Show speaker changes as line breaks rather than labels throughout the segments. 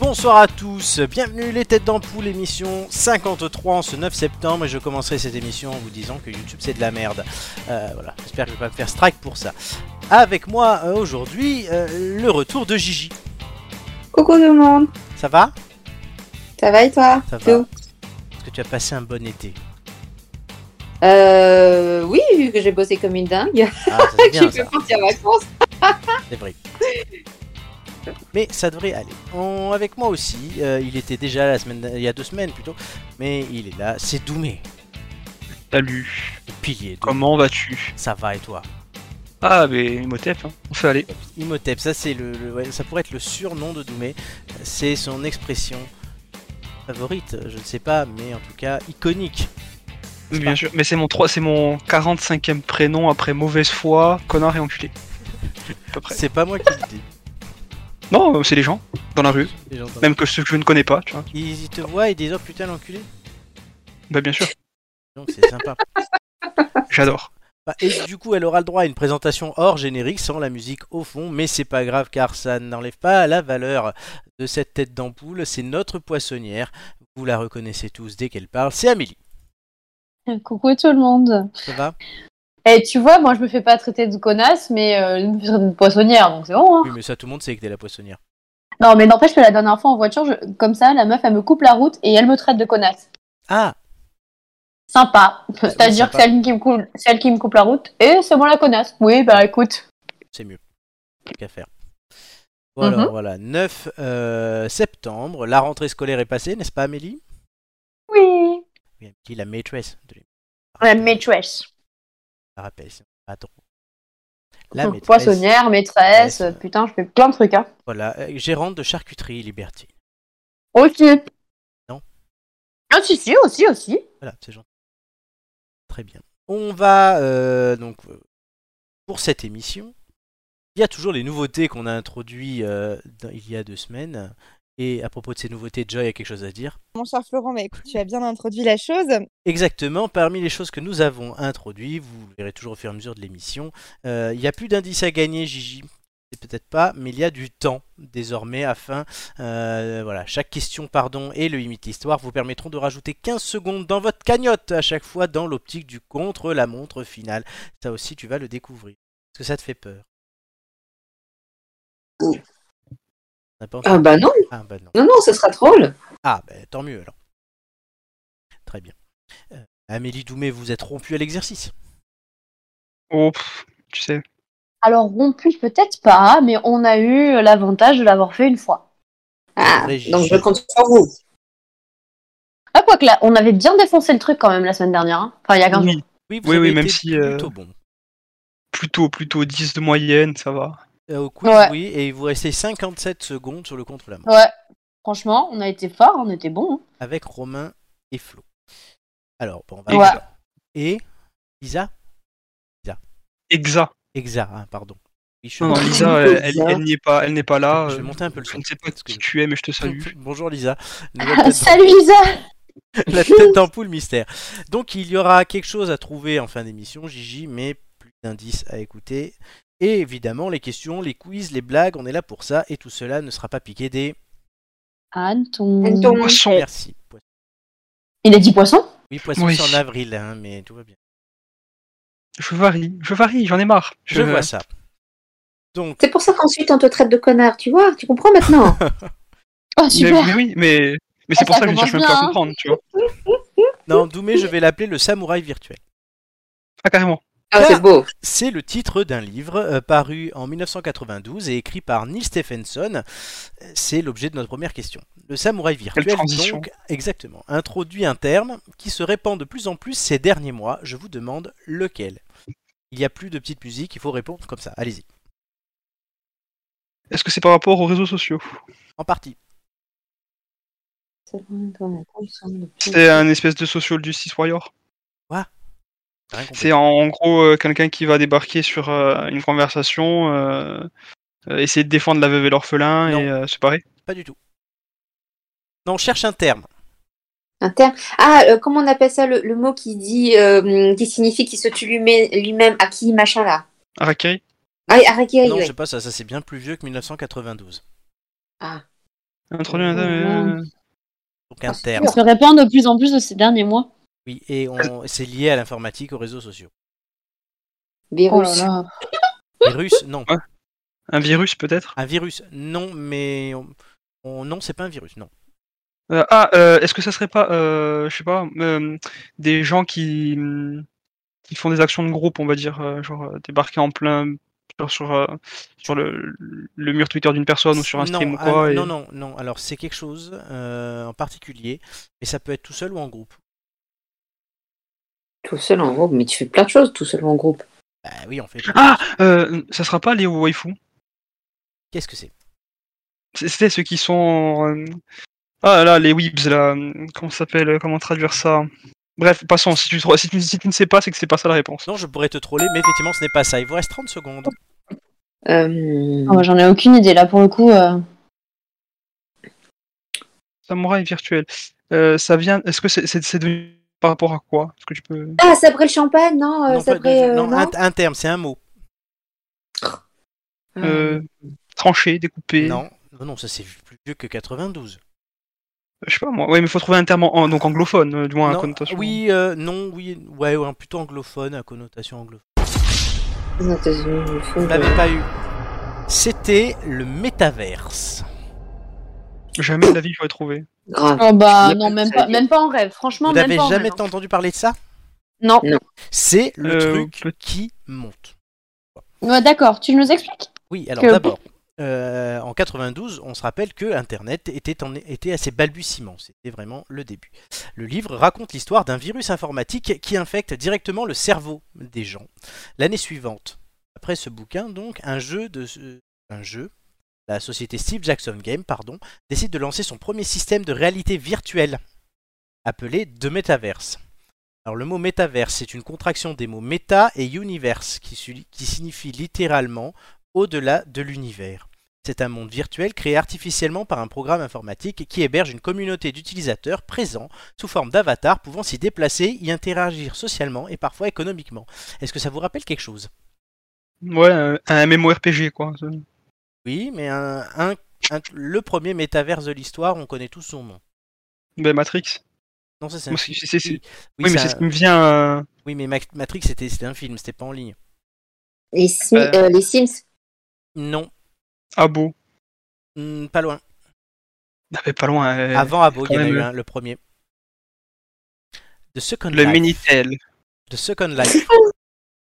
Bonsoir à tous, bienvenue les têtes d'ampoule, émission 53 en ce 9 septembre et je commencerai cette émission en vous disant que YouTube c'est de la merde. Euh, voilà, j'espère que je vais pas me faire strike pour ça. Avec moi euh, aujourd'hui, euh, le retour de Gigi.
Coucou tout le monde,
Ça va
ça va et toi
Ça va.
Théo
Est-ce que tu as passé un bon été
Euh, oui, vu que j'ai bossé comme une dingue,
Ah, ça c'est
j'ai
bien
pu
ça,
partir en vacances.
c'est vrai. Mais ça devrait aller. On- avec moi aussi, euh, il était déjà la semaine, il y a deux semaines plutôt, mais il est là, c'est Doumé,
Salut,
le pilier. Doumé.
comment vas-tu
Ça va et toi
Ah, mais Imhotep, hein. on fait aller.
Imhotep, ça c'est le, le- ouais, ça pourrait être le surnom de Doumé. C'est son expression favorite, je ne sais pas, mais en tout cas iconique.
Mais Bien sûr, mais c'est mon, trois- c'est mon 45e prénom après mauvaise foi, connard et enculé. À peu près.
C'est pas moi qui le dis.
Non, euh, c'est les gens, dans la rue,
les gens dans-
même que ceux que je ne connais pas, tu vois.
Ils, ils te voient et disent oh putain l'enculé.
Bah, bien sûr,
Donc c'est sympa.
j'adore.
Bah, Et du coup, elle aura le droit à une présentation hors générique sans la musique au fond, mais c'est pas grave car ça n'enlève pas la valeur de cette tête d'ampoule. C'est notre poissonnière. Vous la reconnaissez tous dès qu'elle parle. C'est Amélie.
Coucou tout le monde.
Ça va
Et tu vois, moi je me fais pas traiter de connasse, mais euh, je me fais traiter de poissonnière, donc c'est bon. hein.
Oui, mais ça tout le monde sait que t'es la poissonnière.
Non, mais n'empêche que la dernière fois en voiture, je- comme ça, la meuf elle me coupe la route et elle me traite de connasse.
Ah,
Sympa.
sympa.
C'est-à-dire que celle qui, me coupe, celle qui me coupe la route, et c'est moi la connasse. Oui, bah écoute.
c'est mieux qu'à faire. Bon, alors,
Mhm.
voilà, 9 euh, septembre, la rentrée scolaire est passée, n'est-ce pas Amélie
Oui.
Oui, Amélie, la maîtresse de l'émission.
La maîtresse.
Je la rappelle, sinon, pas trop. La
Donc,
maîtresse,
Euh, Poissonnière, maîtresse,
Maîtresse.
putain, je fais plein de trucs. Hein.
voilà, euh, gérante de charcuterie Liberty.
Ok.
Non.
Ah si, si, aussi, aussi.
Voilà, c'est gentil. Très bien. On va euh, donc euh, pour cette émission, il y a toujours les nouveautés qu'on a introduites euh, dans- il y a deux semaines. Et à propos de ces nouveautés, Joy a quelque chose à dire.
Mon cher Florent,
bah,
mais écoute, tu as bien introduit la chose.
Exactement, parmi les choses que nous avons introduites, vous le verrez toujours au fur et à mesure de l'émission, euh, il n'y a plus d'indices à gagner, Gigi. C'est Peut-être pas, mais il y a du temps désormais afin. euh, voilà, chaque question, pardon, et le limite histoire vous permettront de rajouter 15 secondes dans votre cagnotte à chaque fois dans l'optique du contre-la-montre finale. Ça aussi, tu vas le découvrir. Est-ce que ça te fait peur
Oh.
T'as pas entendu
Ah bah non,
Ah, bah non.
non, non, ce sera drôle.
Ah, ben tant mieux alors. Très bien. Euh, Amélie Doumé, vous êtes rompue à l'exercice.
Oh, pff, tu sais.
Alors rompu peut-être pas, mais on a eu l'avantage de l'avoir fait une fois.
Ah,
Régis.
donc je compte sur vous.
Ah, quoi que là, on avait bien défoncé le truc quand même la semaine dernière. hein. Enfin, il y a 15 jours.
Oui,
Oui, vous
Oui,
avez
oui, même
été
si, euh,
plutôt bon.
plutôt, plutôt 10 de moyenne, ça va.
Euh, au quiz,
ouais.
oui, et il vous restait 57 secondes sur le contre la montre
Ouais. Franchement, on a été fort, on était bon.
avec Romain et Flo. Alors, bon, on va
Ouais.
voir. Et Lisa
Exa.
Exa, hein, pardon. Oui, je suis
Non, non,
monté-
Lisa, elle, elle- elle n'y est pas, elle n'est pas là.
je vais
euh,
monter un peu le
Je
son.
ne sais pas
parce que
qui tu es, mais je te salue.
Bonjour Lisa. Nouvelle
Hein.
tête
Salut Lisa
la tête d'ampoule mystère. Donc il y aura quelque chose à trouver en fin d'émission, Gigi, mais plus d'indices à écouter. Et évidemment, les questions, les quiz, les blagues, on est là pour ça, et tout cela ne sera pas piqué des...
Anton.
Anton.
Poisson.
Merci. Poisson.
Il a dit poisson
Oui, poisson
Oui.
c'est en avril, hein, mais tout va bien.
Je varie, je varie, j'en ai marre.
Je vois ça. Donc,
C'est pour ça qu'ensuite on te traite de connard, tu vois, tu comprends maintenant
Oh,
Mais,
super
mais oui, mais, mais c'est
Ah,
pour
ça
ça que je ne cherche même pas
commence bien,
à
hein.
comprendre, tu vois.
non, Doumé, je vais l'appeler le samouraï virtuel.
Ah, carrément.
Ah, c'est beau.
C'est le titre d'un livre euh, paru en 1992 et écrit par Neil Stephenson. C'est l'objet de notre première question. Le samouraï virtuel,
transition.
donc, exactement, introduit un terme qui se répand de plus en plus ces derniers mois. Je vous demande lequel. Il n'y a plus de petite musique, il faut répondre comme ça. Allez-y.
Est-ce que c'est par rapport aux réseaux sociaux
En partie.
C'est un espèce de social justice warrior.
J'ai rien compris.
C'est en, en gros euh, quelqu'un qui va débarquer sur euh, une conversation, euh, euh, essayer de défendre la veuve et l'orphelin
Non.
et euh, se barrer.
Pas du tout. Non, on cherche un terme.
Un terme. Ah, euh, comment on appelle ça le, le mot qui dit, euh, qui signifie qu'il se tue lui-même, lui-même à qui machin là
Arakiri
Ah, oui, Harakiri,
Non,
ouais.
c'est pas ça. Ça, c'est bien plus vieux que 1992.
Introduit un- euh,
donc un
Ah, c'est
terme.
Ils se répandent de plus en plus de ces derniers mois.
Oui, et on- c'est lié à l'informatique, aux réseaux sociaux. Oh
Virus.
Oh là.
Virus, non.
Un virus peut-être
Un virus, non, mais on- on- non, c'est pas un virus, non.
Euh, Ah, euh, est-ce que ça serait pas, euh, je sais pas, euh, des gens qui, hum, qui font des actions de groupe, on va dire, euh, genre euh, débarquer en plein sur, sur, euh, sur le, le mur Twitter d'une personne ou sur un
non,
stream ou
ah,
quoi. et-
non, non, non. Alors c'est quelque chose euh, en particulier, mais ça peut être tout seul ou en groupe.
Tout seul en groupe, mais tu fais plein de choses tout seul en groupe.
Bah oui, en fait.
Ah Euh, ça sera pas les waifus.
Qu'est-ce que c'est
C'est- C'était ceux qui sont. euh, Ah là, les weebs, là. hum, Comment ça s'appelle Comment traduire ça Bref, passons. Si tu, te- si, tu, si tu ne sais pas, c'est que c'est pas ça la réponse.
Non, je pourrais te troller, mais effectivement, ce n'est pas ça. Il vous reste 30 secondes.
Euh,
Ah, moi, J'en ai aucune idée là pour le coup. euh.
Samouraï virtuel. Euh, ça vient. Est-ce que c'est c'est- c'est devenu par rapport à quoi Est-ce que tu peux.
Ah, sabré le champagne, non, euh,
non, pas
sabré.
de-
euh,
non,
non
un, un terme, c'est un mot.
euh, trancher, découper.
Non, non, non, ça c'est plus vieux que 92.
Je sais pas moi. Oui, mais faut trouver un terme en, en- donc anglophone, euh, du moins
Non,
un connotation.
Oui, euh, non, oui, ouais, ouais, plutôt anglophone, à connotation anglophone.
Non, t'as- euh,
Vous l'avez pas eu. C'était le métaverse.
Jamais de la vie j'aurais trouvé.
Ah.
Grave.
Oh bah
Je
non,
l'ai
même
pas,
pas,
ça y est.
même pas en rêve. Franchement,
vous
même
n'avez
pas en
jamais
rêve.
entendu parler de ça
Non.
C'est le
Euh,
truc
peut-
qui monte.
Ouais, D'accord, tu nous expliques
Oui, alors
Que-
d'abord, euh, en 92, on se rappelle que Internet était, en, était à ses balbutiements. C'était vraiment le début. Le livre raconte l'histoire d'un virus informatique qui infecte directement le cerveau des gens. L'année suivante, après ce bouquin, donc, un jeu de ce- un jeu. La société Steve Jackson Game, pardon, décide de lancer son premier système de réalité virtuelle, appelé The Metaverse. Alors le mot métaverse, c'est une contraction des mots méta et universe, qui su- qui signifie littéralement au-delà de l'univers. C'est un monde virtuel créé artificiellement par un programme informatique qui héberge une communauté d'utilisateurs présents sous forme d'avatars pouvant s'y déplacer, y interagir socialement et parfois économiquement. Est-ce que ça vous rappelle quelque chose
Ouais, un, un MMORPG quoi.
Oui, mais un- un- un- le premier métaverse de l'histoire, on connaît tous son nom.
Ben Matrix.
Non, ça c'est un-
Moi, c'est- c'est- c'est-
Oui,
Oui, mais
ça-
c'est ce qui me vient. euh,
oui, mais Ma- Matrix, c'était c'était un film, c'était pas en ligne.
Les, Smi-
Euh.
euh, les Sims.
Non,
à beau.
Hmm, pas loin.
Ah, mais pas loin. euh,
Avant Abo, il y en a
même,
eu
euh,
un, le premier. The Second
Le
Life.
Minitel.
The Second Life. Vous vous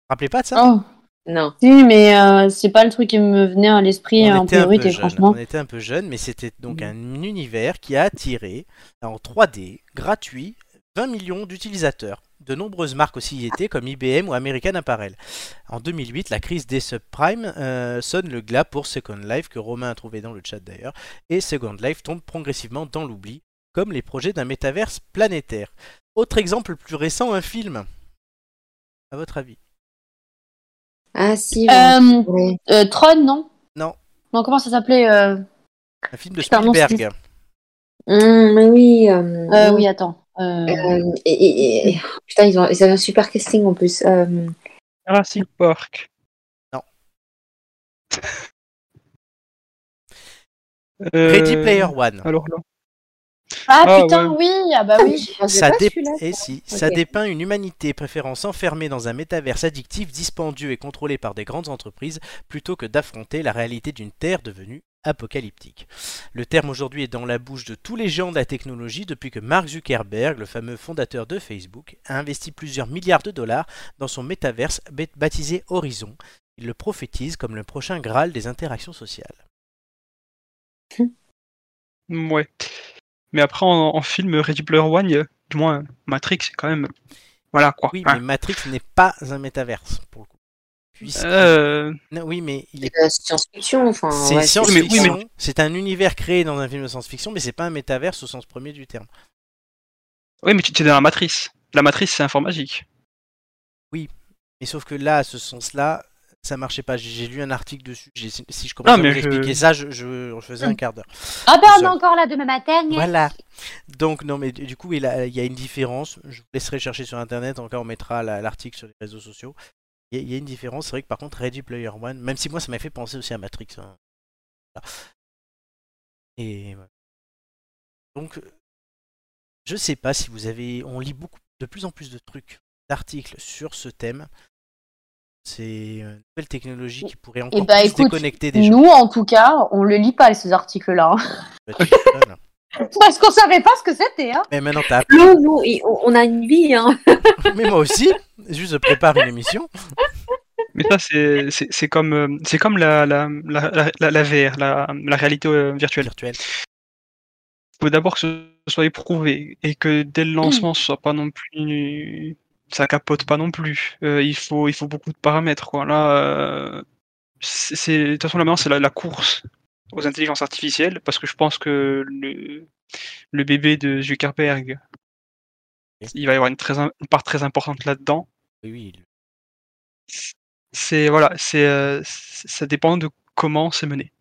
rappelez pas de ça
Oh,
Non.
si, mais euh, c'est pas le truc qui me venait à l'esprit euh,
on
en
était un peu
priorité,
jeune.
franchement.
On était un peu jeune, mais c'était donc un univers qui a attiré en 3D, gratuit, 20 millions d'utilisateurs. De nombreuses marques aussi y étaient, comme IBM ou American Apparel. En 2008, la crise des subprimes euh, sonne le glas pour Second Life, que Romain a trouvé dans le chat d'ailleurs, et Second Life tombe progressivement dans l'oubli, comme les projets d'un métaverse planétaire. Autre exemple plus récent, un film. À votre avis
Ah si.
Euh,
j'en- ouais.
euh, Tron, non
Non.
Non, comment ça s'appelait euh,
Un film de
Putain, non, c'est-
Spielberg.
Hum, mais oui. euh,
euh,
non.
Oui, attends. Euh,
Euh, et- et- et- Putain, ils ont, ils avaient un super casting en plus. Euh,
Jurassic Park.
Non.
Euh,
Ready Player One.
Alors là.
Ah,
ah,
putain, oui Ah bah oui
je sais
ça,
pas,
dé-
celui-là.
eh si, ça
Ok.
dépeint une humanité préférant s'enfermer dans un métaverse addictif, dispendieux et contrôlé par des grandes entreprises, plutôt que d'affronter la réalité d'une Terre devenue apocalyptique. Le terme aujourd'hui est dans la bouche de tous les géants de la technologie depuis que Mark Zuckerberg, le fameux fondateur de Facebook, a investi plusieurs milliards de dollars dans son métaverse ba- baptisé Horizon. Il le prophétise comme le prochain Graal des interactions sociales.
Ouais. Mais après, en, en film Ready Player One, euh, du moins Matrix, c'est quand même. Voilà quoi.
Oui,
hein.
mais Matrix n'est pas un métaverse, pour le coup. Puisque-
Euh,
Non, Oui, mais il est
Euh, science-fiction, enfin.
C'est
ouais,
science-fiction.
Oui, mais-
C'est un univers créé dans un film de science-fiction, mais c'est pas un métaverse au sens premier du terme.
Oui, mais tu tu es dans la matrice. La matrice, c'est informatique.
Et sauf que là, à ce sens-là, ça marchait pas. J'ai j'ai lu un article dessus. J'ai- Si je commence à
mais
vous
je-
expliquer ça, je, je- je faisais un quart d'heure.
Ah bah on est
Ça.
encore là demain matin hein.
Voilà. Donc non, mais du coup, il, a- il y a une différence. Je vous laisserai chercher sur internet. Encore, on mettra la- l'article sur les réseaux sociaux. Il y, a- il y a une différence. C'est vrai que par contre, Ready Player One, même si moi, ça m'a fait penser aussi à Matrix. hein. Voilà. Et voilà. Donc, je sais pas si vous avez. On lit beaucoup, de plus en plus de trucs, d'articles sur ce thème. C'est une nouvelle technologie qui pourrait encore
bah,
plus
écoute,
déconnecter des gens.
Nous, en tout cas, on le lit pas, ces articles-là. hein.
Voilà.
Parce qu'on savait pas ce que c'était. Hein.
Mais maintenant, t'as
Nous, nous, i- on on a une vie. Hein.
Mais moi aussi, juste je prépare une émission.
Mais ça, c'est- c'est c'est comme, euh, c'est comme la, la, la, la, la VR, la, la réalité euh, virtuelle.
Virtuelle.
Il faut d'abord que ce soit éprouvé et que dès le lancement, ce soit pas non plus. Ça capote pas non plus. Euh, il, faut, il faut beaucoup de paramètres. Quoi. Là, euh, c'est- c'est- de toute façon, là maintenant, c'est la, la course aux intelligences artificielles parce que je pense que le, le bébé de Zuckerberg,
Ok.
il va y avoir une, très, im- une part très importante là-dedans.
Oui, oui. le-
c'est voilà, c'est euh, c- ça dépend de comment c'est mené.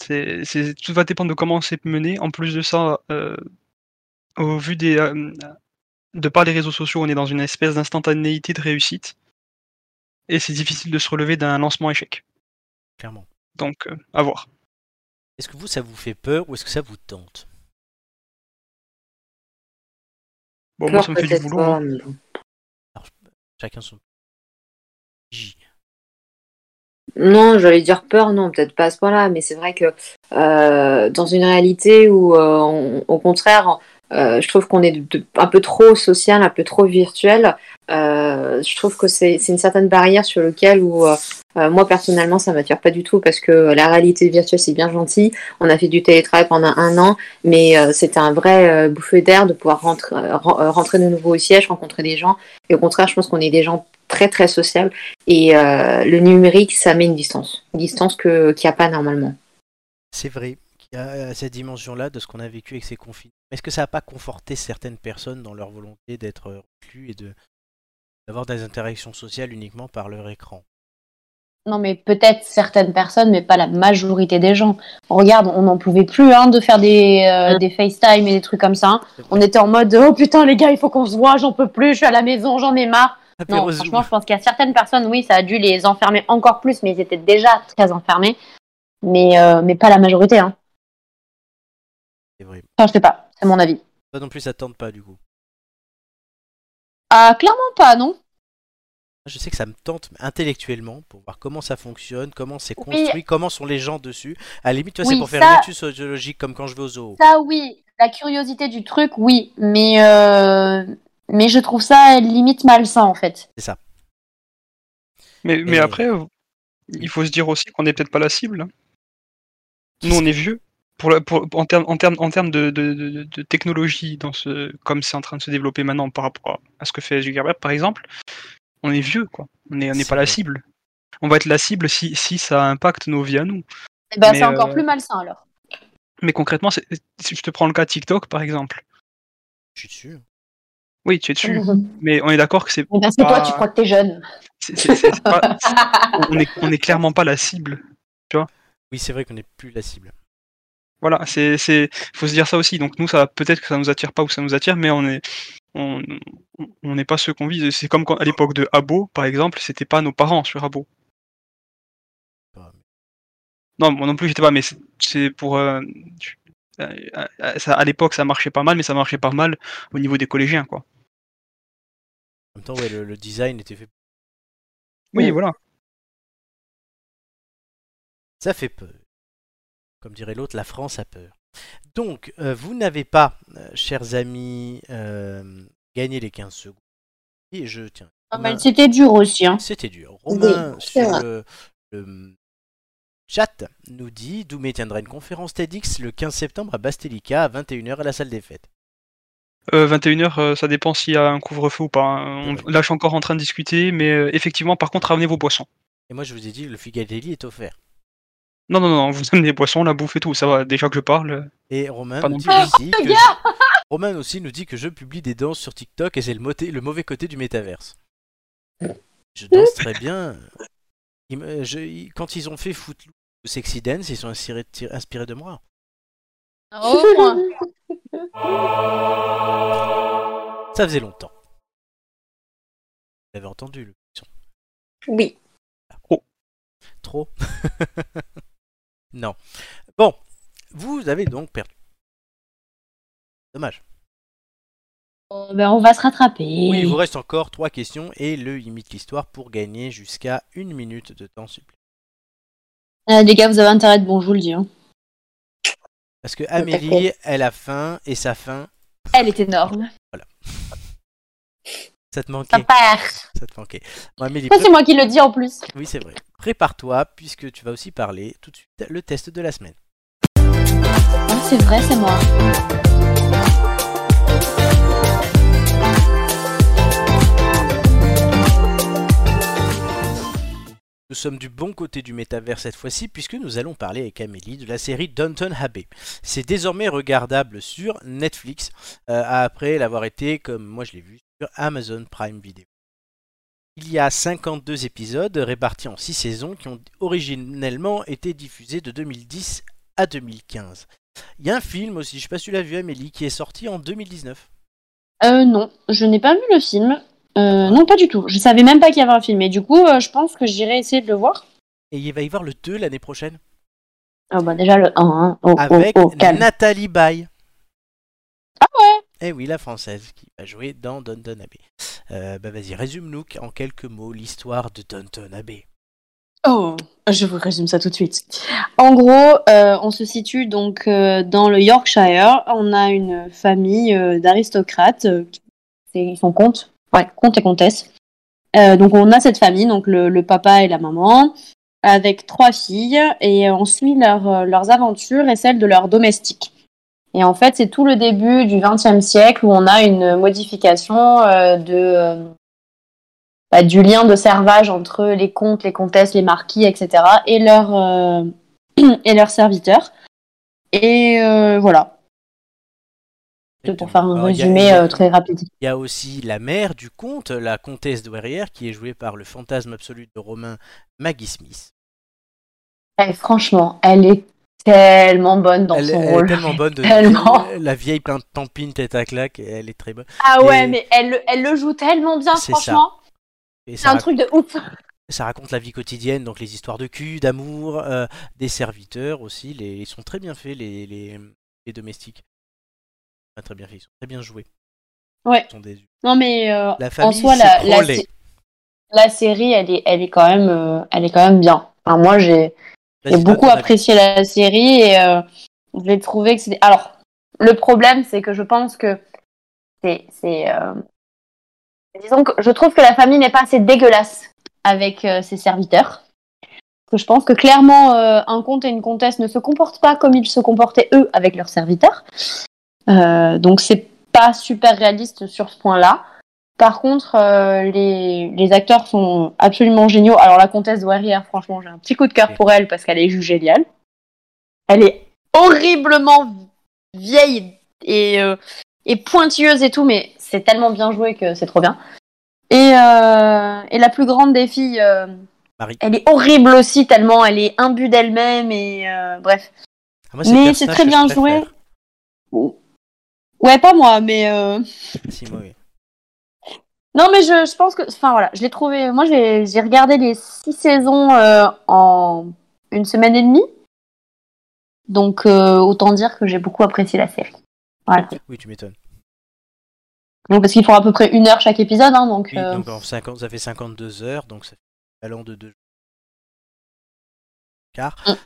C'est, c'est- tout va dépendre de comment c'est mené. En plus de ça, euh, au vu des euh, de par les réseaux sociaux, on est dans une espèce d'instantanéité de réussite et c'est difficile de se relever d'un lancement échec.
Clairement.
Donc, euh, à voir.
Est-ce que vous, ça vous fait peur ou est-ce que ça vous tente
Bon, moi,
Peur,
ça me fait du
peut-être
boulot.
pas,
hein.
mais bon.
Chacun son. J.
Non, j'allais dire peur, non, peut-être pas à ce point-là, mais c'est vrai que euh, dans une réalité où, euh, on- au contraire, euh, je trouve qu'on est de- de- un peu trop social, un peu trop virtuel, euh, je trouve que c'est c'est une certaine barrière sur laquelle, où, euh, euh, moi personnellement, ça m'attire pas du tout parce que la réalité virtuelle, c'est bien gentil. On a fait du télétravail pendant un an, mais euh, c'était un vrai euh, bouffée d'air de pouvoir rentrer, euh, ren- euh, rentrer de nouveau au siège, rencontrer des gens. Et au contraire, je pense qu'on est des gens très très sociables. Et euh, le numérique, ça met une distance. Une distance que- qu'il n'y a pas normalement.
C'est vrai qu'il y a euh, cette dimension-là de ce qu'on a vécu avec ces confinements. Est-ce que ça n'a pas conforté certaines personnes dans leur volonté d'être euh, reclus et de d'avoir des interactions sociales uniquement par leur écran
Non, mais peut-être certaines personnes, mais pas la majorité des gens. Regarde, on n'en pouvait plus hein, de faire des,
Ah.
euh, des FaceTime et des trucs comme ça. hein.
C'est vrai.
On était en mode Oh putain, les gars, il faut qu'on se voit, j'en peux plus, je suis à la maison, j'en ai marre. Non,
Apéro Zoom.
franchement, je pense qu'il y a certaines personnes, oui, ça a dû les enfermer encore plus, mais ils étaient déjà très enfermés. Mais, euh, mais pas la majorité. Hein.
C'est vrai.
Enfin, je sais pas, c'est mon avis.
Toi non plus, ça te tente pas du coup.
Ah, clairement pas, non
Je sais que ça me tente mais intellectuellement pour voir comment ça fonctionne, comment c'est
Oui.
construit, comment sont les gens dessus. À la limite, tu vois, c'est
Oui,
pour faire
ça-
une étude sociologique comme quand je vais au zoo.
Ça, oui. La curiosité du truc, oui. Mais, euh, mais je trouve ça limite malsain, en fait.
Mais, mais
Et-
après, euh, il faut se dire aussi qu'on n'est peut-être pas la cible. hein. Nous, on est vieux. Pour la- pour- en termes en termes- en termes de, de- de- de technologie, dans ce, comme c'est en train de se développer maintenant par rapport à, à ce que fait Zuckerberg, par exemple, on est vieux, quoi. On n'est on n'est
C'est
pas la
vrai.
cible. On va être la cible si, si ça impacte nos vies à nous.
Eh ben,
Mais,
c'est encore
euh,
plus malsain, alors.
Mais concrètement, c'est- si je te prends le cas TikTok, par exemple.
Je suis dessus.
Oui, tu es dessus.
Eh
Mais on est d'accord que c'est
ben, c'est toi,
Ah.
tu crois que t'es jeune.
c'est- c'est- c'est pas- on est, on est clairement pas la cible.
Oui, c'est vrai qu'on n'est plus la cible.
Voilà, c'est, c'est, faut se dire ça aussi. Donc nous, ça peut-être que ça nous attire pas ou ça nous attire, mais on est, on, on- on n'est pas ceux qu'on vise. C'est comme quand, à l'époque de Abo, par exemple, c'était pas nos parents sur Abo.
Ah,
Non, moi non plus, j'étais pas. Mais c'est, c'est pour, euh, tu- euh, euh, ça, à l'époque, ça marchait pas mal, mais ça marchait pas mal au niveau des collégiens, quoi.
En même temps, ouais, le, le design était fait.
Oui,
Ouais.
voilà.
Ça fait peur. Comme dirait l'autre, la France a peur. Donc, euh, vous n'avez pas, euh, chers amis, euh, gagné les 15 secondes. Et je tiens.
bah.
Ah,
Romain-
mais C'était dur aussi, hein.
C'était dur. Romain
c'est
sur
vrai.
le, le hum, chat nous dit Doumé tiendra une conférence TEDx le 15 septembre à Bastelica à 21h à la salle des fêtes.
Euh, 21h, euh, ça dépend s'il y a un couvre-feu ou pas. hein. On, là, je suis encore en train de discuter, mais euh, effectivement, par contre, ramenez vos boissons.
Et moi, je vous ai dit, le Figadelli est offert.
Non, non, non, vous amenez les boissons, la bouffe et tout. Ça va. Déjà que je parle. euh,
Et Romain
Pas
nous
non
dit
plus.
aussi que
Oh, le gars
je- Romain aussi nous dit que je publie des danses sur TikTok et c'est le, moté- le mauvais côté du métaverse. Je danse très bien. Il me- je- il- quand ils ont fait Footloose ou Sexy Dance, ils sont inspirés, inspirés de moi.
Ah, Au moins.
Ça faisait longtemps. Vous avez entendu le son.
Oui.
Trop Non. Bon, vous avez donc perdu. Dommage.
Euh, ben, on va se rattraper.
Oui, il vous reste encore trois questions et le limite l'histoire pour gagner jusqu'à une minute de temps supplémentaire.
Euh, les gars, vous avez intérêt de bon, je vous le dis. hein.
Parce que
à
Amélie,
fait.
elle a faim et sa faim,
Elle est énorme.
ça te
Ça
manquait.
part.
Ça te manquait. Bon, Amélie,
Ça,
pré-
c'est moi qui le dis en plus.
oui, c'est vrai. Prépare-toi puisque tu vas aussi parler tout de suite le test de la semaine.
Ah, c'est vrai, c'est moi.
Nous sommes du bon côté du métavers cette fois-ci puisque nous allons parler avec Amélie de la série Downton Abbey. C'est désormais regardable sur Netflix euh, après l'avoir été, comme moi je l'ai vu, sur Amazon Prime Video. Il y a 52 épisodes répartis en 6 saisons qui ont originellement été diffusés de 2010 à 2015. Il y a un film aussi, je sais pas si tu l'as vu Amélie, qui est sorti en 2019.
Euh, non, je n'ai pas vu le film. Euh, non, pas du tout. Je savais même pas qu'il y avait un film. Et du coup, euh, je pense que j'irai essayer de le voir.
Et il va y avoir le 2 l'année prochaine
Ah bah déjà le 1, hein. oh, oh,
avec
oh, calme.
Nathalie Baye.
Ah ouais
Eh oui, la française qui va jouer dans Downton Abbey. Euh, bah vas-y, résume-nous en quelques mots l'histoire de Downton Abbey.
Oh, je vous résume ça tout de suite. En gros, euh, on se situe donc euh, dans le Yorkshire. On a une famille euh, d'aristocrates. euh, qui- c'est- ils sont comtes, ouais, comtes et comtesses. Euh, donc on a cette famille, donc le, le papa et la maman, avec trois filles, et on suit leur, euh, leurs aventures et celles de leurs domestiques. Et en fait, c'est tout le début du XXe siècle où on a une modification euh, de euh, bah, du lien de servage entre les comtes, les comtesses, les marquis, etc. et leurs euh, et leurs serviteurs. Et euh, voilà, pour faire un
Alors, il y a-
résumé
il y a-
euh, très rapide.
Il y a aussi la mère du comte, la comtesse de Werrière, qui est jouée par le fantasme absolu de Romain Maggie Smith.
Eh, franchement, elle est tellement bonne dans
Elle,
son
elle est
rôle.
tellement bonne de
Tellement.
la vieille plein de tampines tête à claque, elle est très bonne.
Ah ouais,
Et-
mais elle, le- elle le joue tellement bien,
C'est ça.
franchement.
Et
C'est
ça,
un
raconte-
truc de ouf.
ça raconte la vie quotidienne, donc les histoires de cul, d'amour, euh, des serviteurs aussi. Les, ils sont très bien faits, les, les, les domestiques. Pas très bien faits, ils sont très bien joués.
Ouais.
Ils sont des-
Non, mais euh,
La
en
famille,
soi, la,
c'est
la,
prolé.
sé- la série, elle est, elle est quand même, euh, elle est quand même bien. Enfin, moi, j'ai j'ai
Vas-y, donne
beaucoup
ton avis.
apprécié la série et euh, je l'ai trouvé que c'était. Alors, le problème, c'est que je pense que c'est, c'est. euh, Disons que je trouve que la famille n'est pas assez dégueulasse avec euh, ses serviteurs. Parce que je pense que clairement, euh, un comte et une comtesse ne se comportent pas comme ils se comportaient eux avec leurs serviteurs. Euh, donc c'est pas super réaliste sur ce point-là. Par contre, euh, les, les acteurs sont absolument géniaux. Alors la comtesse de Warrior, franchement, j'ai un petit coup de cœur pour elle parce qu'elle est juste géniale. Elle est horriblement vieille et, euh, et pointilleuse et tout, mais c'est tellement bien joué que c'est trop bien. Et, euh, et la plus grande des filles, euh,
Marie.
elle est horrible aussi tellement elle est imbue d'elle-même et euh, bref.
Ah, moi,
mais
le
c'est
personnage
très
que
bien
je
joué.
préfère.
Ouais, pas moi, mais euh,
Si, moi, oui.
Non, mais je, je pense que. Enfin, voilà, je l'ai trouvé. Moi, j'ai j'ai regardé les six saisons euh, en une semaine et demie. Donc, euh, autant dire que j'ai beaucoup apprécié la série. Voilà.
Oui, tu m'étonnes.
Donc, parce qu'ils font à peu près une heure chaque épisode. Hein, donc,
Oui,
euh,
donc en 50, ça fait 52 heures, donc ça fait l'équivalent de deux car
Mm.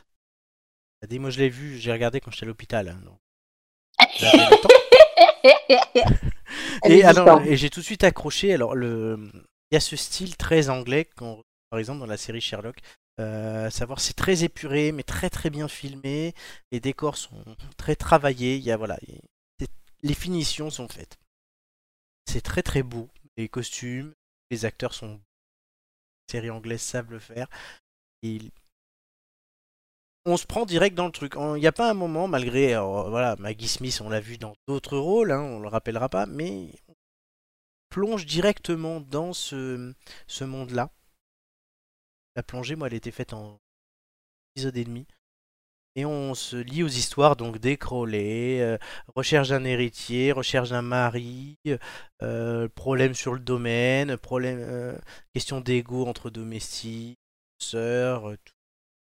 T'as dit, moi je l'ai vu, j'ai regardé quand j'étais à l'hôpital. hein, donc. J'avais le temps.
Elle
et
est
alors,
différente.
et j'ai tout de suite accroché. Alors, le... il y a ce style très anglais qu'on retrouve, par exemple dans la série Sherlock. Euh, à savoir, c'est très épuré, mais très très bien filmé. Les décors sont très travaillés. Il y a voilà, il- c'est- les finitions sont faites. C'est très très beau. Les costumes, les acteurs sont. Les séries anglaises savent le faire. Et il- on se prend direct dans le truc. En- Il n'y a pas un moment, malgré alors, euh, voilà, Maggie Smith, on l'a vu dans d'autres rôles, hein, on le rappellera pas, mais on plonge directement dans ce, ce monde-là. La plongée, moi, elle était faite en épisode et demi. Et on se lie aux histoires donc des Crowley, euh, recherche d'un héritier, recherche d'un mari, euh, problème sur le domaine, problème, euh, question d'ego entre domestiques, sœurs, euh, tout.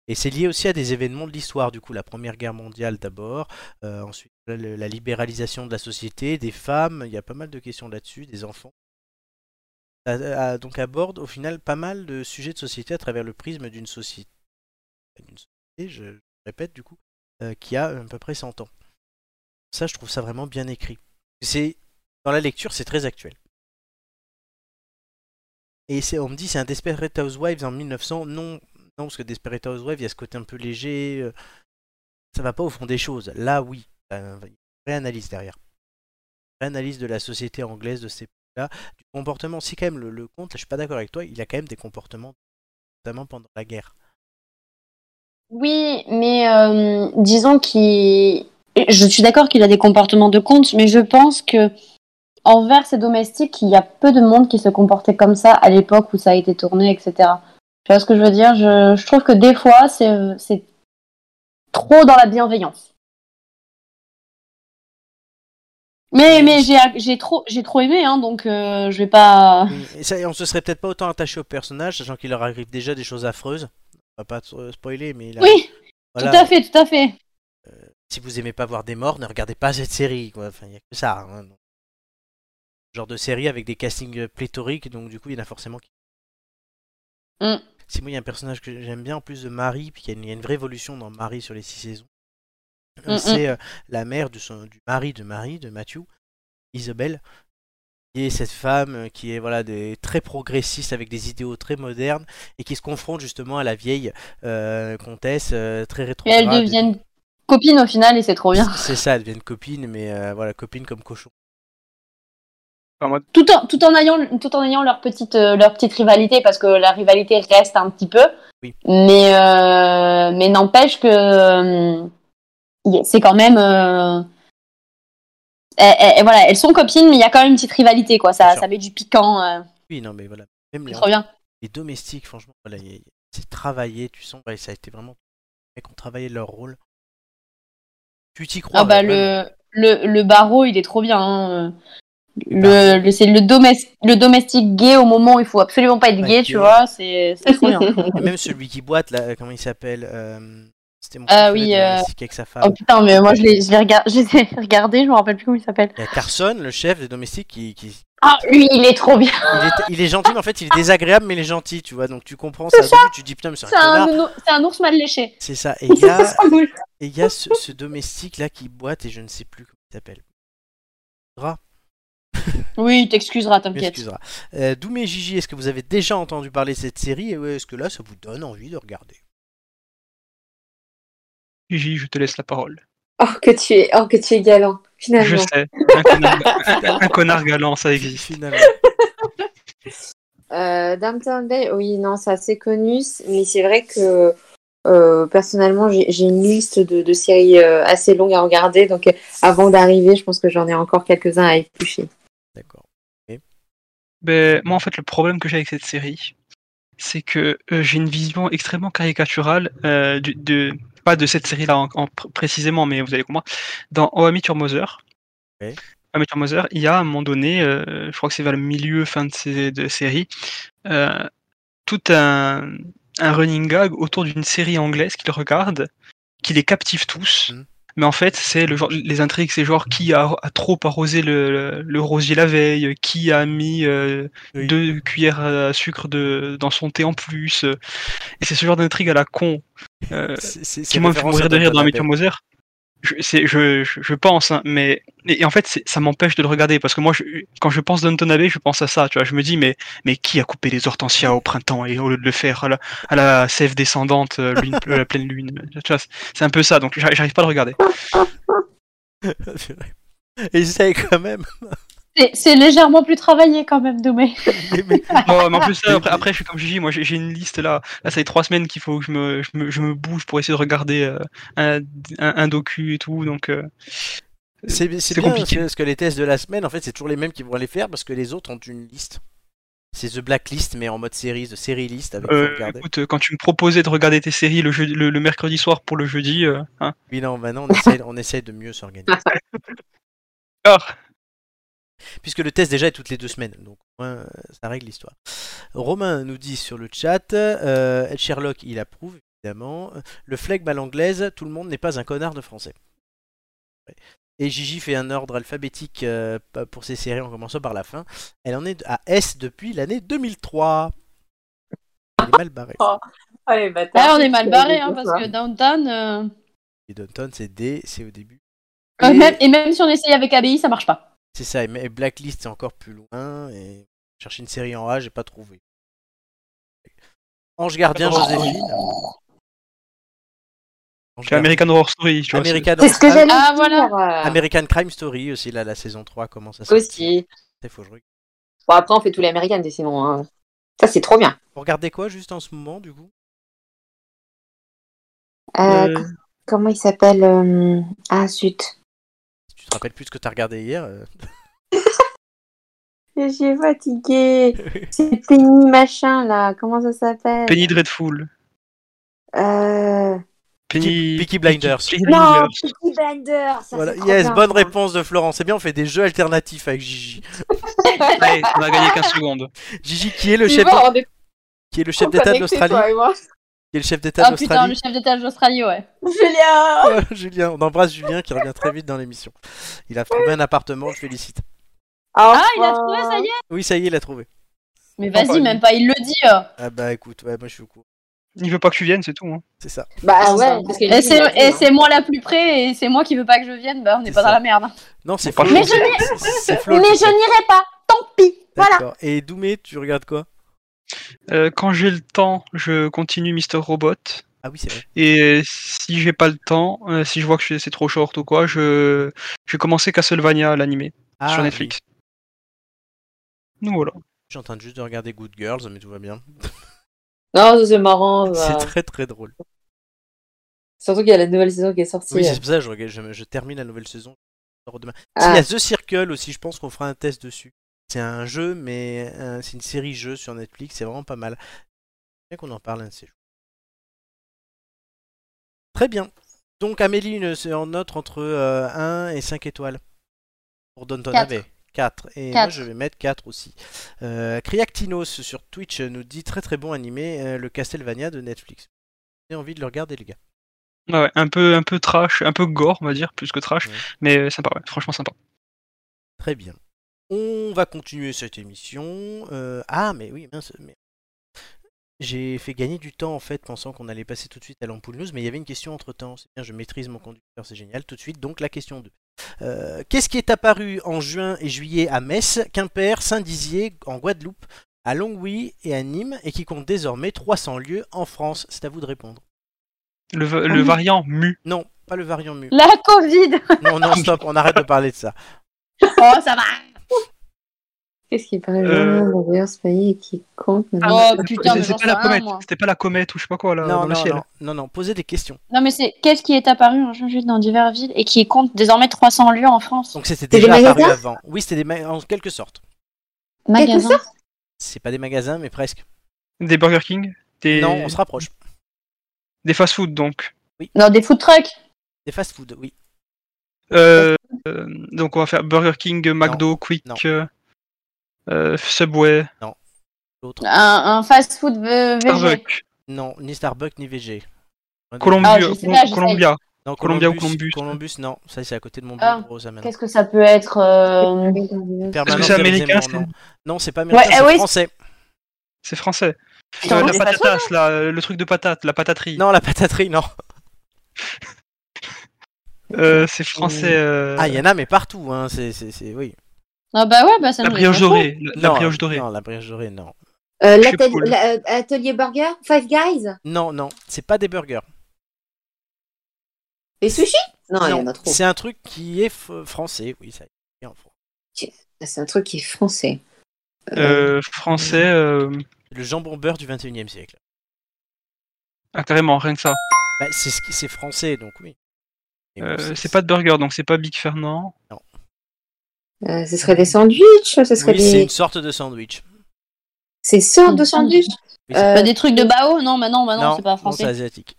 Et c'est lié aussi à des événements de l'histoire, du coup, la Première Guerre mondiale d'abord, euh, ensuite la, la libéralisation de la société, des femmes, il y a pas mal de questions là-dessus, des enfants. Ça, euh, donc aborde au final pas mal de sujets de société à travers le prisme d'une société, d'une société, je, je répète du coup, euh, qui a à peu près 100 ans. Ça, je trouve ça vraiment bien écrit. C'est dans la lecture, c'est très actuel. Et c'est- on me dit c'est un Desperate Housewives en 1900. Non, non, parce que Desperate Housewives, il y a ce côté un peu léger. euh, Ça va pas au fond des choses. Là, oui. Il y a une vraie analyse derrière. Une vraie analyse de la société anglaise de ces là du comportement. Si quand même le, le comte, là, je suis pas d'accord avec toi, il a quand même des comportements, notamment pendant la guerre.
Oui, mais euh, disons qu'il. Je suis d'accord qu'il a des comportements de compte, mais je pense que envers ses domestiques, il y a peu de monde qui se comportait comme ça à l'époque où ça a été tourné, etc. Tu vois ce que je veux dire je, je trouve que des fois, c'est c'est trop dans la bienveillance. Mais, mais j'ai j'ai trop, j'ai trop aimé, hein, donc euh, je vais pas.
Et ça, on se serait peut-être pas autant attaché au personnage, sachant qu'il leur arrive déjà des choses affreuses. On va pas trop spoiler, mais il a-
Oui,
voilà.
tout à fait, tout à fait.
si vous aimez pas voir des morts, ne regardez pas cette série. Quoi. Enfin, il y a que ça. hein. Donc, Genre de série avec des castings euh, pléthoriques, donc du coup, il y en a forcément qui.
Mm.
Si moi, il y a un personnage que j'aime bien en plus de Marie, puis il y, a une- il y a une vraie évolution dans Marie sur les six saisons. Euh,
Mm,
C'est euh, la mère de son- du mari de Marie, de Matthew, Isabelle, qui est cette femme euh, qui est voilà des, très progressiste avec des idéaux très modernes et qui se confronte justement à la vieille euh, comtesse euh, très
Et
rétrograde.
elles deviennent copines au final, et c'est trop bien.
C'est ça, elles deviennent copines, mais euh, voilà, copines comme cochon.
tout en, tout en ayant, tout en ayant leur, petite, euh, leur petite rivalité, parce que la rivalité reste un petit peu.
Oui.
Mais, euh, mais n'empêche que euh, y- c'est quand même. euh, eh, eh, voilà, elles sont copines, mais il y a quand même une petite rivalité, quoi.
Bien
Ça,
sûr.
ça met du piquant, euh,
Oui, non, mais voilà. Même
c'est
les,
trop bien.
les domestiques, franchement, voilà, y a- y a- c'est travaillé, tu sens, ouais, ça a été vraiment. Les mecs ont travaillé leur rôle. Tu t'y crois.
Ah bah
ouais, Bah. vraiment.
le, le, le barreau, il est trop bien. hein.
barreau.
Le, le- c'est le, domes- le domestique gay au moment où il faut absolument pas être
Pas
gay,
gay.
tu vois, c'est c'est trop bien.
Et même celui qui boite, là, comment il s'appelle euh, C'était mon
Ah
préféré
oui,
de
euh,
domestique avec sa femme.
Oh putain, mais moi je l'ai je l'ai regard- je les ai regardés, je me rappelle plus comment il s'appelle.
Il y a Carson, le chef des domestiques, qui, qui-
Ah, lui, il est trop bien.
il, est, il est gentil, mais en fait, il est désagréable, mais il est gentil, tu vois. Donc tu comprends ça. au début, tu te dis putain, mais c'est un
C'est un,
connard.
nounou- c'est un ours mal léché.
C'est ça. Et il y a, Et il y a ce, ce domestique là qui boite et je ne sais plus comment il s'appelle. Dra,
Oui, il t'excusera,
tu
t'inquiète.
m'excuseras. Euh, Doumé et Gigi, est-ce que vous avez déjà entendu parler de cette série et ouais, est-ce que là ça vous donne envie de regarder
Gigi, je te laisse la parole.
Oh que tu es, oh que tu es galant,
Je
finalement.
sais, un connard, un- un connard galant, ça existe.
Finalement.
Euh, Downton Abbey, oui, non, c'est assez connu, c- mais c'est vrai que euh, personnellement, j'ai j'ai une liste de, de séries euh, assez longue à regarder, donc euh, avant d'arriver, je pense que j'en ai encore quelques-uns à éplucher.
D'accord.
Ben, moi, en fait, le problème que j'ai avec cette série, c'est que euh, j'ai une vision extrêmement caricaturale euh, du- de, pas de cette série-là en- en pr- précisément, mais vous allez comprendre. Dans Oh, Ami Mother,
Ouais.
How I Met Your Mother, il y a à un moment donné, euh, je crois que c'est vers le milieu, fin de, sé- de série, euh, tout un, un running gag autour d'une série anglaise qu'il regarde, qui les captive tous.
Mhm.
Mais en fait, c'est le genre, les intrigues, c'est genre qui a, a trop arrosé le, le- le rosier la veille, qui a mis euh,
Oui.
deux cuillères à sucre de, dans son thé en plus. euh. Et c'est ce genre d'intrigue à la con euh,
C'est- C'est
qui
c'est
moi me fait
référence
mourir de
à
rire dans la
Downton
météo Moser. Je, c'est- je, je, je pense, hein, mais et, et en fait, c'est- ça m'empêche de le regarder parce que moi, je, quand je pense Downton Abbey, je pense à ça. Tu vois, je me dis, mais, mais qui a coupé les hortensias au printemps et au lieu de le faire à la, à la sève descendante, euh, lune, euh, la pleine lune. Tu vois, c'est- c'est un peu ça. Donc, j'arrive j'arrive pas à le regarder.
Abbey. C'est vrai. Essaye quand même.
C'est- C'est légèrement plus travaillé quand même, Doumé.
Mais- mais-
Non, mais en plus,
Mais-
là, après, après, je suis comme Gigi. Moi, j'ai j'ai une liste là. Là, ça fait trois semaines qu'il faut que je me, je me, je me bouge pour essayer de regarder euh, un, un, un docu et tout. Donc, euh,
C'est c'est
C'est
bien parce
compliqué.
que, parce que les tests de la semaine, en fait, c'est toujours les mêmes qui vont les faire parce que les autres ont une liste. C'est The Blacklist, mais en mode série, The Série List avec faut
Euh,
regarder.
écoute, euh, quand tu me proposais de regarder tes séries le, jeudi- le, le mercredi soir pour le jeudi, euh, hein.
Oui, non, maintenant on essaye, on essaye de mieux s'organiser.
Ah,
puisque le test déjà est toutes les deux semaines, donc au moins, euh, ça règle l'histoire. Romain nous dit sur le chat, euh, Ed Sherlock il approuve évidemment. Le flegme à l'anglaise, tout le monde n'est pas un connard de français. Ouais. Et Gigi fait un ordre alphabétique euh, pa- pour ses séries en commençant par la fin. Elle en est à S depuis l'année 2003. Elle est mal barrée.
Oh. Allez, bâtard.
Là, on est mal barré, hein, parce que Downtown. euh,
Et Downton, c'est D, c'est au début.
euh,
Et-
même- et même si on essaye avec ABI, ça marche pas.
C'est ça, et mais Blacklist c'est encore plus loin. Et chercher une série en A, j'ai pas trouvé. Ange gardien, Joséphine. Ange
C'est
gardien.
American Horror Story, tu vois. c'est-
American,
C'est ce que j'allais
Ah,
dire. euh,
American Crime Story aussi, là, la saison 3 commence à sortir.
Aussi.
Ça, faut que je regarde.
Bon, après, on fait tout l'américaine, sinon. hein. Ça, c'est trop bien.
Vous regardez quoi juste en ce moment, du coup
Euh,
Euh,
co- Comment il s'appelle euh, Ah, zut.
Si tu te rappelles plus ce que t'as regardé hier. euh,
Je suis fatiguée. C'est Penny machin, là. Comment ça s'appelle
Penny Dreadful.
Euh,
Penny.
Peaky Blinders.
Peaky
Non,
Blinders.
Peaky Blinders. Ça,
voilà.
c'est trop
Yes,
bien,
bonne
ça.
réponse de Florent. C'est bien, on fait des jeux alternatifs avec Gigi.
Allez, on a gagné 15 secondes.
Gigi, qui est le
Tu
chef,
vois, on est
qui est le chef d'État de
connectés, toi
l'Australie
et moi.
Qui est le chef d'État
Ah
de
putain, le
l'Australie
chef d'état d'Australie, ouais.
Julien
Voilà, Julien, on embrasse Julien qui revient très vite dans l'émission. Il a trouvé un appartement, je félicite.
Ah, il a trouvé, ça y est
Oui, ça y est, il a trouvé.
Mais
Enfin,
vas-y,
il-
même pas, il le dit. euh.
Ah bah écoute, ouais, moi je suis au courant.
Il veut pas que tu viennes, c'est tout. hein.
C'est ça.
Bah
Ah,
ouais,
ça.
parce que
Et c'est et c'est moi la hein. plus près, et c'est moi qui veux pas que je vienne, bah on
C'est
n'est pas
ça.
dans la merde.
Non, c'est
Bon,
Flo.
mais
c'est- c'est- c'est Flo qui fait.
n'irai pas, tant pis.
D'accord. Et Doumé, tu regardes quoi
Euh, quand j'ai le temps, je continue Mister Robot.
Ah oui, c'est vrai.
Et si j'ai pas le temps, euh, si je vois que je- c'est trop short ou quoi, je, je vais commencer Castlevania, l'animé,
Ah,
sur
oui.
Netflix. Nous voilà.
Je suis en train de juste de regarder Good Girls, mais tout va bien.
Non, ça, c'est marrant.
C'est
bah.
très très drôle.
Surtout qu'il y a la nouvelle saison qui est sortie.
Oui, c'est pour ça que je, regarde- je- je termine la nouvelle saison. je sors demain.
Ah.
Il y a The Circle aussi, je pense qu'on fera un test dessus. C'est un jeu, mais euh, c'est une série jeu sur Netflix, c'est vraiment pas mal. Bien qu'on en parle un de ces jours. Très bien. Donc Amélie, une- c'est en note entre 1 et 5 étoiles. Pour Downton
Quatre.
Abbey. 4. Et moi
Quatre.
je vais mettre 4 aussi. Euh, Criactinos sur Twitch nous dit très très bon animé, euh, le Castlevania de Netflix. J'ai envie de le regarder les gars.
Ouais, ouais, un peu, un peu trash, un peu gore, on va dire, plus que trash,
Ouais.
mais euh, sympa, ouais, franchement sympa.
Très bien. On va continuer cette émission. Euh, ah, mais oui, mince. mais- J'ai fait gagner du temps en fait, pensant qu'on allait passer tout de suite à l'ampoule news, mais il y avait une question entre temps. C'est bien, je maîtrise mon conducteur, c'est génial. Tout de suite, donc la question 2. Euh, Qu'est-ce qui est apparu en juin et juillet à Metz, Quimper, Saint-Dizier, en Guadeloupe, à Longwy et à Nîmes, et qui compte désormais 300 lieux en France C'est à vous de répondre.
Le,
Ah
va- le variant mu,
Non, pas le variant mu.
La Covid
Non, non, stop, on arrête de parler de ça.
Oh, ça va
Qu'est-ce qui paraît
Euh.
vraiment d'ailleurs ce pays qui compte maintenant
Oh putain,
C'est-
mais
c'est
j'en
pas
sais
la
rien,
comète,
moi.
c'était pas la comète ou je sais pas quoi là
Non,
Euh, dans le
non,
ciel.
non, non, non, posez des questions.
Non, mais c'est qu'est-ce qui est apparu en juin dans divers villes et qui compte désormais 300 lieux en France
Donc c'était
C'est
déjà
des
apparu
magasins
avant. Oui, c'était des ma- en quelque sorte.
Magasin.
C'est pas des magasins, mais presque.
Des Burger King, des,
Non, on se rapproche.
des fast-food donc.
Non, des food trucks.
Des fast-food, oui.
Euh, euh, donc on va faire Burger King, McDo, Quick,
Non.
euh, euh, Subway,
L'autre.
Ah. Un, un fast food euh, VG.
Starbucks,
Non, ni Starbucks ni VG. Un des-
Ah,
Columbia,
je sais pas, j'essaye.
Columbia,
Non,
Columbia ou Columbus.
non. Ça, c'est à côté de mon
Ah.
bureau, ça maintenant.
Qu'est-ce que ça peut être euh,
Permanent,
Est-ce que c'est
Ferrezemo,
américain,
Non, non c'est pas américain,
Ouais,
c'est
eh oui.
français.
c'est français.
Putain,
Euh, la
des fast-food,
patatas, là, euh, le truc de patate, la pataterie.
Non, la pataterie, non.
Euh, c'est français. euh,
Ah, il y en a, mais partout. Hein. C'est, c'est, c'est... Oui.
Ah bah ouais, bah ça
la
nous
brioche
laisse pas
dorée, la, la
non,
brioche
euh,
dorée.
Non, la brioche dorée, non.
Euh,
Je suis
l'atelier-
cool.
la- euh, Atelier Burger Five Guys
Non, non, c'est pas des burgers.
Les sushis Non, il y
Non,
en a
Oh.
trop.
C'est un truc qui est f- français, oui, ça y est. en France.
C'est un truc qui est français. Euh,
Euh, français, euh,
Le jambon beurre du 21 e siècle.
ah, carrément, rien que ça.
Bah, c'est, ce qui- c'est français, donc oui. Mais bon,
Euh, c'est pas de burger, donc c'est pas Big Fernand.
euh, ce serait des sandwichs Ce serait
Oui, c'est
des.
une sorte de sandwich.
C'est
Mmh,
sorte de sandwich
Oui, c'est-
Euh,
Bah, des trucs de Bao Non, bah non, bah non, c'est pas
c'est
français.
asiatique.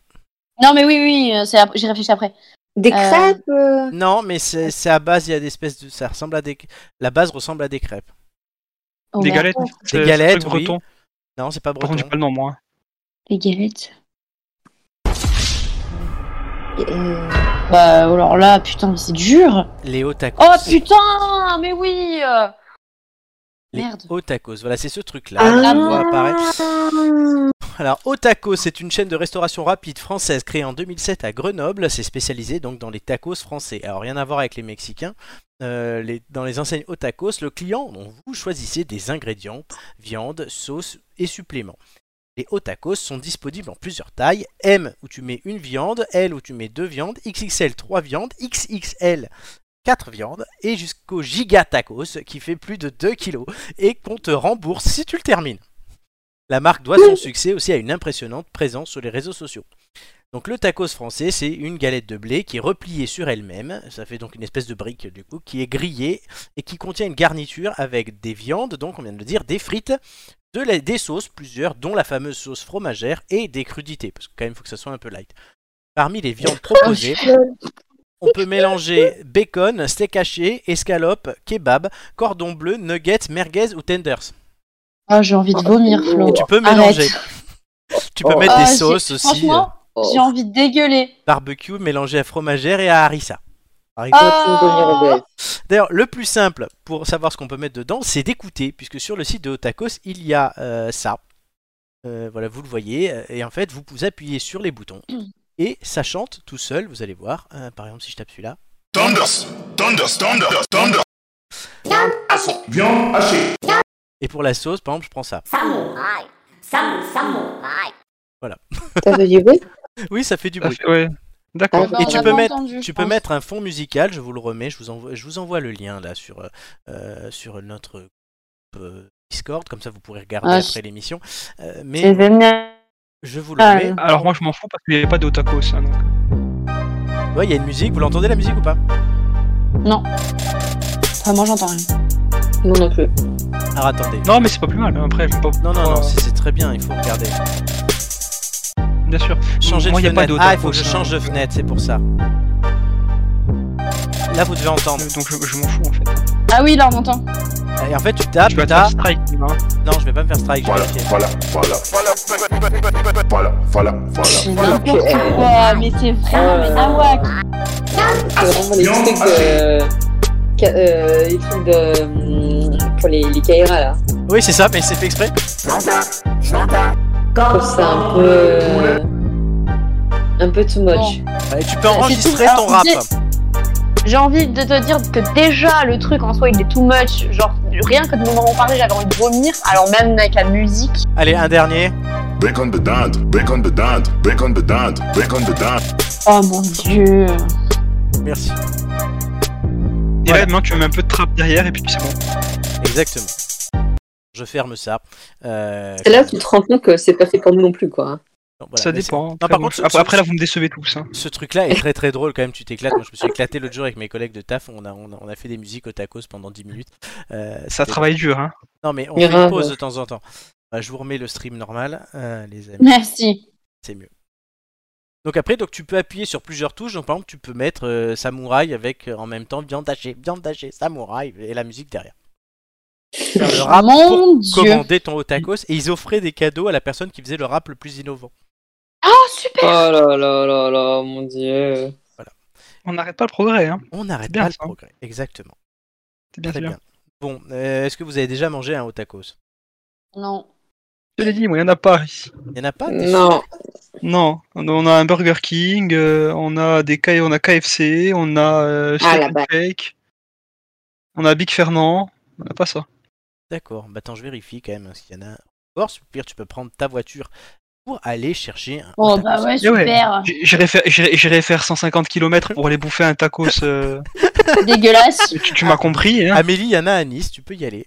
Non, mais oui, oui, euh, c'est ap- j'y réfléchis après.
Des
Euh,
crêpes euh,
Non, mais c'est c'est à base, il y a des espèces de. Ça ressemble à des. La base ressemble à des crêpes.
Oh,
des
merde.
galettes. euh, c'est- c'est un
galettes,
truc
oui.
breton.
Non, c'est pas
Par
breton.
contre, j'ai pas le nom, moi.
Les galettes.
Euh,
Bah, alors là, putain, mais c'est dur.
Les hauts tacos.
Oh putain, mais oui euh,
les
merde.
hauts tacos. Voilà, c'est ce truc-là.
Ah.
là, on voit apparaître. Alors, Otaco, c'est une chaîne de restauration rapide française créée en 2007 à Grenoble. C'est spécialisé donc dans les tacos français. Alors, rien à voir avec les Mexicains. Euh, les- dans les enseignes Otakos, le client, donc vous choisissez des ingrédients, viande, sauce et suppléments. Les Otakos sont disponibles en plusieurs tailles. M où tu mets une viande, L où tu mets deux viandes, XXL trois viandes, XXL quatre viandes et jusqu'au Giga Tacos qui fait plus de 2 kilos et qu'on te rembourse si tu le termines. La marque doit son succès aussi à une impressionnante présence sur les réseaux sociaux. Donc le tacos français, c'est une galette de blé qui est repliée sur elle-même, ça fait donc une espèce de brique du coup, qui est grillée et qui contient une garniture avec des viandes, donc on vient de le dire, des frites, de la- des sauces, plusieurs, dont la fameuse sauce fromagère et des crudités, parce que quand même il faut que ça soit un peu light. Parmi les viandes proposées, on peut mélanger bacon, steak haché, escalope, kebab, cordon bleu, nuggets, merguez ou tenders.
Ah, j'ai envie de vomir, Flo.
Tu peux
Arrête.
mélanger. Tu peux
Oh.
mettre
Ah,
des
j'ai-
sauces aussi, euh,
Franchement, j'ai envie de dégueuler.
barbecue mélangé à fromagère et à harissa. Par exemple.
Euh.
toi, tu me connais,
Ah.
Robert.
D'ailleurs, le plus simple pour savoir ce qu'on peut mettre dedans, c'est d'écouter, puisque sur le site de Otakos, il y a euh, ça. Euh, voilà, vous le voyez, euh, et en fait, vous pouvez appuyer sur les boutons, et ça chante tout seul, vous allez voir. Euh, par exemple, si je tape celui-là.
Thunders, thunders, thunders, thunders. Viande hachée.
Et pour la sauce, par exemple, je prends ça.
Ça fait du bruit
Oui, ça fait du
Ça
bruit.
fait- ouais. D'accord.
Bah,
Et
on
tu
a
peux
pas
mettre-
entendu, je
Tu peux
pense.
mettre un fond musical, je vous le remets, je vous envoie, je vous envoie le lien là sur, euh, euh, sur notre groupe, euh, Discord, comme ça vous pourrez regarder
Ah,
après l'émission. Euh, mais
C'est génial.
je vous le
Ah,
remets.
non.
Alors moi je m'en fous parce qu'il n'y avait pas d'Otaco ça. Donc.
Ouais, il y a une musique, vous l'entendez la musique ou pas
Enfin, moi, j'entends rien.
Non, non plus.
Alors attendez.
Non mais c'est pas plus mal. hein. Après, je vais pas...
Non, non, non,
euh,
c'est c'est très bien, il faut regarder.
bien sûr.
Changer
Moi,
de
y a pas
fenêtre.
d'autre
Ah, il faut
info,
que je
ça.
change de fenêtre, c'est pour ça. Là, vous devez entendre.
Euh, Donc je, je m'en fous en fait.
Ah oui, là, on entend.
Et en fait, tu tapes,
je vais
tu
te faire
tapes.
strike. tu vois.
Non, je vais pas me faire strike, j'ai
Voilà,
vérifié.
voilà, voilà, voilà, voilà, voilà, voilà.
C'est
voilà.
n'importe quoi, mais c'est vrai, mais nawak.
C'est vraiment les
Non,
trucs de. Ca- euh, les trucs de. hum, Pour les, les Kaira là.
Oui, c'est ça, mais c'est fait exprès.
Je trouve ça un peu. euh, Un peu too much.
Et tu peux enregistrer ton
Alors,
rap.
dis- J'ai envie de te dire que déjà, le truc en soi, il est too much. Genre, rien que de m'en parler, j'avais envie de vomir. Alors, même avec la musique.
Allez, un dernier.
Bacon de dinde, bacon de dinde, bacon de dinde, bacon de dinde.
Oh mon dieu.
Merci.
Et là maintenant tu mets un peu de trappe derrière et puis c'est bon.
Exactement. Je ferme ça. Euh,
C'est là que tu te rends compte que c'est pas fait pour nous non plus quoi.
Non, voilà,
ça
mais
dépend.
par
Après, bon,
contre,
je-
ce-
après, après, là vous me décevez tous. hein.
c'est- Ce truc-là est très très drôle quand même, tu t'éclates. Moi je me suis éclaté l'autre jour avec mes collègues de taf, on a, on a, on a fait des musiques au tacos pendant 10 minutes. Euh,
Ça
c'était-
travaille dur. Hein.
Non mais on
Mais
fait une
grave.
pause de temps en temps. Bah, je vous remets le stream normal, euh, les amis,
Merci.
c'est mieux. Donc après, donc tu peux appuyer sur plusieurs touches. Donc par exemple, tu peux mettre euh, samouraï avec euh, en même temps viande hachée, viande hachée, samouraï et la musique derrière.
Euh,
Faire le rap pour
Mon dieu.
commander ton otakos et ils offraient des cadeaux à la personne qui faisait le rap le plus innovant.
Oh, super.
Oh là là là là, mon dieu.
On n'arrête pas le progrès. Hein.
On
C'est
n'arrête
bien,
pas le
ça.
progrès. Exactement.
C'est bien,
Très
c'est bien.
bien. Bon, euh, est-ce que vous avez déjà mangé un otakos
Non.
Je l'ai dit, moi, il n'y en a pas ici.
Il n'y en a pas t'es sûr
Non.
Non, on on a un Burger King, euh, on a des K- on a KFC, on a euh,
Ah,
Steak
la
and
base.
Shake, on a Big Fernand, on n'a pas ça.
D'accord. Bah attends, je vérifie quand même hein, s'il y en a. Or, au pire, tu peux prendre ta voiture pour aller chercher un
Bon,
otakos.
bah ouais,
Eh ouais.
super.
J- J'irai faire, j'irai- j'irai faire 150 km pour aller bouffer un tacos. euh,
Dégueulasse.
tu tu
Ah.
m'as compris, hein
Amélie, il y en a à Nice, tu peux y aller.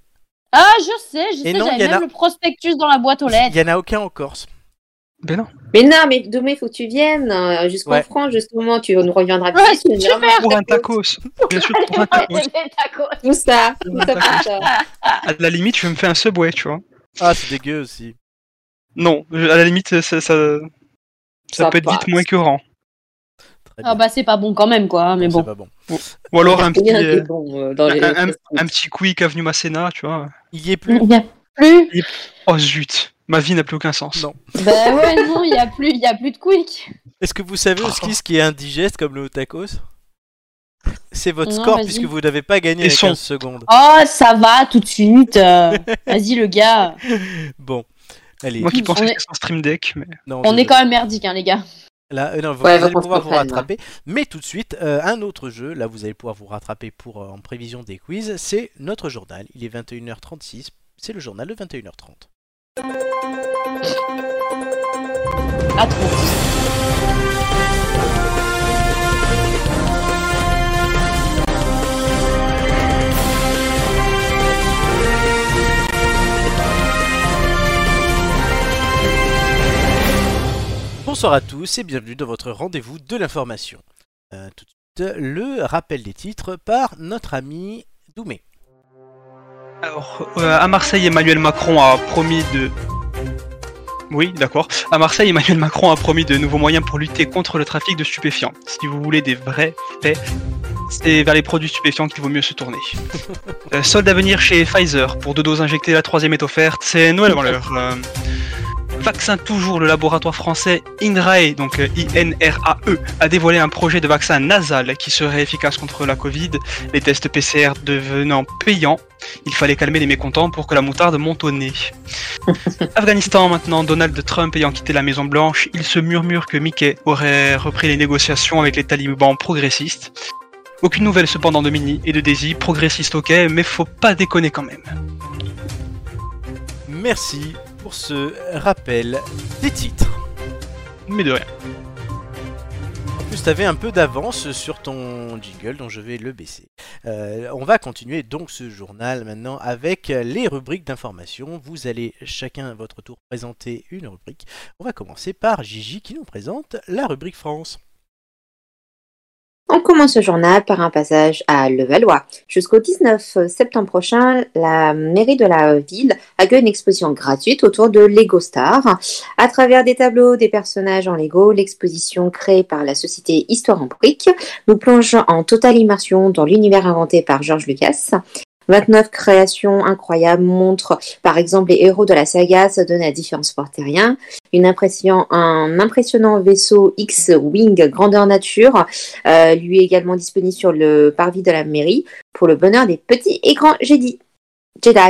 Ah, je sais, je
Et
sais,
non,
j'avais
y en
même
a-
le prospectus dans la boîte aux
Il
lettres.
y en a aucun en Corse.
Ben non.
Mais non, mais demain, il faut que tu viennes euh, jusqu'en
Ouais.
France, justement. Tu nous reviendras
Ouais,
visite, tu nous diras,
super.
Pour un tacos. Bien sûr, pour un tacos.
Des tacos.
Tout ça, tout ça, tout ça.
À la limite, je me fais un Subway, tu vois.
Ah, c'est dégueu aussi.
Non, je- à la limite, ça, ça, ça peut être
passe.
vite moins écœurant.
Très
Ah
bien.
bah c'est pas bon quand même quoi, hein, mais
C'est
bon.
pas bon.
Ou alors un
Il
petit,
y a des
euh,
bons, euh, dans les-
un- un petit quick avenue Masséna, tu vois.
Il y est plus.
Il y a plus.
Oh zut, ma vie n'a plus aucun sens.
Non.
bah ouais non, il y a plus, il y a plus de quick.
Est-ce que vous savez aussi ce qui est indigeste comme le tacos C'est votre
Non,
score
vas-y.
puisque vous n'avez pas gagné
Et
les
son.
15 secondes.
Oh, ça va, tout de suite. euh, Vas-y, le gars.
Bon. Allez,
Moi qui
On
pensais
est-
que c'était un stream deck, mais
non,
On
désolé.
est quand même merdique, hein, les gars.
Là, euh, non, vous,
Ouais,
vous
faut
allez
qu'on se
pouvoir vous
comprenne,
rattraper. Mais tout de suite, euh, un autre jeu, là vous allez pouvoir vous rattraper pour euh, en prévision des quiz, c'est notre journal. Il est 21h36, c'est le journal de 21h30.
À trop.
Bonsoir à tous et bienvenue dans votre rendez-vous de l'information. Euh, tout de suite, le rappel des titres par notre ami Doumé.
Alors, euh, à Marseille, Emmanuel Macron a promis de. Oui, d'accord. À Marseille, Emmanuel Macron a promis de nouveaux moyens pour lutter contre le trafic de stupéfiants. Si vous voulez des vrais faits, c'est vers les produits stupéfiants qu'il vaut mieux se tourner. Euh, solde à venir chez Pfizer. Pour deux doses injectées, la troisième est offerte. C'est Noël avant l'heure. Euh, Vaccin toujours, le laboratoire français INRAE, donc euh, I-N-R-A-E, a dévoilé un projet de vaccin nasal qui serait efficace contre la Covid, les tests PCR devenant payants il fallait calmer les mécontents pour que la moutarde monte au nez. Afghanistan maintenant, Donald Trump ayant quitté la Maison Blanche, il se murmure que Mickey aurait repris les négociations avec les talibans progressistes. Aucune nouvelle cependant de Mini et de Daisy, progressistes ok, mais faut pas déconner quand même.
Merci pour ce rappel des titres.
Mais de rien.
En plus, t'avais un peu d'avance sur ton jingle, donc je vais le baisser. Euh, on va continuer donc ce journal maintenant avec les rubriques d'information. Vous allez chacun à votre tour présenter une rubrique. On va commencer par Gigi qui nous présente la rubrique France.
On commence ce journal par un passage à Levallois. Jusqu'au 19 septembre prochain, la mairie de la ville accueille une exposition gratuite autour de Lego Star. À travers des tableaux, des personnages en Lego, l'exposition créée par la société Histoire en Brique nous plonge en totale immersion dans l'univers inventé par George Lucas. 29 créations incroyables montrent par exemple les héros de la saga se donnent à différents sports terriens, une impression- un impressionnant vaisseau X-Wing grandeur nature euh, lui est également disponible sur le parvis de la mairie pour le bonheur des petits et grands Jedi. Jedi.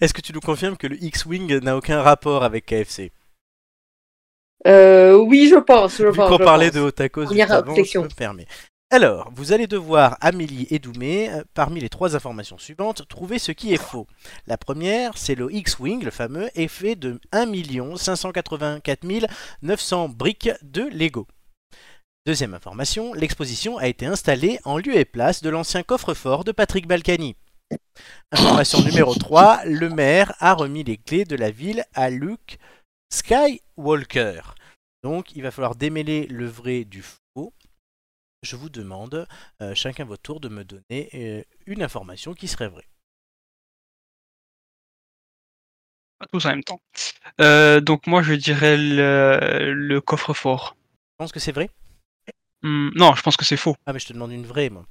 Est-ce que tu nous confirmes que le X-Wing n'a aucun rapport avec KFC
Euh, oui, je pense. Je
Vu qu'on parlait de Otakos
Première
juste avant, je
réflexion.
me permets. Alors, vous allez devoir, Amélie et Doumé, euh, parmi les trois informations suivantes, trouver ce qui est faux. La première, c'est le X-Wing, le fameux, est fait de 1 584 900 briques de Lego. Deuxième information, l'exposition a été installée en lieu et place de l'ancien coffre-fort de Patrick Balkany. Information numéro 3, le maire a remis les clés de la ville à Luke Skywalker. Donc, il va falloir démêler le vrai du faux. Je vous demande, euh, chacun votre tour, de me donner euh, une information qui serait vraie.
Pas tous en même temps. Euh, donc moi je dirais le, le coffre-fort.
Je pense que c'est vrai
Hmm, non, je pense que c'est faux.
Ah, mais je te demande une vraie, moi.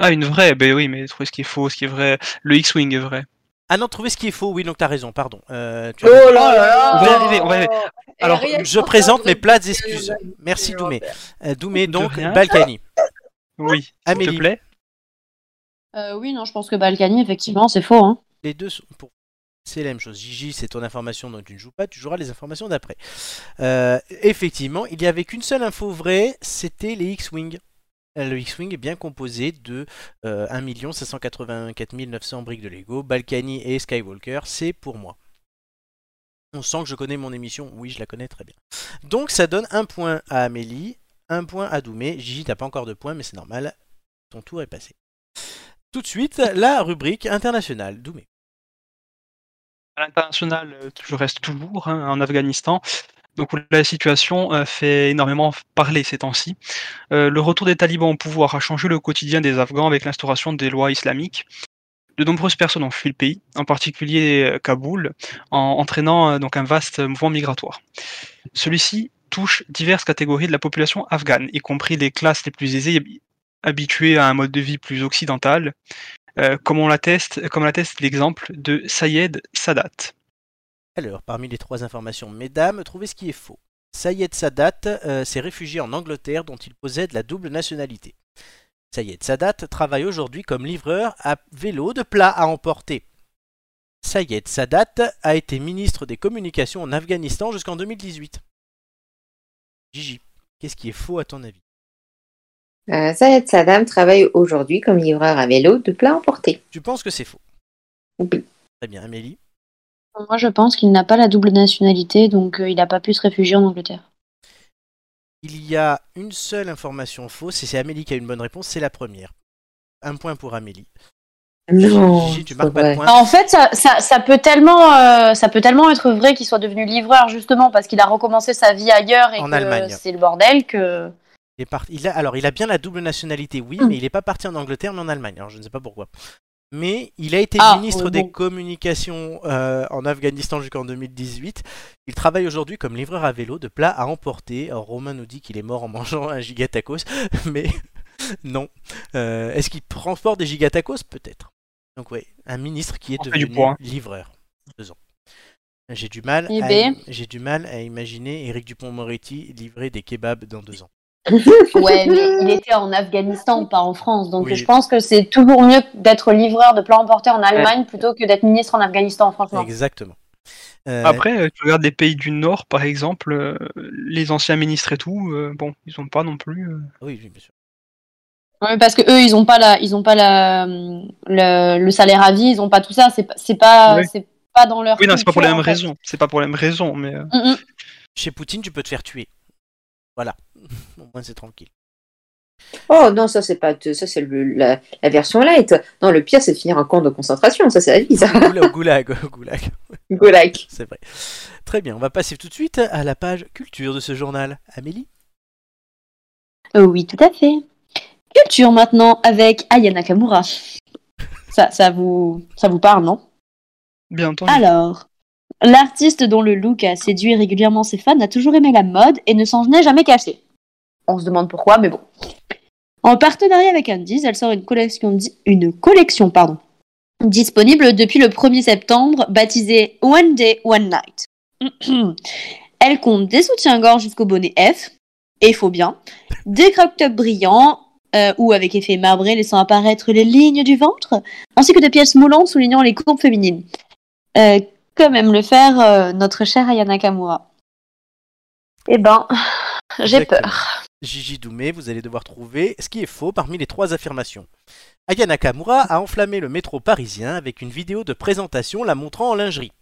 Ah, une vraie, ben oui, mais trouver ce qui est faux, ce qui est vrai. Le X-Wing est vrai.
Ah non, trouver ce qui est faux, oui, donc t'as raison, pardon. Euh, tu as raison.
Oh là là
On va y arriver, on va y arriver. Alors,
Je présente mes plates excuses. Merci, Doumé. Euh, Doumé,
De
donc,
rien.
Balkany.
Oui, s'il
Amélie.
te plaît.
Euh, oui, non, je pense que Balkany, effectivement, c'est faux. Hein.
Les deux sont pour. C'est la même chose. Gigi, c'est ton information dont tu ne joues pas, tu joueras les informations d'après. Euh, effectivement, il n'y avait qu'une seule info vraie, c'était les X-Wing. Euh, Le X-Wing est bien composé de euh, 1 584 900 briques de Lego, Balkany et Skywalker, c'est pour moi. On sent que je connais mon émission, oui, je la connais très bien. Donc ça donne un point à Amélie, un point à Doumé. Gigi, t'as pas encore de points, mais c'est normal, ton tour est passé. Tout de suite, la rubrique internationale. Doumé.
à l'international, euh, je reste toujours hein, en Afghanistan. Donc où la situation euh, fait énormément parler ces temps-ci. Euh, le retour des talibans au pouvoir a changé le quotidien des Afghans avec l'instauration des lois islamiques. De nombreuses personnes ont fui le pays, en particulier euh, Kaboul, en entraînant euh, donc un vaste mouvement migratoire. Celui-ci touche diverses catégories de la population afghane, y compris les classes les plus aisées, hab- habituées à un mode de vie plus occidental, euh, comme on l'atteste, comme l'atteste l'exemple de Sayed Sadat.
Alors, parmi les trois informations, mesdames, trouvez ce qui est faux. Sayed Sadat euh, s'est réfugié en Angleterre dont il possède la double nationalité. Sayed Sadat travaille aujourd'hui comme livreur à vélo de plats à emporter. Sayed Sadat a été ministre des communications en Afghanistan jusqu'en 2018. Gigi, qu'est-ce qui est faux à ton avis
Euh, Sayed Saddam travaille aujourd'hui comme livreur à vélo de plats emportés.
Tu penses que c'est faux
Oui.
Très bien, Amélie.
Moi, je pense qu'il n'a pas la double nationalité, donc euh, il n'a pas pu se réfugier en Angleterre.
Il y a une seule information fausse et c'est Amélie qui a une bonne réponse, c'est la première. Un point pour Amélie. Gigi, tu
c'est
marques pas
vrai.
de point.
Ah, En fait, ça, ça- ça peut tellement, euh, ça peut tellement être vrai qu'il soit devenu livreur, justement, parce qu'il a recommencé sa vie ailleurs et
En
que
Allemagne.
c'est le bordel que.
Il est parti- il a, alors, il a bien la double nationalité, oui,
Mm.
mais il n'est pas parti en Angleterre, mais en Allemagne. Alors, je ne sais pas pourquoi. Mais il a été
Ah,
ministre
ouais,
des
bon.
Communications euh, en Afghanistan jusqu'en 2018. Il travaille aujourd'hui comme livreur à vélo de plats à emporter. Alors, Romain nous dit qu'il est mort en mangeant un gigatacos, mais non. Euh, Est-ce qu'il transporte des gigatacos Peut-être. Donc, oui, un ministre qui est
On fait du
devenu
poids. hein.
livreur. Deux ans. J'ai du, mal
Eh
à-
ben.
j'ai du mal à imaginer Eric Dupont-Moretti livrer des kebabs dans deux ans.
Ouais, mais il était en Afghanistan, pas en France, donc
Oui.
je pense que c'est toujours mieux d'être livreur de plans emportés en Allemagne plutôt que d'être ministre en Afghanistan, franchement.
Exactement. Euh,
Après, euh, tu regardes les pays du Nord, par exemple, euh, les anciens ministres et tout, euh, bon, ils ont pas non plus. euh,
oui, oui, bien sûr.
Ouais, parce que eux, ils ont pas la, ils ont pas la, le, le salaire à vie, ils ont pas tout ça. C'est pas, c'est pas,
Oui.
c'est pas dans leur.
Oui, non, c'est pas pour les mêmes
culture, Ah, en fait.
raisons. C'est pas pour les mêmes raisons, mais. euh,
Mm, mm.
Chez Poutine, tu peux te faire tuer. Voilà. Au moins, c'est tranquille.
Oh non, ça c'est pas ça c'est le- la, la version light. Non, le pire c'est de finir un camp de concentration, ça c'est la vie ça.
Au goula- au goulag, au goulag,
Golak.
c'est vrai. Très bien, on va passer tout de suite à la page culture de ce journal. Amélie
Euh, oui, tout à fait. Culture maintenant avec Aya Nakamura. Ça, ça vous, ça vous parle, non
Bien entendu.
Alors, l'artiste dont le look a séduit régulièrement ses fans a toujours aimé la mode et ne s'en est jamais cachée. On se demande pourquoi, mais bon. En partenariat avec Andy's, elle sort une collection, di- une collection pardon, disponible depuis le 1er septembre, baptisée One Day, One Night. elle compte des soutiens-gorge jusqu'au bonnet F, et faut bien, des crop-tops brillants, euh, ou avec effet marbré laissant apparaître les lignes du ventre, ainsi que des pièces moulantes soulignant les courbes féminines. Euh, comme aime le faire euh, notre chère Ayana Kamura. Eh ben, j'ai
Exactement.
peur.
Gigi Doumé, vous allez devoir trouver ce qui est faux parmi les trois affirmations. Aya Nakamura a enflammé le métro parisien avec une vidéo de présentation la montrant en lingerie.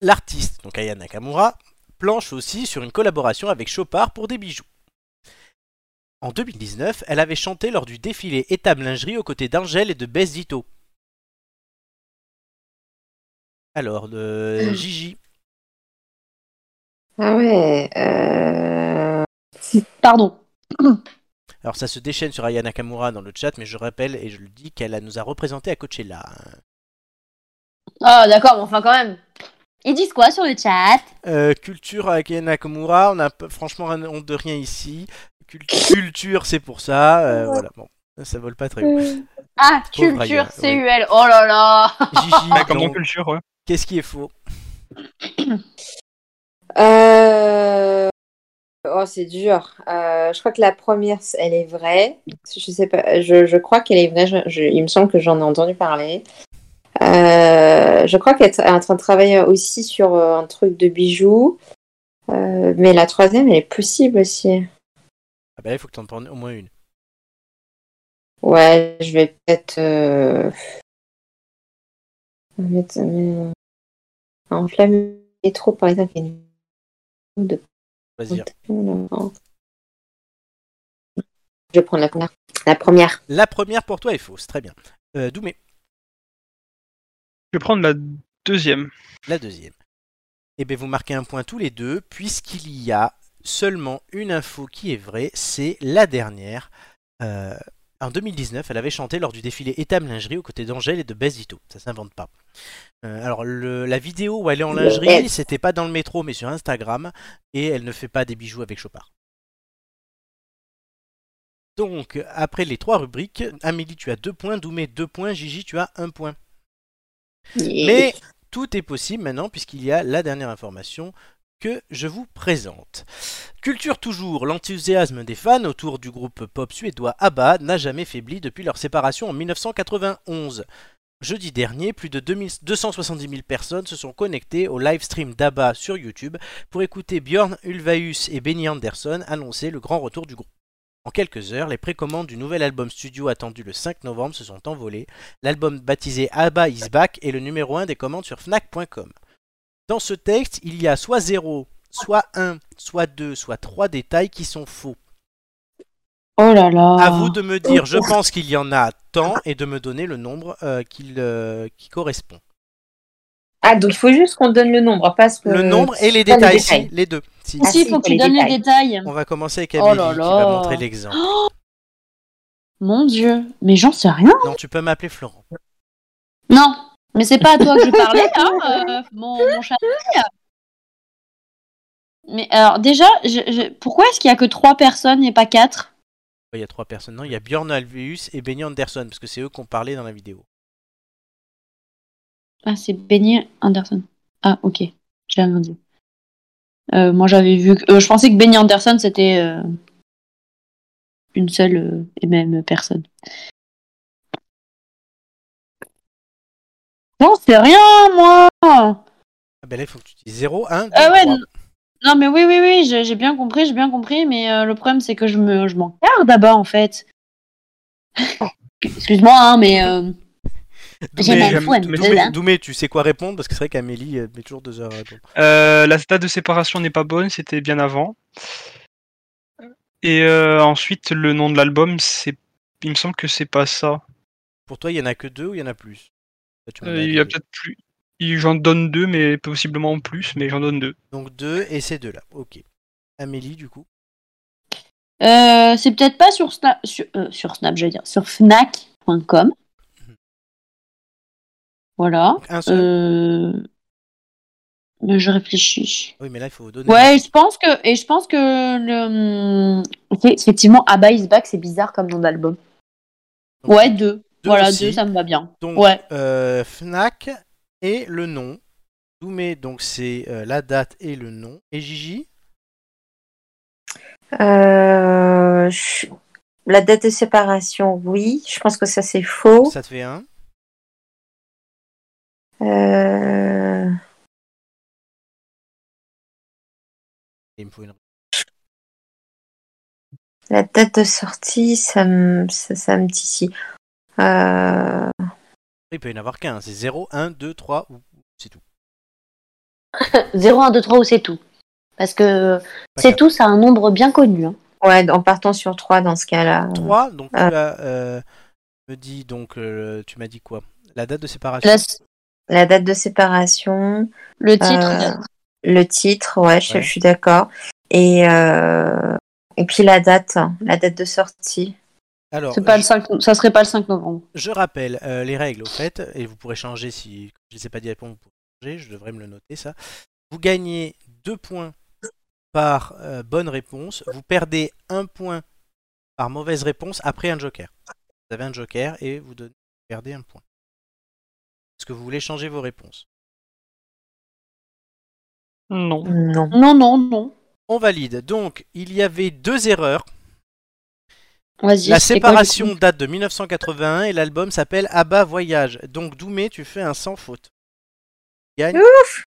L'artiste, donc Aya Nakamura, planche aussi sur une collaboration avec Chopard pour des bijoux. En 2019, elle avait chanté lors du défilé Étable Lingerie aux côtés d'Angèle et de Bess Ditto. Alors, le Gigi,
Ah ouais. euh,
Pardon.
Alors ça se déchaîne sur Aya Nakamura dans le chat, mais je rappelle et je le dis qu'elle nous a représenté à Coachella. hein.
Ah, d'accord, mais enfin, quand même. Ils disent quoi sur le chat
Euh, culture avec Aya Nakamura, on a p- franchement rien- honte de rien ici. Cul- culture, c'est pour ça. euh, voilà, bon, ça vole pas très haut.
Ah,
Pauvre
culture
Aya,
CUL. Oh là là
Gigi,
ah.
Ouais, Bah, comme dans
donc,
culture, ouais.
qu'est-ce qui est faux
euh, Oh c'est dur. Euh, je crois que la première elle est vraie. Je sais pas. Je, je crois qu'elle est vraie. Je- je- il me semble que j'en ai entendu parler. Euh, je crois qu'elle est en train de travailler aussi sur euh, un truc de bijoux. Euh, mais la troisième, elle est possible aussi.
Ah bah il faut que t'en prennes au moins une.
Ouais, je vais peut-être. Euh... mettre- euh, Enflamme métro, par exemple. il y a une- de-
Vas-y.
Non. Je vais prendre la première. La première.
La première pour toi est fausse, très bien. Euh, Doumé,
Je vais prendre la deuxième.
la deuxième. Eh bien vous marquez un point tous les deux, puisqu'il y a seulement une info qui est vraie, c'est la dernière. Euh, en 2019, elle avait chanté lors du défilé Étame Lingerie aux côtés d'Angèle et de Bess Ditto. Ça s'invente pas. Euh, alors, le- la vidéo où elle est en
Le
lingerie,
rêve.
c'était pas dans le métro, mais sur Instagram. Et elle ne fait pas des bijoux avec Chopard. Donc, après les trois rubriques, Amélie, tu as deux points, Doumé, deux points, Gigi, tu as un point. Mais tout est possible maintenant, puisqu'il y a la dernière information que je vous présente. Culture toujours, l'enthousiasme des fans autour du groupe pop suédois ABBA n'a jamais faibli depuis leur séparation en 1991. Jeudi dernier, plus de 2000 270 000 personnes se sont connectées au live stream d'ABBA sur YouTube pour écouter Björn Ulvaeus et Benny Anderson annoncer le grand retour du groupe. En quelques heures, les précommandes du nouvel album studio attendu le 5 novembre se sont envolées. L'album baptisé ABBA is back est le numéro 1 des commandes sur fnac.com. Dans ce texte, il y a soit 0, soit 1, soit 2, soit 3 détails qui sont faux.
Oh là là.
À vous de me dire, je pense qu'il y en a tant, et de me donner le nombre euh, qu'il, euh, qui correspond.
Ah, donc il faut juste qu'on donne le nombre, pas ce que...
Euh,
Le nombre et les
pas
détails, si, les deux. Si.
Ah,
Si, il
si,
faut que tu
les
donnes les
détails.
détails.
On va commencer avec
Oh
Amélie
là
qui
là. Oh.
va montrer l'exemple.
Mon dieu, mais j'en sais rien.
Non, tu peux m'appeler Florent.
Non, mais c'est pas à toi que je parlais, hein, euh, mon, mon chat. Mais alors déjà, je- je- pourquoi est-ce qu'il y a que trois personnes et pas quatre
Il y a trois personnes. Non, il y a Bjorn Alveus et Benny Anderson, parce que c'est eux qui ont parlé dans la vidéo.
Ah, c'est Benny Anderson. Ah, ok, j'ai rien dit. Euh, moi, j'avais vu. que- euh, je pensais que Benny Anderson c'était euh, une seule euh, et même personne. Non, c'est rien, moi.
Ah ben là, il faut que tu dises 0, 1, 2,
Ah ouais,
3.
non, non, mais oui, oui, oui, j'ai j'ai bien compris, j'ai bien compris, mais euh, le problème c'est que je me, je m'en garde d'abord en fait. Excuse-moi, hein, mais euh, j'ai
Mais
mal
j'aime-
fou à
mais-
me
mais-
deux,
Doumé,
hein.
Doumé, tu sais quoi répondre Parce que c'est vrai qu'Amélie euh, met toujours deux heures à répondre.
Euh, la date de séparation n'est pas bonne, c'était bien avant. Et euh, ensuite, le nom de l'album, c'est. Il me semble que c'est pas ça.
Pour toi, il y en a que deux ou il y en a plus Toi, tu m'en
Euh,
as
il y a
deux.
peut-être plus. il- J'en donne deux, mais possiblement plus, mais j'en donne deux.
Donc deux et ces deux-là. Ok. Amélie, du coup.
Euh, c'est peut-être pas sur Snap, sur, euh, sur Snap, je veux dire, sur Fnac.com. Voilà.
Donc un seul.
Euh... mais Je réfléchis.
Oui, mais là, il faut donner.
Ouais, je pense que et je pense que le Ok, effectivement, Abba is back, c'est bizarre comme nom d'album.
Donc,
Ouais, deux.
deux
voilà,
aussi.
deux, ça me va bien.
Donc,
Ouais.
euh, Fnac et le nom. Doumé, donc c'est euh, la date et le nom. Et Gigi
Euh, je- La date de séparation, oui. Je pense que ça, c'est
Oh.
faux.
Ça te fait un.
Euh,
Et il me faut une-
La date de sortie, ça me, ça, ça me titille. Euh,
Il peut y en avoir qu'un. C'est 0, 1, 2, 3 ou. C'est tout.
0, 1, 2, 3 ou c'est tout. Parce que
Pas
c'est
quatre.
tout, c'est un nombre bien connu. hein.
Ouais, en partant sur 3 dans ce cas-là.
3, donc tu
Ah.
as. euh, me dis donc. euh, tu m'as dit quoi La date de séparation.
La-
La date de séparation,
le titre,
Euh, le titre, ouais, je,
Ouais.
je suis d'accord. Et, euh, et puis la date, hein, la date de sortie.
Alors,
c'est pas le
je,
5 no- ça serait pas le 5 novembre.
je rappelle euh, les règles au fait, et vous pourrez changer si. Je ne sais pas dit à vous pourrez changer, je devrais me le noter ça. Vous gagnez 2 points par euh, bonne réponse, vous perdez 1 point par mauvaise réponse après un joker. Vous avez un joker et vous, donnez- vous perdez un point. Est-ce que vous voulez changer vos réponses
Non.
Non.
Non, non, non.
On valide. Donc, il y avait deux erreurs.
Vas-y.
La
c'est quoi, du
séparation
coup
date de 1981 et l'album s'appelle Abba Voyage. Donc Doumé, tu fais un sans faute. Tu gagnes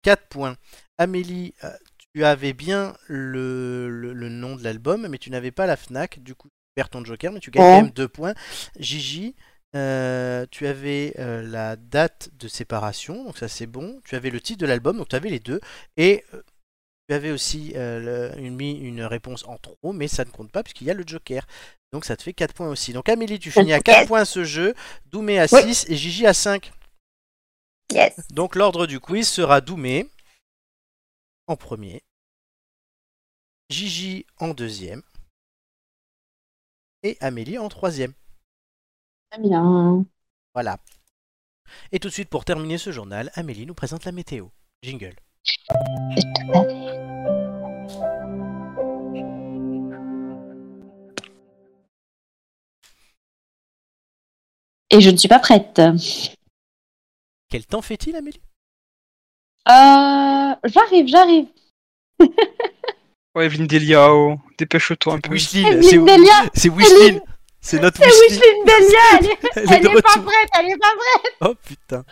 4 points. Amélie, euh, tu avais bien le, le- le nom de l'album, mais tu n'avais pas la FNAC. Du coup, tu perds ton joker, mais tu gagnes
Ouais.
quand même 2 points. Gigi, euh, tu avais euh, la date de séparation, donc ça c'est bon. Tu avais le titre de l'album, donc tu avais les deux. Et euh, tu avais aussi euh, le- une, mis une réponse en trop, mais ça ne compte pas puisqu'il y a le joker. Donc ça te fait 4 points aussi. Donc Amélie, tu finis à 4 points ce jeu, Doumé à 6
Oui.
et Gigi à 5.
Yes.
Donc l'ordre du quiz sera Doumé en premier, Gigi en deuxième et Amélie en troisième.
Bien.
Voilà. Et tout de suite pour terminer ce journal, Amélie nous présente la météo. Jingle.
Et je ne suis pas prête. Euh,
Quel temps fait-il Amélie
j'arrive, j'arrive.
Ouais, Evelyne Deliao, dépêche-toi un peu.
Wishlin, c'est
Evelyne Eh, Delia eh
c'est Wishlin, c'est notre Wishlin.
Evelyne Delia Elle est,
Elle est
elle
de
est pas
retour.
prête, elle est pas prête
Oh putain.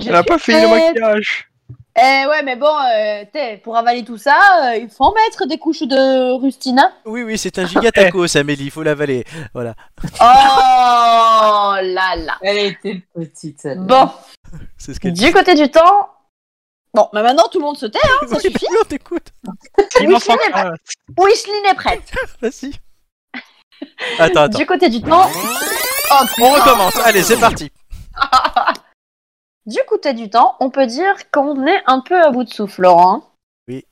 Elle a pas
fait
fini le maquillage.
Eh ouais, mais bon, euh, t'es- pour avaler tout ça, euh, il faut en mettre des couches de Rustina.
Oui, oui, c'est un giga tacos, Amélie, il faut l'avaler. Voilà.
Oh là là
Elle était petite. celle-là.
Bon,
C'est ce qu'elle dit.
du côté du temps... Bon, bah maintenant tout le monde se tait, hein, ça
Oui,
suffit.
bah, on t'écoute.
Il en faut
Wishlin est
encore.
Wishlin est prête.
Vas-y. Attends, attends.
Du côté du temps... Oh,
On recommence. Allez, c'est parti.
Du côté du temps, on peut dire qu'on est un peu à bout de souffle, Laurent.
Oui.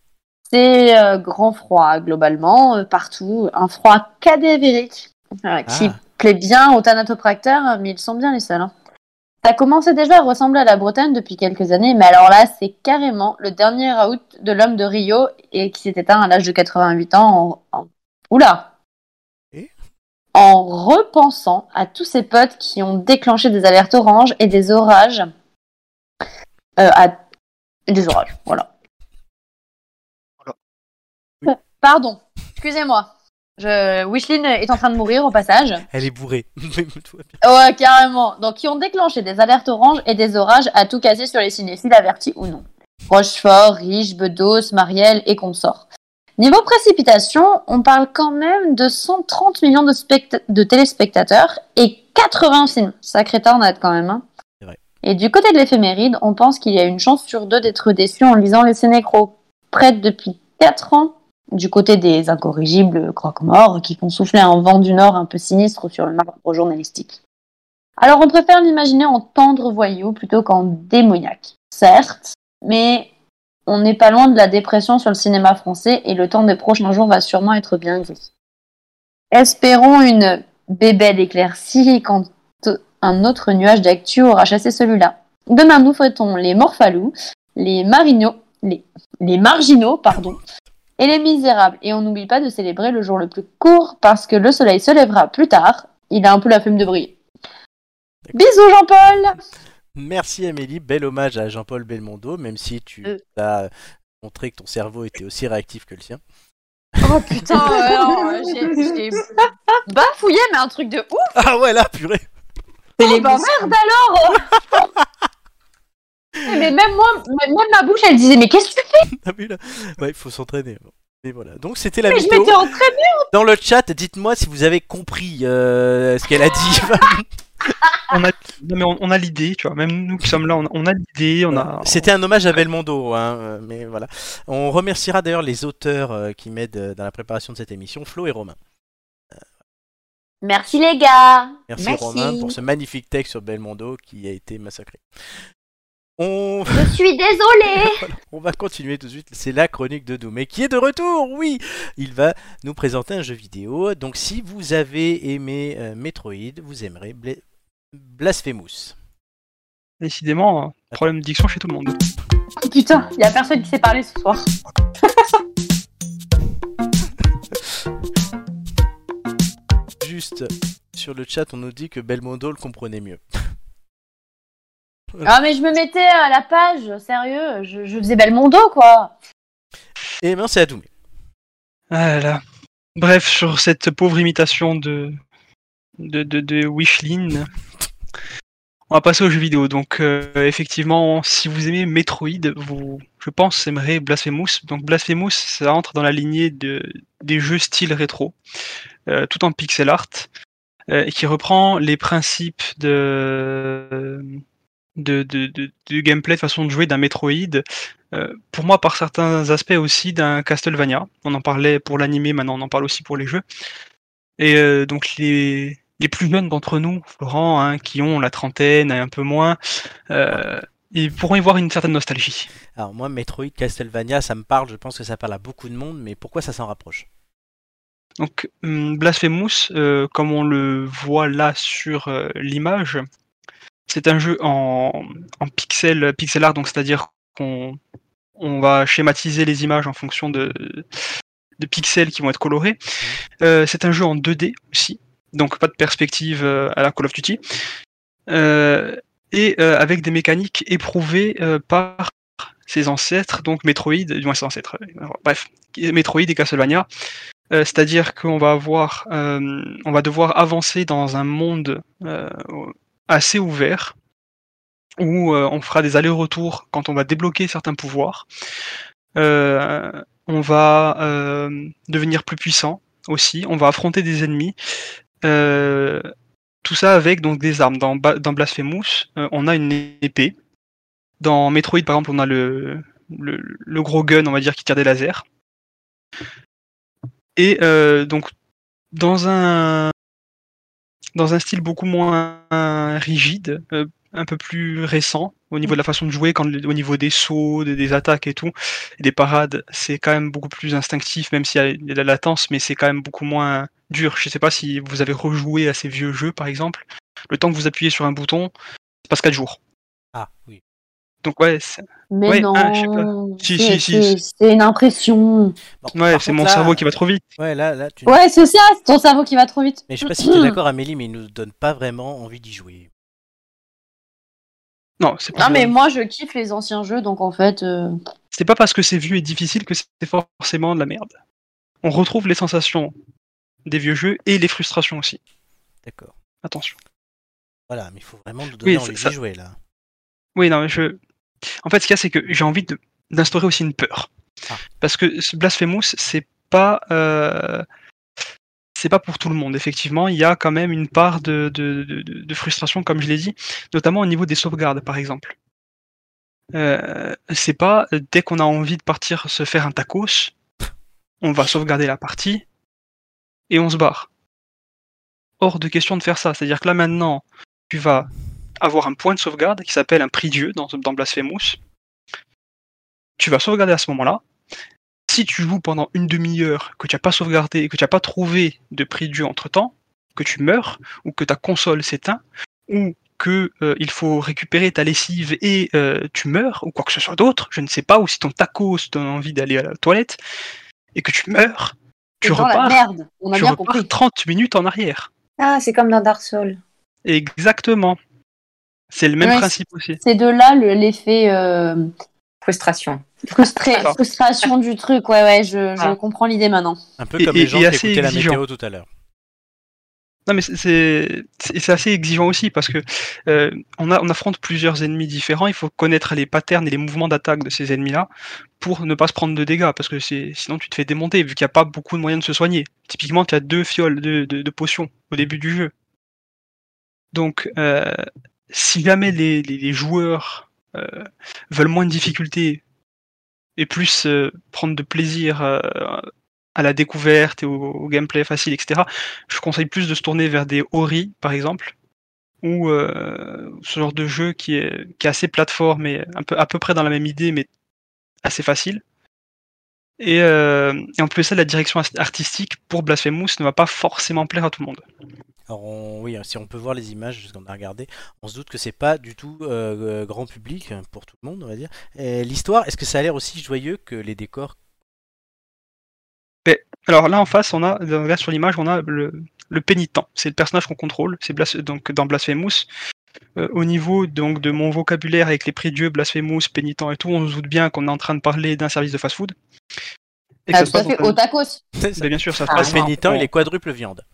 C'est euh, grand froid, globalement, euh, partout. Un froid cadavérique euh, qui
Ah.
plaît bien aux thanatopracteurs, euh, mais ils sont bien les seuls. hein. Ça commençait déjà à ressembler à la Bretagne depuis quelques années, mais alors là, c'est carrément le dernier out de l'homme de Rio et qui s'est éteint à l'âge de 88 ans en. en- Oula
Et
En repensant à tous ses potes qui ont déclenché des alertes oranges et des orages euh, à des orages. Voilà.
Voilà.
Oui.
Pardon, excusez-moi. Je... Wishlin est en train de mourir au passage.
Elle est bourrée. Tout va bien.
Ouais, carrément. Donc, qui ont déclenché des alertes oranges et des orages à tout casser sur les cinéphiles avertis ou non. Rochefort, Riche, Bedos, Marielle et consorts. Niveau précipitation, on parle quand même de 130 millions de, spect- de téléspectateurs et 80 films. Sacré tornade quand même. hein.
C'est vrai.
Et du côté de l'éphéméride, on pense qu'il y a une chance sur deux d'être déçu en lisant les Sénécros. Prête depuis 4 ans du côté des incorrigibles croque-morts qui font souffler un vent du nord un peu sinistre sur le marbre journalistique. Alors on préfère l'imaginer en tendre voyou plutôt qu'en démoniaque, certes, mais on n'est pas loin de la dépression sur le cinéma français et le temps des prochains jours va sûrement être bien gris. Espérons une bébelle éclaircie quand un autre nuage d'actu aura chassé celui-là. Demain nous fêtons les Morphalous, les Marignos, les, les Marginaux, pardon, et les Misérables. Et on n'oublie pas de célébrer le jour le plus court parce que le soleil se lèvera plus tard. Il a un peu la fume de briller. Bisous Jean-Paul
Merci Amélie, bel hommage à Jean-Paul Belmondo, même si tu
Euh.
as montré que ton cerveau était aussi réactif que le sien.
Oh putain, ouais, non, ouais, j'ai j'ai bafouillé, mais un truc de ouf
Ah ouais, là, purée.
Oh, bah merde alors Eh, Mais même moi, même ma bouche, elle disait, mais qu'est-ce que tu fais
T'as vu là Ouais, il faut s'entraîner. Bon. Et voilà. Donc c'était la
Mais je
vidéo.
m'étais entraînée
Dans le chat, dites-moi si vous avez compris euh, ce qu'elle a dit.
On a, non, mais on, on a l'idée, tu vois. Même nous qui sommes là, on a, on a l'idée, on a.
C'était un hommage à Belmondo, hein, euh, mais voilà. On remerciera d'ailleurs les auteurs euh, qui m'aident euh, dans la préparation de cette émission, Flo et Romain.
Merci les gars
Merci,
Merci.
Romain pour ce magnifique texte sur Belmondo qui a été massacré. On,
Je suis désolée
on va continuer tout de suite, c'est la chronique de Doumé qui est de retour, oui Il va nous présenter un jeu vidéo, donc si vous avez aimé euh, Metroid, vous aimerez Bla- Blasphemous.
Décidément, un problème de diction chez tout le monde.
Oh, Putain, il y a personne qui s'est parlé ce soir.
Juste sur le chat, on nous dit que Belmondo le comprenait mieux.
Ah mais je me mettais à la page, sérieux, je, je faisais Belmondo quoi
Et maintenant Eh ben, c'est à Doumé.
Ah là là. Bref, sur cette pauvre imitation de, de, de, de Wishlin, on va passer aux jeux vidéo. Donc, euh, effectivement, si vous aimez Metroid, vous, je pense, aimerez Blasphemous. Donc, Blasphemous, ça entre dans la lignée de, des jeux style rétro, euh, tout en pixel art, euh, et qui reprend les principes de, de, de, de- du gameplay, de façon de jouer d'un Metroid, euh, pour moi par certains aspects aussi d'un Castlevania. On en parlait pour l'animé, maintenant on en parle aussi pour les jeux. Et euh, donc les, les plus jeunes d'entre nous, Florent, hein, qui ont la trentaine et un peu moins, euh, ils pourront y voir une certaine nostalgie.
Alors moi, Metroid, Castlevania, ça me parle, je pense que ça parle à beaucoup de monde, mais pourquoi ça s'en rapproche
Donc hum, Blasphemous, euh, comme on le voit là sur euh, l'image, c'est un jeu en, en pixel, pixel art, donc c'est-à-dire qu'on on va schématiser les images en fonction de, de pixels qui vont être colorés. Euh, c'est un jeu en 2D aussi, donc pas de perspective euh, à la Call of Duty. Euh, et euh, avec des mécaniques éprouvées euh, par ses ancêtres, donc Metroid, du moins ses ancêtres, euh, bref, Metroid et Castlevania. Euh, C'est-à-dire qu'on va avoir, euh, on va devoir avancer dans un monde euh, assez ouvert où euh, on fera des allers-retours quand on va débloquer certains pouvoirs. Euh, on va euh, devenir plus puissant aussi. On va affronter des ennemis. Euh, tout ça avec donc des armes. Dans, Ba- dans Blasphemous, euh, on a une épée. Dans Metroid, par exemple, on a le, le, le gros gun, on va dire, qui tire des lasers. Et euh, donc, dans un, dans un style beaucoup moins rigide, euh, un peu plus récent, au niveau de la façon de jouer, quand, le- au niveau des sauts, des, des attaques et tout, et des parades, c'est quand même beaucoup plus instinctif, même s'il y a il y a de la latence, mais c'est quand même beaucoup moins dur. Je sais pas si vous avez rejoué à ces vieux jeux, par exemple. Le temps que vous appuyez sur un bouton, ça passe 4 jours.
Ah, oui.
Donc ouais, c'est
Mais
Ouais,
non,
ah, je sais pas. Si,
c'est-
si, si.
c'est- c'est une impression.
Bon,
ouais,
par
c'est
contre,
mon
là-
cerveau qui va trop vite.
Ouais, là, là, tu...
Ouais, c'est ça, c'est ton cerveau qui va trop vite.
Mais je sais pas si tu es d'accord, Amélie, mais il nous donne pas vraiment envie d'y jouer.
Non, c'est pas,
Non, mais moi je kiffe les anciens jeux, donc en fait. euh,
c'est pas parce que c'est vieux et difficile que c'est forcément de la merde. On retrouve les sensations des vieux jeux et les frustrations aussi.
D'accord.
Attention.
Voilà, mais il faut vraiment nous donner
Oui,
envie
ça-
d'y jouer, là.
Oui, non, mais je. En fait, ce qu'il y a, c'est que j'ai envie de- d'instaurer aussi une peur.
Ah.
Parce que ce Blasphemous, c'est pas. euh, C'est pas pour tout le monde, effectivement. Il y a quand même une part de, de- de- de- de frustration, comme je l'ai dit, notamment au niveau des sauvegardes, par exemple. Euh, c'est pas euh, dès qu'on a envie de partir se faire un tacos, on va sauvegarder la partie et on se barre. Hors de question de faire ça. C'est-à-dire que là maintenant, tu vas avoir un point de sauvegarde qui s'appelle un prix Dieu dans, dans Blasphemous. Tu vas sauvegarder à ce moment-là. Si tu joues pendant une demi-heure, que tu n'as pas sauvegardé et que tu n'as pas trouvé de prix Dieu entre-temps, que tu meurs, ou que ta console s'éteint, ou que euh, il faut récupérer ta lessive et euh, tu meurs, ou quoi que ce soit d'autre, je ne sais pas, ou si ton tacos te donne envie d'aller à la toilette, et que tu meurs, tu
c'est dans la
repars,
merde, on a
tu
bien
repars
compris.
30 minutes en arrière.
Ah, c'est comme dans Dark Souls.
Exactement. C'est le même
Ouais,
principe aussi.
C'est de là le- l'effet euh,
Frustration.
frustré-
D'accord.
frustration du truc. Ouais, ouais, je, je
Ah.
comprends l'idée maintenant.
Un peu
Et-
comme
et-
les gens
et
qui
assez
écoutaient la
exigeant.
météo tout à l'heure.
Non, mais c'est- c'est c'est- c'est assez exigeant aussi parce que euh, on, a, on affronte plusieurs ennemis différents. Il faut connaître les patterns et les mouvements d'attaque de ces ennemis-là pour ne pas se prendre de dégâts parce que c'est- sinon tu te fais démonter vu qu'il n'y a pas beaucoup de moyens de se soigner. Typiquement, tu as deux fioles de, de, de potions au début du jeu. Donc, euh, si jamais les, les, les joueurs euh, veulent moins de difficultés et plus euh, prendre de plaisir euh, à la découverte et au, au gameplay facile, etc., je conseille plus de se tourner vers des Ori, par exemple, ou euh, ce genre de jeu qui est, qui est assez plateforme et un peu, à peu près dans la même idée, mais assez facile. Et, euh, et en plus, de ça, la direction ast- artistique pour Blasphemous ne va pas forcément plaire à tout le monde.
Alors on- oui, si on peut voir les images, ce qu'on a regardé, on se doute que c'est pas du tout euh, euh, grand public hein, pour tout le monde, on va dire. Et L'histoire, est-ce que ça a l'air aussi joyeux que les décors
Alors là en face, on a là sur l'image, on a le, le pénitent. C'est le personnage qu'on contrôle. C'est Blas- donc dans Blasphemous. Euh, au niveau donc de mon vocabulaire avec les prix Dieu, Blasphemous, pénitent et tout, on se doute bien qu'on est en train de parler d'un service de fast-food. Et que ça
Ah,
se
tout à
passe
fait,
dans un-
au tacos.
Mais Bah, bien sûr, ça se
Le
passe.
pénitent,
en-
il est quadruple viande.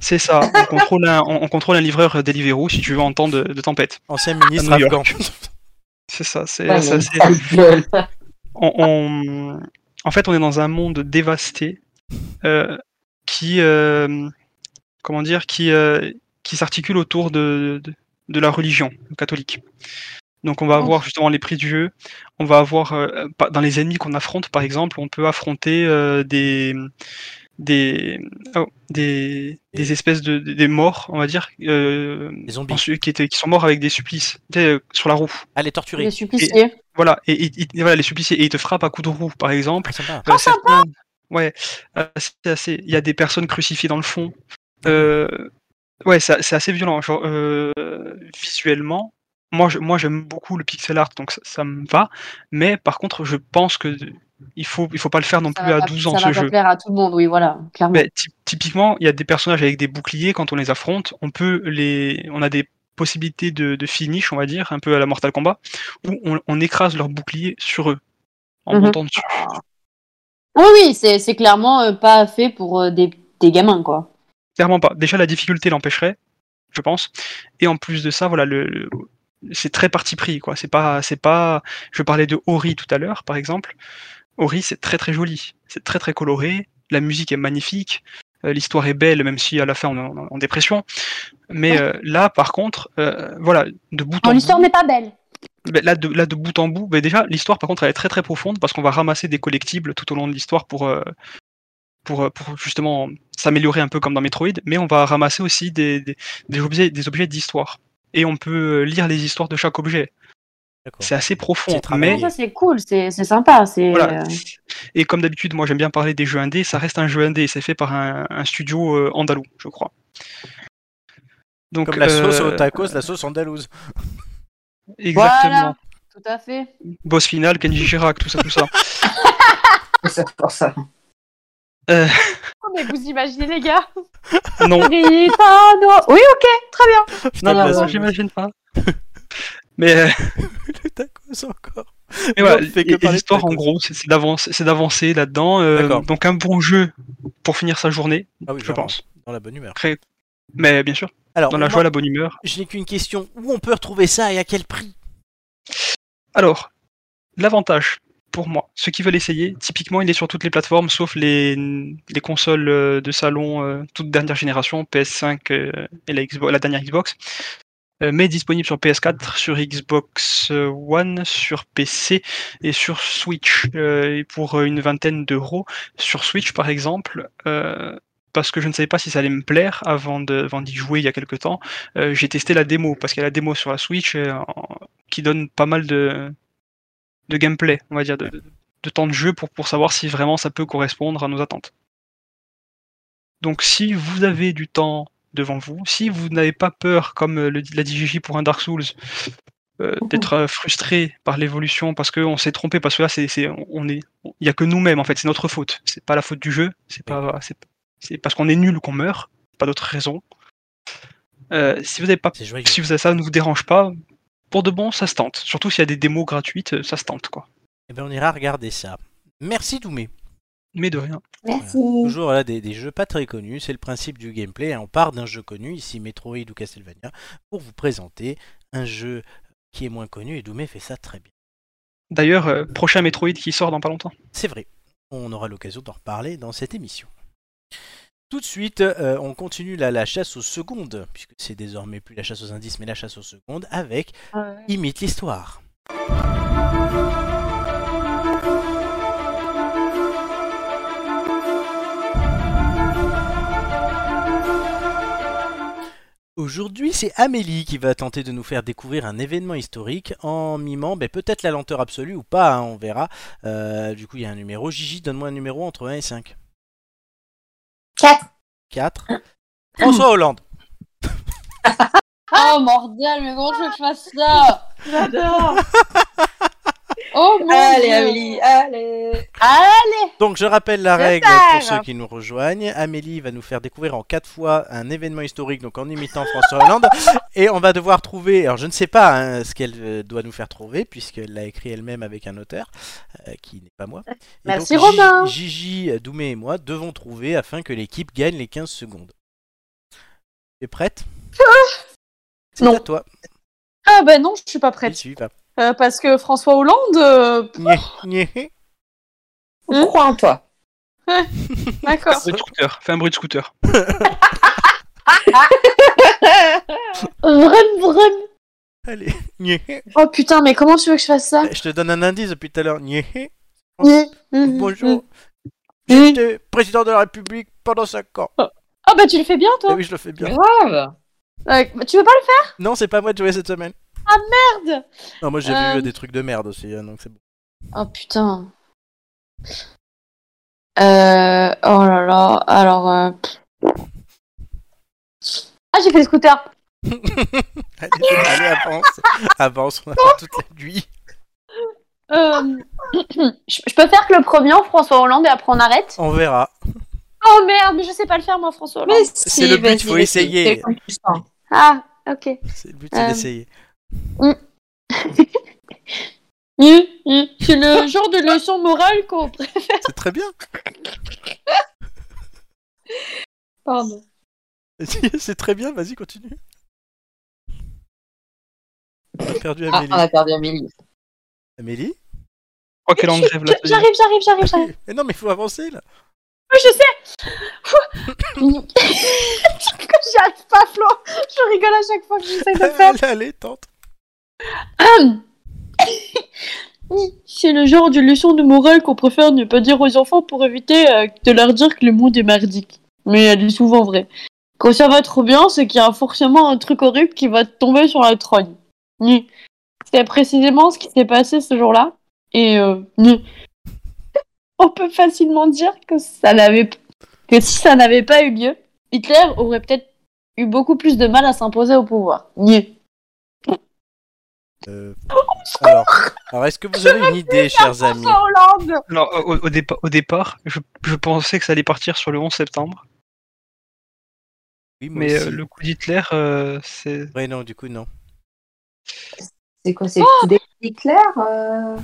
C'est ça. On contrôle un, on, on contrôle un livreur euh, Deliveroo si tu veux en temps de, de tempête.
Ancien ministre
À Ah, New
afghan.
C'est ça. C'est
Ouais,
ça,
mais
c'est-
sale gueule.
on, on- en fait, on est dans un monde dévasté euh, qui, euh, comment dire, qui, euh, qui s'articule autour de, de, de la religion catholique. Donc, on va avoir justement les prix du jeu. On va avoir euh, pas- dans les ennemis qu'on affronte, par exemple, on peut affronter euh, des des, oh, des des espèces de des morts, on va dire, euh,
Les zombies.
ensuite, qui, étaient, qui sont morts avec des supplices tu sais, euh, sur la roue.
Ah, les
Je
torturés.
suis supplicié.
Voilà, et, et- et- voilà les suppliciés et ils te frappent à coups de roue, par exemple.
Ah, sympa.
Euh, certains- Ouais, euh, c'est assez. Il y a des personnes crucifiées dans le fond. Euh, ouais, c'est c'est assez violent. Genre, euh, visuellement, moi, je- moi, j'aime beaucoup le pixel art, donc ça, ça me va. Mais par contre, je pense que il faut, il faut pas le faire non
Ça
plus
va
à
pas-
12 ans
ça va
ce
pas
jeu.
plaire à tout le monde, oui, voilà, clairement.
Mais ty- typiquement, il y a des personnages avec des boucliers quand on les affronte. On peut les, on a des possibilité de, de finish, on va dire, un peu à la Mortal Kombat, où on, on écrase leur bouclier sur eux en
Mhm.
montant dessus.
Oui, oui, c'est c'est clairement euh, pas fait pour euh, des, des gamins, quoi.
Clairement pas. Déjà, la difficulté l'empêcherait, je pense. Et en plus de ça, voilà, le, le- c'est très parti pris, quoi. C'est pas, c'est pas. Je parlais de Ori tout à l'heure, par exemple. Ori, c'est très très joli, c'est très très coloré. La musique est magnifique. euh, L'histoire est belle, même si à la fin on est en, en dépression. Mais euh, là, par contre, euh, voilà, de bout
Non,
en bout,
l'histoire n'est pas belle.
ben, là, de, là, de bout en bout, ben, déjà, l'histoire, par contre, elle est très très profonde parce qu'on va ramasser des collectibles tout au long de l'histoire pour, euh, pour, euh, pour justement s'améliorer un peu comme dans Metroid, mais on va ramasser aussi des, des, des objets des objets d'histoire. Et on peut euh, lire les histoires de chaque objet.
D'accord.
C'est assez profond.
C'est
Mais,
travaillé.
Ça, c'est cool, c'est c'est sympa. c'est
Voilà.
euh,
et comme d'habitude, moi j'aime bien parler des jeux indés, ça reste un jeu indé, c'est fait par un, un studio euh, andalou, je crois. Donc,
Comme la sauce
euh,
au tacos, la sauce andalouse.
Exactement.
Voilà. Tout à fait.
Boss final, Kenji Girac, tout ça, tout ça.
ça, pour ça.
Oh, mais vous imaginez, les gars
non,
Ritano Oui, ok, très bien.
non, non,
la
non,
sauce.
j'imagine pas. Mais. euh,
Le tacos encore.
Mais
Mais
voilà,
on fait que
et- et
parler de
l'histoire
tacos.
en gros, c'est c'est d'avancer, c'est d'avancer là-dedans. euh,
D'accord.
donc un bon jeu pour finir sa journée,
Ah oui,
je
vraiment,
pense.
Dans la bonne humeur.
Mais bien sûr,
Alors,
dans la
moi,
joie, la bonne humeur.
je n'ai qu'une question. Où on peut retrouver ça et à quel prix
Alors, l'avantage pour moi, ceux qui veulent essayer, typiquement, il est sur toutes les plateformes, sauf les, les consoles euh, de salon euh, toute dernière génération, PS5 euh, et la, Xbox- la dernière Xbox, euh, mais disponible sur PS4, sur Xbox euh, One, sur PC et sur Switch euh, et pour euh, une vingtaine d'euros. Sur Switch, par exemple. euh, parce que je ne savais pas si ça allait me plaire avant de- avant d'y jouer il y a quelques temps. euh, J'ai testé la démo, parce qu'il y a la démo sur la Switch, euh, en- qui donne pas mal de, de gameplay, on va dire, de, de- de temps de jeu pour, pour savoir si vraiment ça peut correspondre à nos attentes. Donc si vous avez du temps devant vous, si vous n'avez pas peur, comme euh, le, dit- la DJJ pour un Dark Souls, euh, d'être euh, frustré par l'évolution parce qu'on s'est trompé, parce que là, c'est, c'est- on est, il n'y a que nous-mêmes, en fait, c'est notre faute. C'est pas la faute du jeu, c'est, pas, c'est, c'est parce qu'on est nul qu'on meurt, pas d'autre raison. Euh, si vous n'avez pas
C'est joyeux.
si vous- ça ne vous dérange pas, pour de bon, ça se tente. Surtout s'il y a des démos gratuites, euh, ça se tente, quoi.
Eh bien, on ira regarder ça. Merci Doumé.
Mais de rien.
Merci.
Toujours là, des, des jeux pas très connus, c'est le principe du gameplay. hein. On part d'un jeu connu, ici Metroid ou Castlevania, pour vous présenter un jeu qui est moins connu et Doumé fait ça très bien.
D'ailleurs, euh, prochain Metroid qui sort dans pas longtemps.
C'est vrai, on aura l'occasion d'en reparler dans cette émission. Tout de suite, euh, on continue la, la chasse aux secondes, puisque c'est désormais plus la chasse aux indices mais la chasse aux secondes, avec Imite l'histoire. Aujourd'hui, c'est Amélie qui va tenter de nous faire découvrir un événement historique en mimant ben, peut-être la lenteur absolue ou pas, hein, on verra. Euh, du coup, il y a un numéro. Gigi, donne-moi un numéro entre 1 et 5.
4.
4. François Hollande.
Oh, mordial, mais comment tu veux que je fasse ça
J'adore
Oh mon
Allez,
Dieu. Ah,
Amélie, allez
Allez
Donc, je rappelle la
Je
règle pour
pars.
ceux qui nous rejoignent. Amélie va nous faire découvrir en 4 fois un événement historique, donc en imitant François Hollande. Et on va devoir trouver, alors je ne sais pas hein, ce qu'elle euh, doit nous faire trouver, puisqu'elle l'a écrit elle-même avec un auteur, euh, qui n'est pas moi. Et
Merci,
donc, Gigi-
Romain.
Gigi, euh, Doumé et moi devons trouver afin que l'équipe gagne les 15 secondes. Tu es prête C'est
Non.
à toi.
Ah ben non, je suis pas prête.
Tu y vas.
Euh, parce que François Hollande... euh,
Nyeh, nyeh.
On croit en toi
Fais un
Ah, D'accord.
bruit de scooter. Fais un bruit de scooter.
Vrum, vrum.
Allez. Nyeh.
Oh putain, mais comment tu veux que je fasse ça
Je te donne un indice depuis tout à l'heure. Nyehé.
Mhm.
Bonjour.
Mhm.
J'étais président de la République pendant 5 ans.
Ah bah tu le fais bien
Eh
toi
oui, je le fais bien.
Grave Ah,
Euh, Tu veux pas le
Non, c'est pas moi de jouer cette semaine.
merde
Non, moi j'ai
Euh.
vu euh, des trucs de merde aussi, hein, donc c'est bon.
Oh putain. Euh... Oh là là, alors... euh, Ah j'ai fait le scooter
Allez, allez, avance. avance, on a pas toute la nuit.
Euh, je je peux faire que le premier en François Hollande et après on arrête
On verra.
Oh merde, mais je sais pas le faire moi François Hollande.
C'est le but, faut essayer.
C'est comme tu sens.
Ah, Ok.
C'est- Le but, c'est
Euh,
d'essayer.
Hum, hum, C'est le genre de leçon morale qu'on préfère.
C'est très bien.
Pardon.
c'est très bien, vas-y, continue. On a perdu
Ah,
Amélie.
on a perdu Amélie.
Amélie
crois qu'elle est en
Je suis-
grève là.
je- J'arrive, j'arrive, j'arrive, j'arrive.
Mais non, mais il faut avancer là.
Oui, je sais. J'arrive pas, Flo. Je rigole à chaque fois que j'essaie de le faire.
allez, allez, tente.
C'est le genre de leçon de morale qu'on préfère ne pas dire aux enfants pour éviter euh, de leur dire que le monde est merdique. Mais elle est souvent vraie. Quand ça va trop bien, c'est qu'il y a forcément un truc horrible qui va te tomber sur la trogne. Ni. C'est précisément ce qui s'est passé ce jour-là. Et euh, ni. on peut facilement dire que ça n'avait que si ça n'avait pas eu lieu, Hitler aurait peut-être eu beaucoup plus de mal à s'imposer au pouvoir. Ni.
Euh, alors, alors est-ce que vous avez une idée, chers amis
Hollande.
Alors, au, au dépa- au départ, je, je pensais que ça allait partir sur le 11 septembre,
Oui, moi
mais euh,
aussi.
le coup d'Hitler, euh, c'est.
Ouais, non, du coup, non.
C'est quoi C'est des Hitler euh,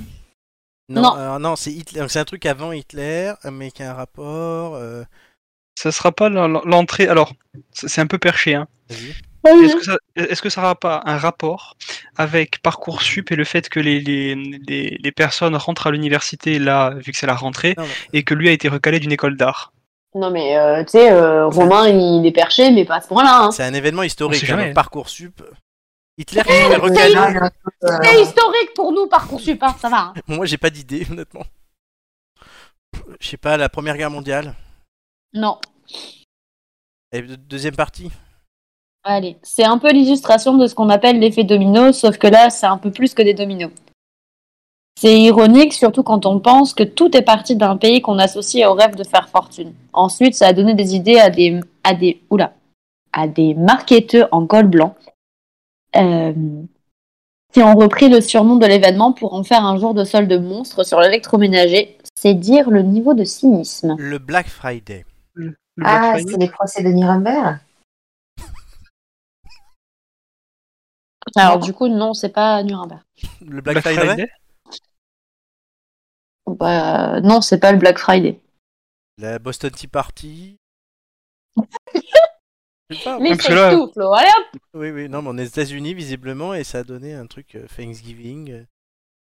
Non,
Non.
alors non, c'est Hitler. C'est un truc avant Hitler, mais qui a un rapport. euh,
Ça sera pas la- la- l'entrée. Alors, c'est c'est un peu perché, hein.
Vas-y.
Est-ce que ça, est-ce que ça aura pas un rapport avec Parcoursup et le fait que les, les, les, les personnes rentrent à l'université là, vu que c'est la rentrée,
Non, non.
et que lui a été recalé d'une école d'art
Non mais euh, tu sais, euh, Romain il est perché, mais pas à ce point-là. Hein.
C'est un événement historique.
jamais.
hein, Parcoursup. Hitler qui se fait recaler.
non, non, euh,
C'est historique pour nous parcoursup, hein, ça va. hein.
Moi, j'ai pas d'idée, honnêtement. Je sais pas, la Première Guerre mondiale.
Non,
Et de- deuxième partie.
allez, c'est un peu l'illustration de ce qu'on appelle l'effet domino, sauf que là c'est un peu plus que des dominos. C'est ironique, surtout quand on pense que tout est parti d'un pays qu'on associe au rêve de faire fortune. Ensuite, ça a donné des idées à des à des oula, à des marketeurs en col blanc. Euh, qui ont repris le surnom de l'événement pour en faire un jour de solde monstre sur l'électroménager, c'est dire le niveau de cynisme.
Le Black Friday.
Le Black
Ah,
Friday
c'est les procès de Nuremberg
Alors
Non.
du coup, non, c'est pas Nuremberg.
Le Black,
Black
Friday,
Friday
Bah, euh, non, c'est pas le Black Friday.
La Boston Tea Party. Je sais pas.
Mais
parce
c'est
que là-
tout, Flo. Allez hop
Oui, oui, non, mais on est aux États-Unis visiblement et ça a donné un truc euh, Thanksgiving, euh,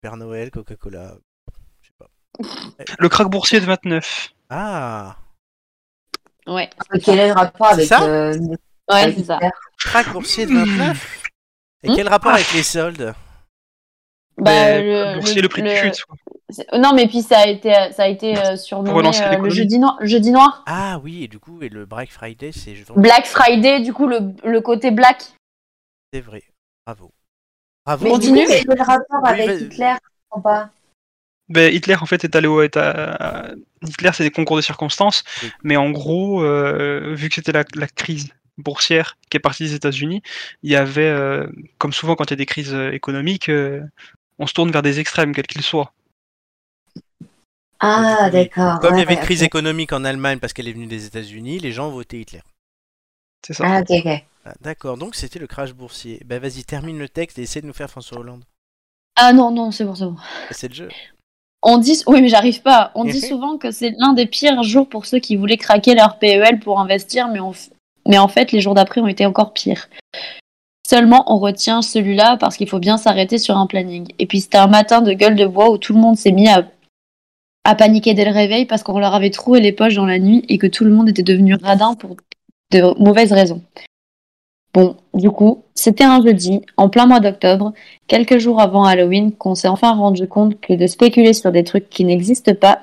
Père Noël, Coca-Cola. Je sais pas.
Le crack boursier de 29.
Ah
Ouais,
Euh, Quel est le rapport avec.
C'est ça
euh,
ouais
avec
c'est ça.
Hitler
Crack boursier de 29 Et quel rapport avec les soldes
Bah,
Mais crack boursier, le, prix qui chute. quoi.
c'est- Non, mais puis ça a été, ça a été euh, surnommé
relancer
euh, le
l'économie.
jeudi, noir, jeudi noir.
Ah oui, et du coup, et le Black Friday, c'est je vends-
Black Friday, du coup, le, le côté black.
C'est vrai. Bravo. Bravo.
Mais
Continue.
du coup, quel est le rapport
Oui,
avec
vas-y.
Hitler Je comprends pas.
Ben, Hitler, en fait, est allé au. est à- Hitler, c'est des concours de circonstances,
Oui.
mais en gros, euh, vu que c'était la, la crise boursière qui est partie des États-Unis, il y avait, euh, comme souvent quand il y a des crises euh, économiques, euh, on se tourne vers des extrêmes, quels qu'ils soient.
Ah,
Oui.
d'accord.
Comme il y
ouais,
avait une
ouais,
crise
ok.
économique en Allemagne parce qu'elle est venue des États-Unis, les gens ont voté Hitler.
C'est ça.
Ah, ok, ok.
Ah, D'accord, donc c'était le crash boursier. Ben vas-y, termine le texte et essaie de nous faire François Hollande.
Ah non, non, c'est bon, c'est bon.
C'est le jeu.
On dit, oui, mais j'arrive pas. On dit
Mhm.
souvent que c'est l'un des pires jours pour ceux qui voulaient craquer leur PEL pour investir, mais, on f- mais en fait, les jours d'après ont été encore pires. Seulement, on retient celui-là parce qu'il faut bien s'arrêter sur un planning. Et puis, c'était un matin de gueule de bois où tout le monde s'est mis à, à paniquer dès le réveil parce qu'on leur avait troué les poches dans la nuit et que tout le monde était devenu radin pour de mauvaises raisons. Bon, du coup, c'était un jeudi, en plein mois d'octobre, quelques jours avant Halloween qu'on s'est enfin rendu compte que de spéculer sur des trucs qui n'existent pas,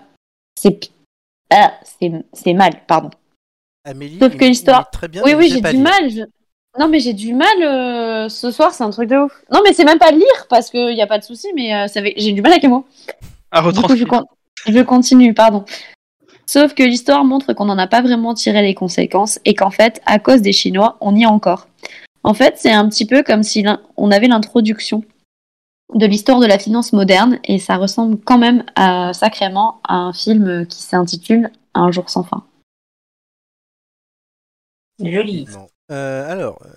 c'est pi- ah, c'est c'est mal, pardon.
Amélie,
Sauf que
il- il
l'histoire-
est très bien,
oui,
Ah, mais
oui,
il sait
j'ai
pas
du
lire.
mal. je- Non, mais j'ai du mal euh, ce soir, c'est un truc de ouf. Non, mais c'est même pas lire parce qu'il n'y a pas de souci, mais euh, ça fait- j'ai du mal avec les mots.
À
Du coup, je,
retranscrire.
con- je continue, pardon. Sauf que l'histoire montre qu'on n'en a pas vraiment tiré les conséquences et qu'en fait, à cause des Chinois, on y est encore. En fait, c'est un petit peu comme si l'in- on avait l'introduction de l'histoire de la finance moderne et ça ressemble quand même à- sacrément à un film qui s'intitule Un jour sans fin.
Joli.
Non. Euh, alors, euh,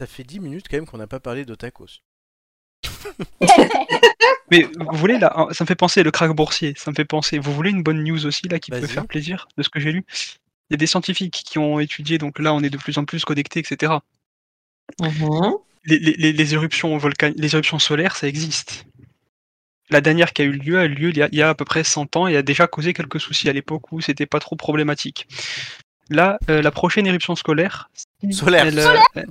Ça fait 10 minutes quand même qu'on n'a pas parlé d'Otakos.
Mais vous voulez, là, hein, ça me fait penser, le crack boursier, ça me fait penser. Vous voulez une bonne news aussi, là, qui peut
Vas-y.
faire plaisir de ce que j'ai lu Il y a des scientifiques qui ont étudié, donc là, on est de plus en plus connectés, etc.
Mhm.
Les, les- les- les éruptions volcan... les éruptions solaires, ça existe. La dernière qui a eu lieu a eu lieu il y a, il y a à peu près 100 ans et a déjà causé quelques soucis à l'époque où c'était pas trop problématique. Là, euh, la prochaine éruption scolaire.
Solaire.
elle, euh, euh,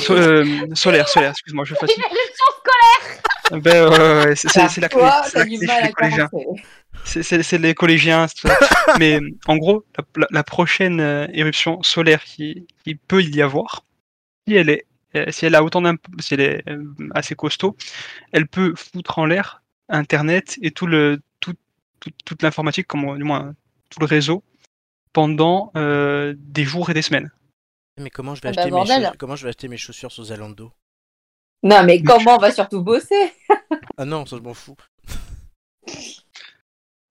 so- euh, solaire, solaire, excuse-moi, je fatigue. Ben, ouais, ouais, ouais, c'est c'est- c'est la clé.
Toi,
c'est
t'as
la
du
clé hein.
mal
chez
à
les collégiens.
commencer.
C'est- C'est c'est les collégiens, c'est tout ça. Mais euh, en gros, la, la- la prochaine euh, éruption solaire qui, qui peut y avoir, si elle est, euh, si elle a autant d'imp- si elle est euh, assez costaud, elle peut foutre en l'air Internet et tout le, tout, tout- toute l'informatique, comme euh, du moins tout le réseau, pendant euh, des jours et des semaines.
Mais comment je vais
Ah bah,
acheter mes
bordel.
chaussures Comment je vais acheter mes chaussures sur Zalando
Non, mais comment on va surtout bosser
Ah non, ça je m'en fous.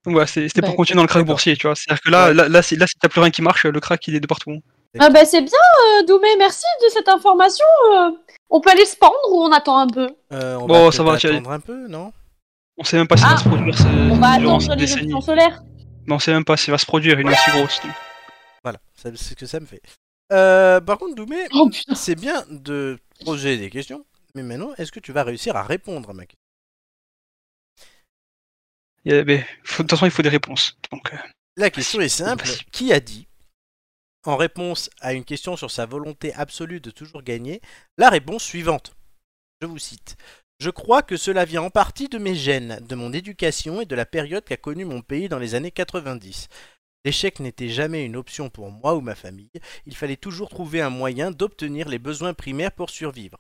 Donc voilà, c'est- c'était
Bah,
pour continuer dans le crack
d'accord.
boursier, tu vois. C'est-à-dire que là,
Ouais.
là, là, si, là, si t'as plus rien qui marche, le crack il est de partout.
Ah bah c'est bien, euh, Doumé, merci de cette information. euh. on peut aller se pendre ou on attend un peu
Euh, on
Bon,
va
ça
peut-être
va, tu-
attendre un peu, non
On sait même pas si ça va se produire. ce-
Ah, On va
durant
attendre
cette décennie.
l'éruption solaire.
Mais on sait même pas s'il va se produire une aussi grosse.
Voilà, ça- c'est ce que ça me fait. Euh, par contre, Doumé,
Oh putain.
c'est bien de poser des questions, mais maintenant, est-ce que tu vas réussir à répondre à ma question
Il y a- mais, faut- de toute façon, il faut des réponses. Donc, euh,
La question est simple.
Vas-y.
Qui a dit, en réponse à une question sur sa volonté absolue de toujours gagner, la réponse suivante Je vous cite. Je crois que cela vient en partie de mes gènes, de mon éducation et de la période qu'a connue mon pays dans les années 90. L'échec n'était jamais une option pour moi ou ma famille, il fallait toujours trouver un moyen d'obtenir les besoins primaires pour survivre.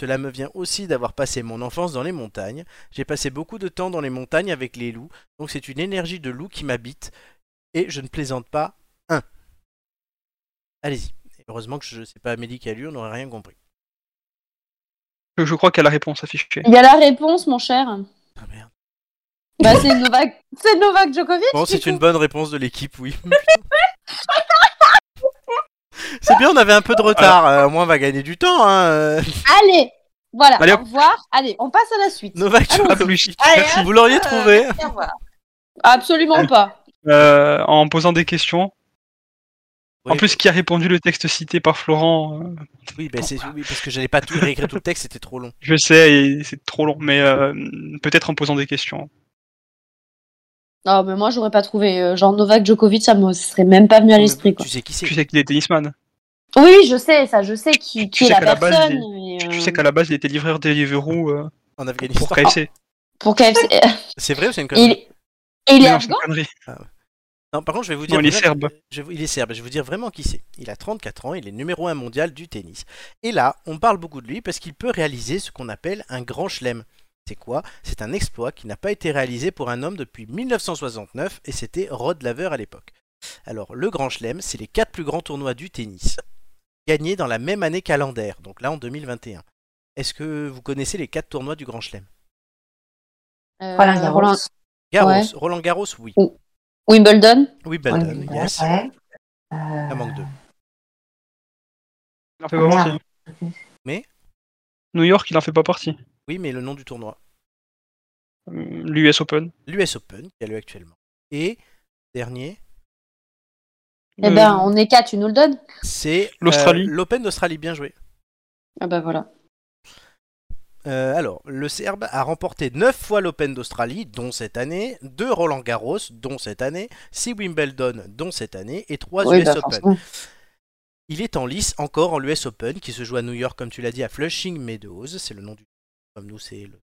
Cela me vient aussi d'avoir passé mon enfance dans les montagnes, j'ai passé beaucoup de temps dans les montagnes avec les loups, donc c'est une énergie de loup qui m'habite, et je ne plaisante pas un. Allez-y. Et Heureusement que je sais pas Amélie qui a lu, on n'aurait rien compris.
euh, je, je crois qu'il y a la réponse affichée.
Il y a la réponse, mon cher.
Ah merde.
Bah c'est Novak, c'est Novak Djokovic.
Bon,
du
c'est
coup.
une bonne réponse de l'équipe, oui. c'est bien, on avait un peu de retard. euh, au moins, on va gagner du temps. Hein. euh.
Allez, voilà.
Allez,
au revoir. Allez, on passe à la suite.
Novak,
À Ah, plus.
Allez, hein. Euh,
Merci.
hop.
vous l'auriez trouvé.
Au revoir. Absolument pas.
Euh, en posant des questions. en
Oui,
plus, qui a répondu le texte cité par Florent euh,
oui, bah, c'est- oui, parce que j'allais pas tout réécrire tout le texte, c'était trop long.
Je sais, et c'est trop long, mais euh, peut-être en posant des questions.
Non, mais moi j'aurais pas trouvé. euh, genre Novak Djokovic, ça me serait même pas venu à l'esprit. quoi.
Tu sais qui c'est
Tu sais qu'il est tennisman.
Oui, oui, je sais ça, je sais qui, qui
Tu
est
sais
la
qu'à la base,
personne.
Tu-
mais,
Tu
euh,
sais qu'à la base, il était livreur Deliveroo euh,
en
pour
Afghanistan.
KFC.
Ah, Pour KFC, euh,
C'est vrai ou c'est une connerie
il, il est
Mais non, c'est une
afghan.
connerie.
Non, par contre, je vais vous dire.
Non, il est
vraiment-
serbe.
je vous- il est serbe. Je vais vous dire vraiment qui c'est. Il a 34 ans, il est numéro 1 mondial du tennis. Et là, on parle beaucoup de lui parce qu'il peut réaliser ce qu'on appelle un grand chelem. C'est quoi C'est un exploit qui n'a pas été réalisé pour un homme depuis 1969 et c'était Rod Laver à l'époque. Alors, le grand chelem, c'est les quatre plus grands tournois du tennis gagnés dans la même année calendaire, donc là en 2021. Est-ce que vous connaissez les quatre tournois du grand chelem
Euh,
Voilà, il y a
Roland-
Roland.
Garros,
Ouais.
Roland Garros, oui.
Wimbledon.
Wimbledon,
Ouais,
yes.
ouais. Euh,
Il en manque deux.
Il en fait pas
Merde.
partie. New York, il en fait pas partie.
Oui, mais le nom du tournoi.
Euh, L'US Open.
l'US Open qui a lieu actuellement. Et dernier,
Eh
Euh,
ben, on est quatre, tu nous le donnes
c'est euh,
L'Australie.
l'Open d'Australie, bien joué.
Ah bah voilà.
Euh, alors, le Serbe a remporté 9 fois l'Open d'Australie, dont cette année, 2 Roland Garros, dont cette année, 6 Wimbledon, dont cette année, et 3
Oui,
US
bah,
Open.
forcément.
Il est en lice encore en l'US Open qui se joue à New York, comme tu l'as dit, à Flushing Meadows. C'est le nom du. Comme nous, c'est le.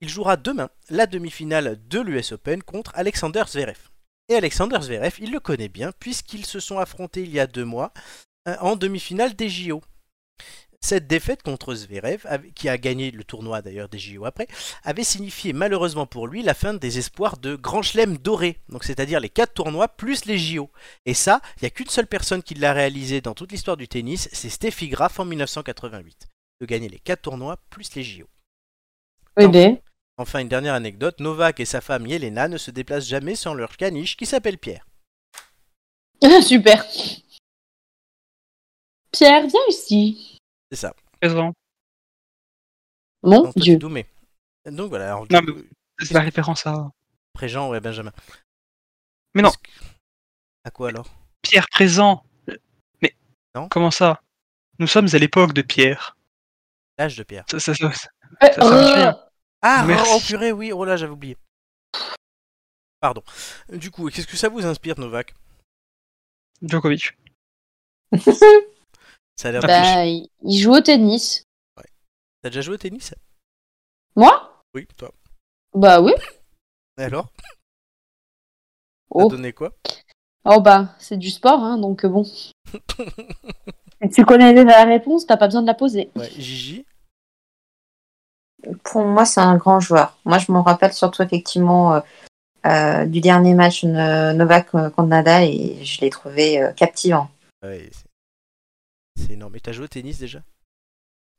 Il jouera demain la demi-finale de l'US Open contre Alexander Zverev. Et Alexander Zverev, il le connaît bien puisqu'ils se sont affrontés il y a deux mois euh, en demi-finale des JO. Cette défaite contre Zverev, av- qui a gagné le tournoi d'ailleurs des JO après, avait signifié malheureusement pour lui la fin des espoirs de Grand Chelem doré, donc c'est-à-dire les quatre tournois plus les JO. Et ça, il n'y a qu'une seule personne qui l'a réalisé dans toute l'histoire du tennis, c'est Steffi Graf en 1988, de gagner les 4 tournois plus les JO.
Oui, ben.
Enfin, une dernière anecdote, Novak et sa femme Yelena ne se déplacent jamais sans leur caniche qui s'appelle Pierre.
Super. Pierre, viens ici.
C'est ça.
Euh, Présent.
Mon
Donc, toi,
Oh, Dieu.
c'est Doumé. Donc voilà, alors,
Non,
du-
mais- C'est la référence à
Préjean, ouais, Benjamin.
Mais non.
Est-ce que- À quoi alors
Pierre présent. Mais
Non.
comment ça Nous sommes à l'époque de Pierre.
L'âge de Pierre.
Ça, ça, ça- ça-
Euh,
ça me tue, hein.
Ah,
Merci.
oh purée, oui, oh là, j'avais oublié. Pardon. Du coup, qu'est-ce que ça vous inspire, Novak
Djokovic.
Ça a l'air de
bah, il il joue au tennis.
T'as déjà joué au tennis
Moi
Oui, toi.
Bah oui.
Et alors T'as
Oh,
donné quoi
oh bah, c'est du sport, hein, donc euh, bon. tu connais déjà la réponse, t'as pas besoin de la poser.
Ouais, Gigi
Pour moi, c'est un grand joueur. Moi, je me rappelle surtout effectivement euh, euh, du dernier match euh, Novak euh, contre Nada et je l'ai trouvé euh, captivant.
Ouais, c'est- c'est énorme. Et t'as joué au tennis déjà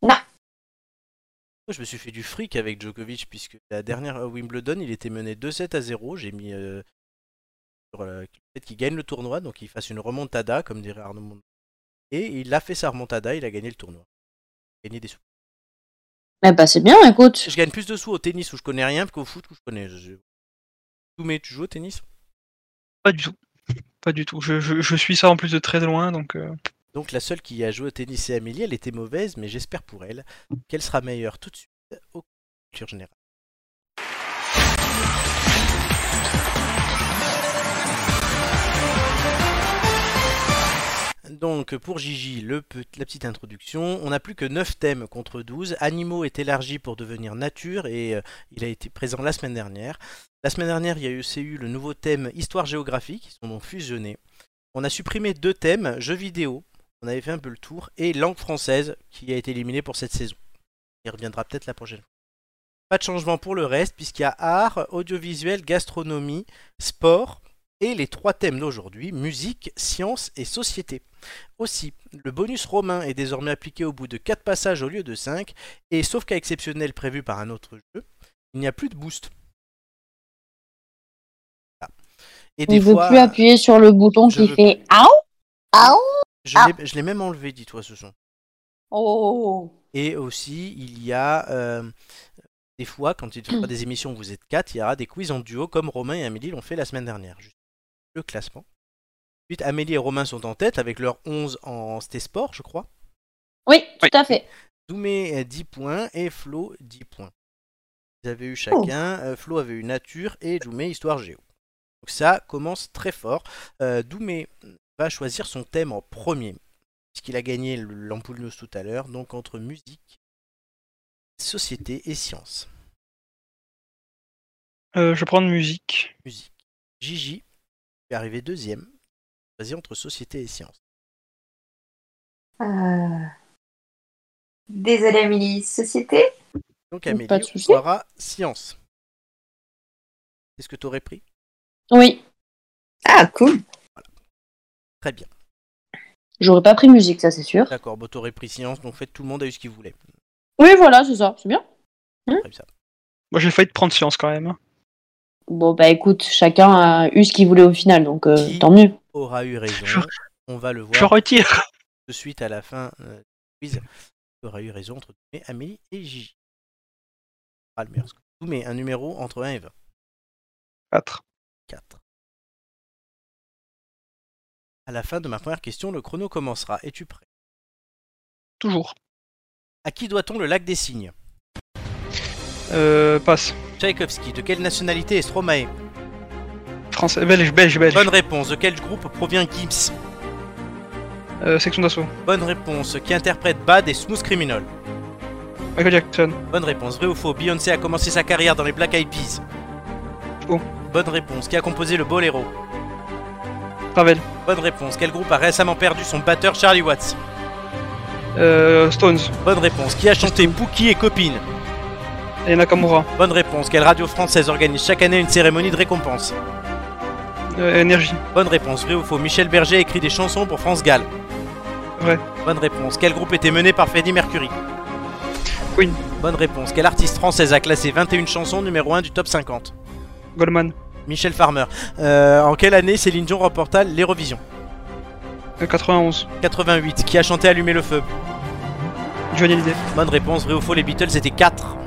Non.
Moi, je me suis fait du fric avec Djokovic puisque la dernière à Wimbledon, il était mené 2-7 à 0. J'ai mis euh, sur euh, le fait qu'il gagne le tournoi, donc il fasse une remontada, comme dirait Arnaud. Montand. Et il a fait sa remontada, il a gagné le tournoi. Gagné des sous.
Eh bah, c'est bien, écoute.
Je gagne plus de sous au tennis où je connais rien qu'au foot où je connais. Je- je- Doumé, tu joues au tennis
Pas du tout. Pas du tout. Je, je- je suis ça en plus de très loin, donc euh,
Donc la seule qui a joué au tennis, c'est Amélie. Elle était mauvaise, mais j'espère pour elle qu'elle sera meilleure tout de suite au culture générale. Donc pour Gigi, le pe- la petite introduction, on n'a plus que 9 thèmes contre 12. Animaux est élargi pour devenir nature et euh, il a été présent la semaine dernière. La semaine dernière, il y a eu, c'est eu le nouveau thème histoire-géographie qui sont donc fusionnés. On a supprimé deux thèmes, jeux vidéo, on avait fait un peu le tour, et langue française, qui a été éliminée pour cette saison. Il reviendra peut-être la prochaine fois. Pas de changement pour le reste, puisqu'il y a art, audiovisuel, gastronomie, sport, et les trois thèmes d'aujourd'hui, musique, science et société. Aussi, le bonus romain est désormais appliqué au bout de 4 passages au lieu de 5, et sauf cas exceptionnel prévu par un autre jeu, il n'y a plus de boost. Ah. Et
Il veut plus appuyer sur le bouton
je
qui
veux
fait
plus.
Aou Aou
Je
Ah.
l'ai- je l'ai même enlevé, dis-toi, ce son.
Oh
Et aussi, il y a euh, des fois, quand il y aura des émissions où vous êtes quatre, il y aura des quiz en duo comme Romain et Amélie l'ont fait la semaine dernière. Juste le classement. Ensuite, Amélie et Romain sont en tête avec leurs 11 en C'était Sport, je crois.
Oui,
Oui.
tout à fait.
Doumé euh, 10 points et Flo 10 points. Ils avaient
Oh.
eu chacun, euh, Flo avait eu Nature et Doumé Histoire Géo. Donc ça commence très fort. Euh, Doumé va choisir son thème en premier, puisqu'il a gagné le- l'ampoule News tout à l'heure, donc entre musique, société et sciences.
euh, je vais prendre musique.
Musique. Gigi est arrivé deuxième, choisi entre société et sciences.
Euh, Désolée, Amélie. Société
Donc
Pas
Amélie
de souci.
aura sciences. Qu'est-ce que tu aurais pris
Oui,
Ah, cool.
Très bien.
j'aurais pas pris musique, ça c'est sûr.
D'accord, bon, t'aurais pris sciences, donc en fait tout le monde a eu ce qu'il voulait.
Oui, voilà, c'est ça, c'est bien.
Comme ça.
Moi, j'ai failli te prendre science quand même.
Bon, bah écoute, chacun a eu ce qu'il voulait au final, donc euh,
Qui
tant mieux.
Aura eu raison.
Je-
On va le voir
Je retire.
de suite à la fin euh, du quiz. Aura eu raison entre Doumé, Amélie et Gigi. Ah, le meilleur score. Doumé, un numéro entre 1 et 20.
4.
4. À la fin de ma première question, le chrono commencera. Es-tu prêt
Toujours.
À qui doit-on le lac des cygnes
Euh, passe.
Tchaïkovski, de quelle nationalité est Stromae
Français. Belge, belge, belge.
Bonne réponse. De quel groupe provient Gims
Euh, section d'assaut.
Bonne réponse. Qui interprète Bad et Smooth Criminal
Michael Jackson.
Bonne réponse. Vrai ou faux Beyoncé a commencé sa carrière dans les Black Eyed Peas.
Faux.
Bonne réponse. Qui a composé le Boléro
Ravel.
Bonne réponse. Quel groupe a récemment perdu son batteur Charlie Watts
Euh, Stones.
Bonne réponse. Qui a chanté Bookie et Copine
Et Nakamura.
Bonne réponse. Quelle radio française organise chaque année une cérémonie de récompense
Euh, énergie.
Bonne réponse. Vrai ou faux Michel Berger écrit des chansons pour France Gall.
Vrai.
Bonne réponse. Quel groupe était mené par Freddie Mercury
Queen.
Bonne réponse. Quelle artiste française a classé 21 chansons numéro 1 du top 50
Goldman.
Michel Farmer. Euh, en quelle année Céline Dion remporta l'Eurovision
Euh, 91.
88. Qui a chanté Allumer le feu
Johnny Hallyday.
Bonne réponse, vrai ou faux, les Beatles étaient 4.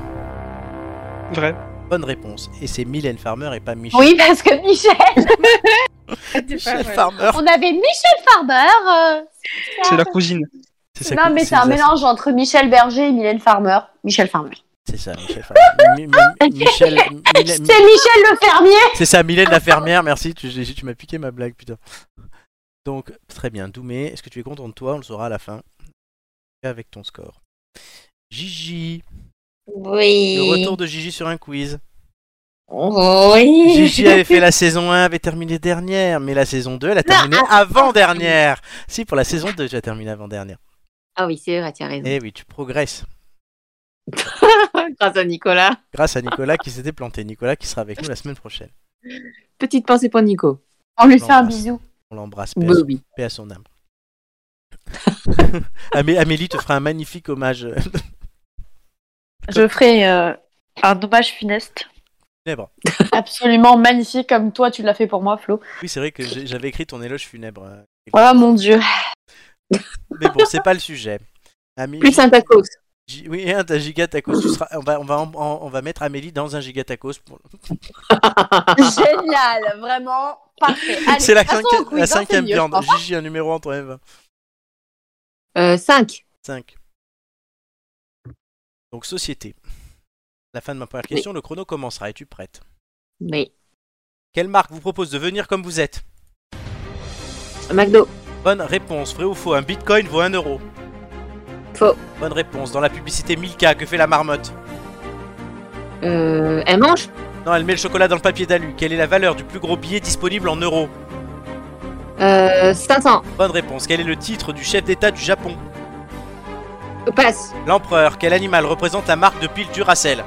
Vrai.
Bonne réponse. Et c'est Mylène Farmer et pas Michel.
Oui, parce que Michel,
Michel Farmer.
on avait Michel Farmer. euh,
C'est la cousine.
C'est sa
Non,
cou-
mais c'est un
sa-
mélange entre Michel Berger et Mylène Farmer. Michel Farmer.
C'est ça, Michel Farmer. Mi- mi- Michel.
C'est
Mylène-
Michel le fermier.
C'est ça, Mylène la fermière, merci, tu, j'ai- tu m'as piqué ma blague, putain. Donc, très bien, Doumé, est-ce que tu es content de toi On le saura à la fin. Avec ton score. Gigi, le
Oui.
retour de Gigi sur un quiz.
Oui.
Gigi avait fait la saison 1, avait terminé dernière, mais la saison 2, elle a terminé
ah,
avant-dernière. Si, pour la saison 2, tu as terminé avant-dernière.
Ah oui, c'est vrai, tu as raison.
Eh oui, tu progresses.
Grâce à Nicolas.
Grâce à Nicolas qui s'était planté. Nicolas qui sera avec nous la semaine prochaine.
Petite pensée pour Nico.
On lui fait un
l'embrasse.
bisou.
On l'embrasse, paix à son-
Bobby.
paix à son âme. Amé- Amélie te fera un magnifique hommage euh,
Je ferai euh, un hommage funeste.
funèbre.
Absolument magnifique comme toi, tu l'as fait pour moi, Flo.
Oui, c'est vrai que j'ai- j'avais écrit ton éloge funèbre. euh,
Oh mon dieu.
Mais bon, c'est pas le sujet. Ami-
Plus un tacos.
Gi- Oui, et un ta gigatacos. tu seras- On, va, on, va en- en- on va mettre Amélie dans un gigatacos. pour-
Génial, vraiment parfait. Allez,
C'est la,
passons
cinqui-
au quiz,
la
hein, c'est
cinquième
mieux, je
viande.
crois.
Gigi, un numéro entre M20.
5.
5. Donc, société. La fin de ma première question, le chrono commencera. Es-tu prête
Oui.
Quelle marque vous propose de venir comme vous êtes
McDo.
Bonne réponse. Vrai ou faux Un bitcoin vaut 1 euro.
Faux.
Bonne réponse. Dans la publicité Milka, que fait la marmotte
Euh, elle mange
Non, elle met le chocolat dans le papier d'alu. Quelle est la valeur du plus gros billet disponible en euros
euh, 500.
Bonne réponse. Quel est le titre du chef d'État du Japon
Passe.
L'empereur. Quel animal représente la marque de pile Duracell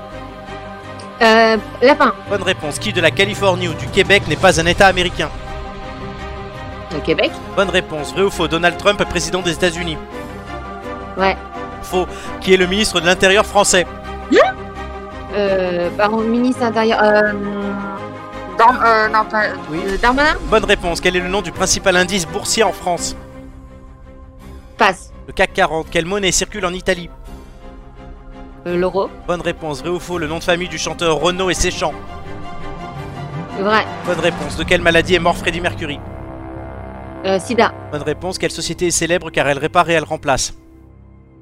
Euh, lapin.
Bonne réponse. Qui de la Californie ou du Québec n'est pas un État américain
Le Québec.
Bonne réponse. Vrai ou faux Donald Trump est président des États-Unis
Ouais.
Faux. Qui est le ministre de l'Intérieur français
Euh, baron ministre intérieur. Euh, dans, euh, non, pas,
Oui.
euh, Darmanin
Bonne réponse. Quel est le nom du principal indice boursier en France
Passe.
Le CAC 40. Quelle monnaie circule en Italie
Euh, L'euro.
Bonne réponse. Vrai ou faux Le nom de famille du chanteur Renaud et Séchant
Vrai.
Bonne réponse. De quelle maladie est mort Freddie Mercury
Euh, sida.
Bonne réponse. Quelle société est célèbre car elle répare et elle remplace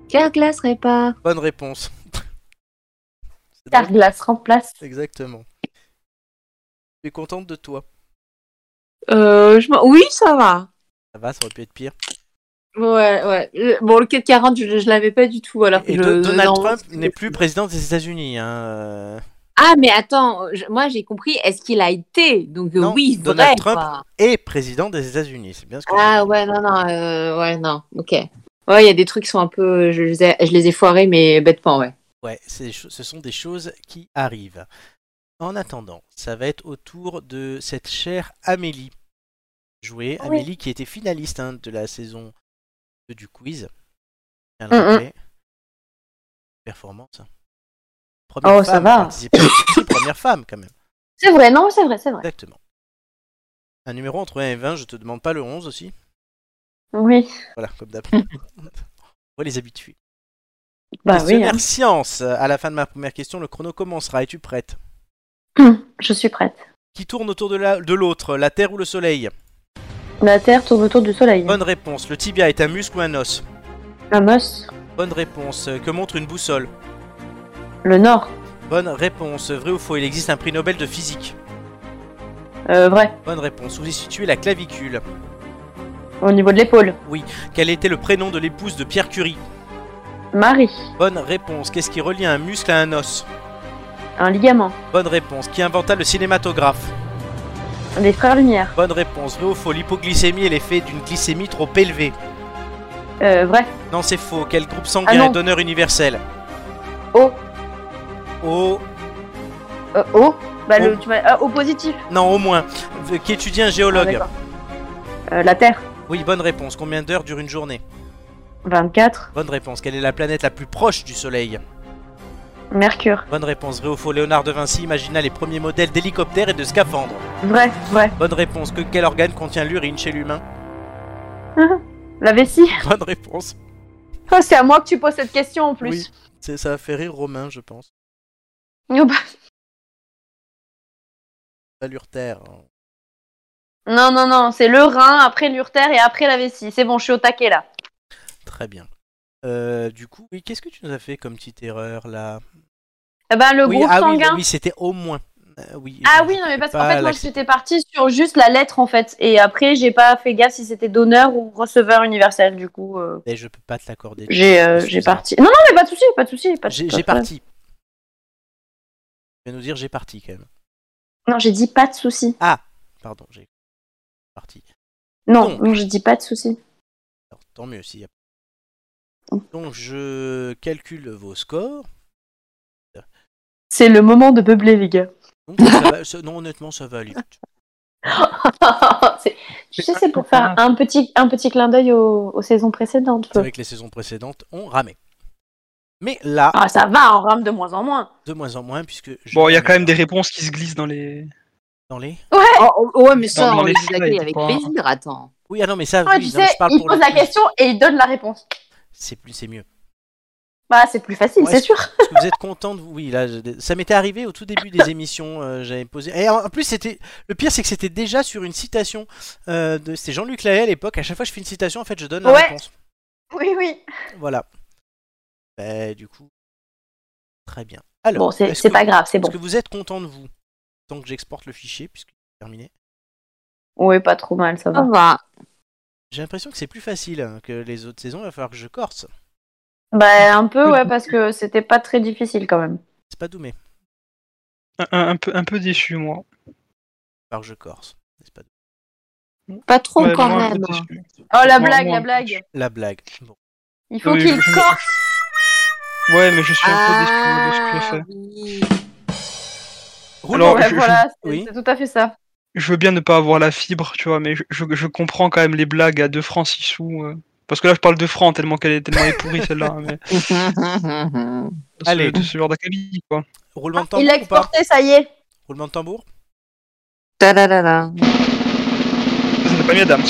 Quelle glace répare
Bonne réponse. C'est drôle.
Terre glace remplace.
Exactement. Je suis contente de toi.
euh, je m'en- Oui, ça va.
Ça va, ça aurait pu être pire.
Ouais, ouais. Le- Bon, le 440, je, je l'avais pas du tout. Alors que
Et
je-
Do- Donald
non,
Trump
c'est-
n'est plus président des États-Unis. hein, euh.
Ah, mais attends, je- moi j'ai compris, est-ce qu'il a été Donc euh,
Non,
oui,
Donald
vrai,
Trump.
quoi.
Et président des États-Unis, c'est bien ce que je
Ah
dis.
ouais, non, non, euh, ouais, non, ok. Ouais, il y a des trucs qui sont un peu. Je, les ai- je les ai foirés, mais bêtement, ouais.
Ouais, c'est- ce sont des choses qui arrivent. En attendant, ça va être au tour de cette chère Amélie. Jouer
Ah Oui.
Amélie qui était finaliste hein, de la saison 2 du quiz. Elle
Mm, mm.
Performance. Première
Oh, ça
femme à
va.
participer à ce quiz, première femme quand même.
C'est vrai, non, c'est vrai, c'est vrai.
Exactement. Un numéro entre 1 et 20, je te demande pas le 11 aussi.
Oui.
Voilà, comme d'hab. On va les habituer.
Bah oui,
hein.
Questionnaire science. À la fin de ma première question, le chrono commencera. Es-tu prête
hein. Je suis prête.
Qui tourne autour de la- de l'autre, la Terre ou le Soleil
La Terre tourne autour du Soleil.
Bonne réponse. Le tibia est un muscle ou un os
Un os,
Bonne réponse. Que montre une boussole
le Nord.
Bonne réponse. Vrai ou faux Il existe un prix Nobel de physique.
Euh, vrai,
Bonne réponse. Où est située la clavicule
au niveau de l'épaule.
Quel était le prénom de l'épouse de Pierre Curie
Marie,
Bonne réponse. Qu'est-ce qui relie un muscle à un os
un ligament.
Bonne réponse. Qui inventa le cinématographe
Les frères Lumière.
Bonne réponse. Vrai ou faux L'hypoglycémie est l'effet d'une glycémie trop élevée.
Euh, vrai.
Non, c'est faux. Quel groupe
Ah
sanguin
non.
est donneur universel
O.
Au.
Euh, o. Bah,
O.
le, tu m'as- euh, O positif.
Non, au moins. Euh, Qui étudie un géologue
Ah, d'accord. Euh, la Terre.
Oui, bonne réponse. Combien d'heures dure une journée
24.
Bonne réponse. Quelle est la planète la plus proche du Soleil
Mercure.
Bonne réponse. Vrai ou faux Léonard de Vinci imagina les premiers modèles d'hélicoptères et de scaphandres.
Vrai, vrai.
Bonne réponse. Que quel organe contient l'urine chez l'humain
La vessie.
Bonne réponse.
Ah, C'est à moi que tu poses cette question en plus.
Oui. C'est- Ça a fait rire Romain, je pense.
Oh, bah.
Pas hein. l'urtère.
Non, non, non, c'est le rein, après l'urtère et après la vessie. C'est bon, je suis au taquet là.
Très bien. Euh, du coup, oui, qu'est-ce que tu nous as fait comme petite erreur là
Eh ben, le
oui,
groupe
ah, oui,
sanguin.
bah oui, c'était au moins. Euh, oui,
Ah
je-
oui,
je
non, mais parce
pouvais
qu'en
pas
fait, moi,
l'accep-
j'étais partie sur juste la lettre en fait. Et après, j'ai pas fait gaffe si c'était donneur ou receveur universel. Du coup, euh,
Mais je peux pas te l'accorder.
j'ai euh, j'ai
Excuse-moi.
parti. Non, non, mais pas de souci, pas de souci. pas de-
J'ai
pas de
j'ai
problème.
parti. Tu vas nous dire j'ai parti quand même.
Non, j'ai dit pas de souci.
Pardon, j'ai parti.
Non,
Donc.
non, j'ai dit pas de souci.
Alors, tant mieux s'il y a
Mm.
Donc je calcule vos scores.
C'est le moment de beubler, les gars.
Donc, ça va- ça- non, honnêtement, ça va aller vite.
C'est- tu sais, c'est pour faire un petit, un petit clin d'œil aux, aux saisons précédentes.
C'est vrai que les saisons précédentes ont ramé. Mais là,
Ah, ça va, on rame de moins en moins.
de moins en moins, puisque. je-
Bon, il y a quand même des réponses qui se glissent dans les.
Dans les...
Oh, oh, ouais, mais ça,
Dans- dans
on
les
les
faits,
accueille
il
avec
faut pas-
plaisir, attends.
Oui, ah non, mais ça,
Ah,
oui,
tu
non, mais
sais,
je parle
il
pour
pose
le
la
plus.
question et il donne la réponse.
C'est plus, c'est mieux.
Bah, c'est plus facile,
Ouais,
c'est sûr.
Est-ce que vous êtes content de vous Oui, là, je- ça m'était arrivé au tout début des émissions. euh, J'avais posé. Et en en plus, c'était le pire, c'est que c'était déjà sur une citation euh, de. C'était Jean-Luc Lahaye à l'époque. À chaque fois que je fais une citation, en fait, je donne la
Ouais.
réponse.
Oui, oui.
Voilà. Ben, du coup, très bien. Alors,
Bon, c'est
est-ce
c'est
que
pas
vous-
grave, c'est bon.
Est-ce que vous êtes content de vous Tant que j'exporte le fichier, puisque c'est terminé.
Oui, pas trop mal, ça
Ça
va.
va.
J'ai l'impression que c'est plus facile hein, que les autres saisons. Il va falloir que je corse.
Bah, un peu, ouais, parce que c'était pas très difficile quand même.
C'est pas doumé. Il
Un, un- un peu, un peu déçu, moi.
va falloir que je corse. C'est pas Doumé.
Pas trop
Ouais,
quand
moi, un peu
même.
déçu.
Oh, la
Moi,
blague,
moi,
la blague.
La blague. Bon.
Il faut
Oui, je-
qu'il
je-
corse.
Ouais, mais je
Ah.
suis un peu déçu moi, de ce que j'ai
Ah,
fait.
oui.
Roule
Alors,
dans-
Ouais,
je-
voilà, c'est
oui.
c'est tout à fait ça.
Ah. Je veux bien ne pas avoir la fibre, tu vois, mais je, je- je comprends quand même les blagues à 2 francs 6 sous. euh, Parce que là, je parle de francs tellement qu'elle est tellement elle est pourrie celle-là. hein, mais de ce-
Allez.
de ce genre d'acabit, quoi.
Roulement de
Il
tambour
l'a
ou pas
exporté, ça y est.
Roulement de tambour
Ta la la la.
Ça fait pas mis Adams.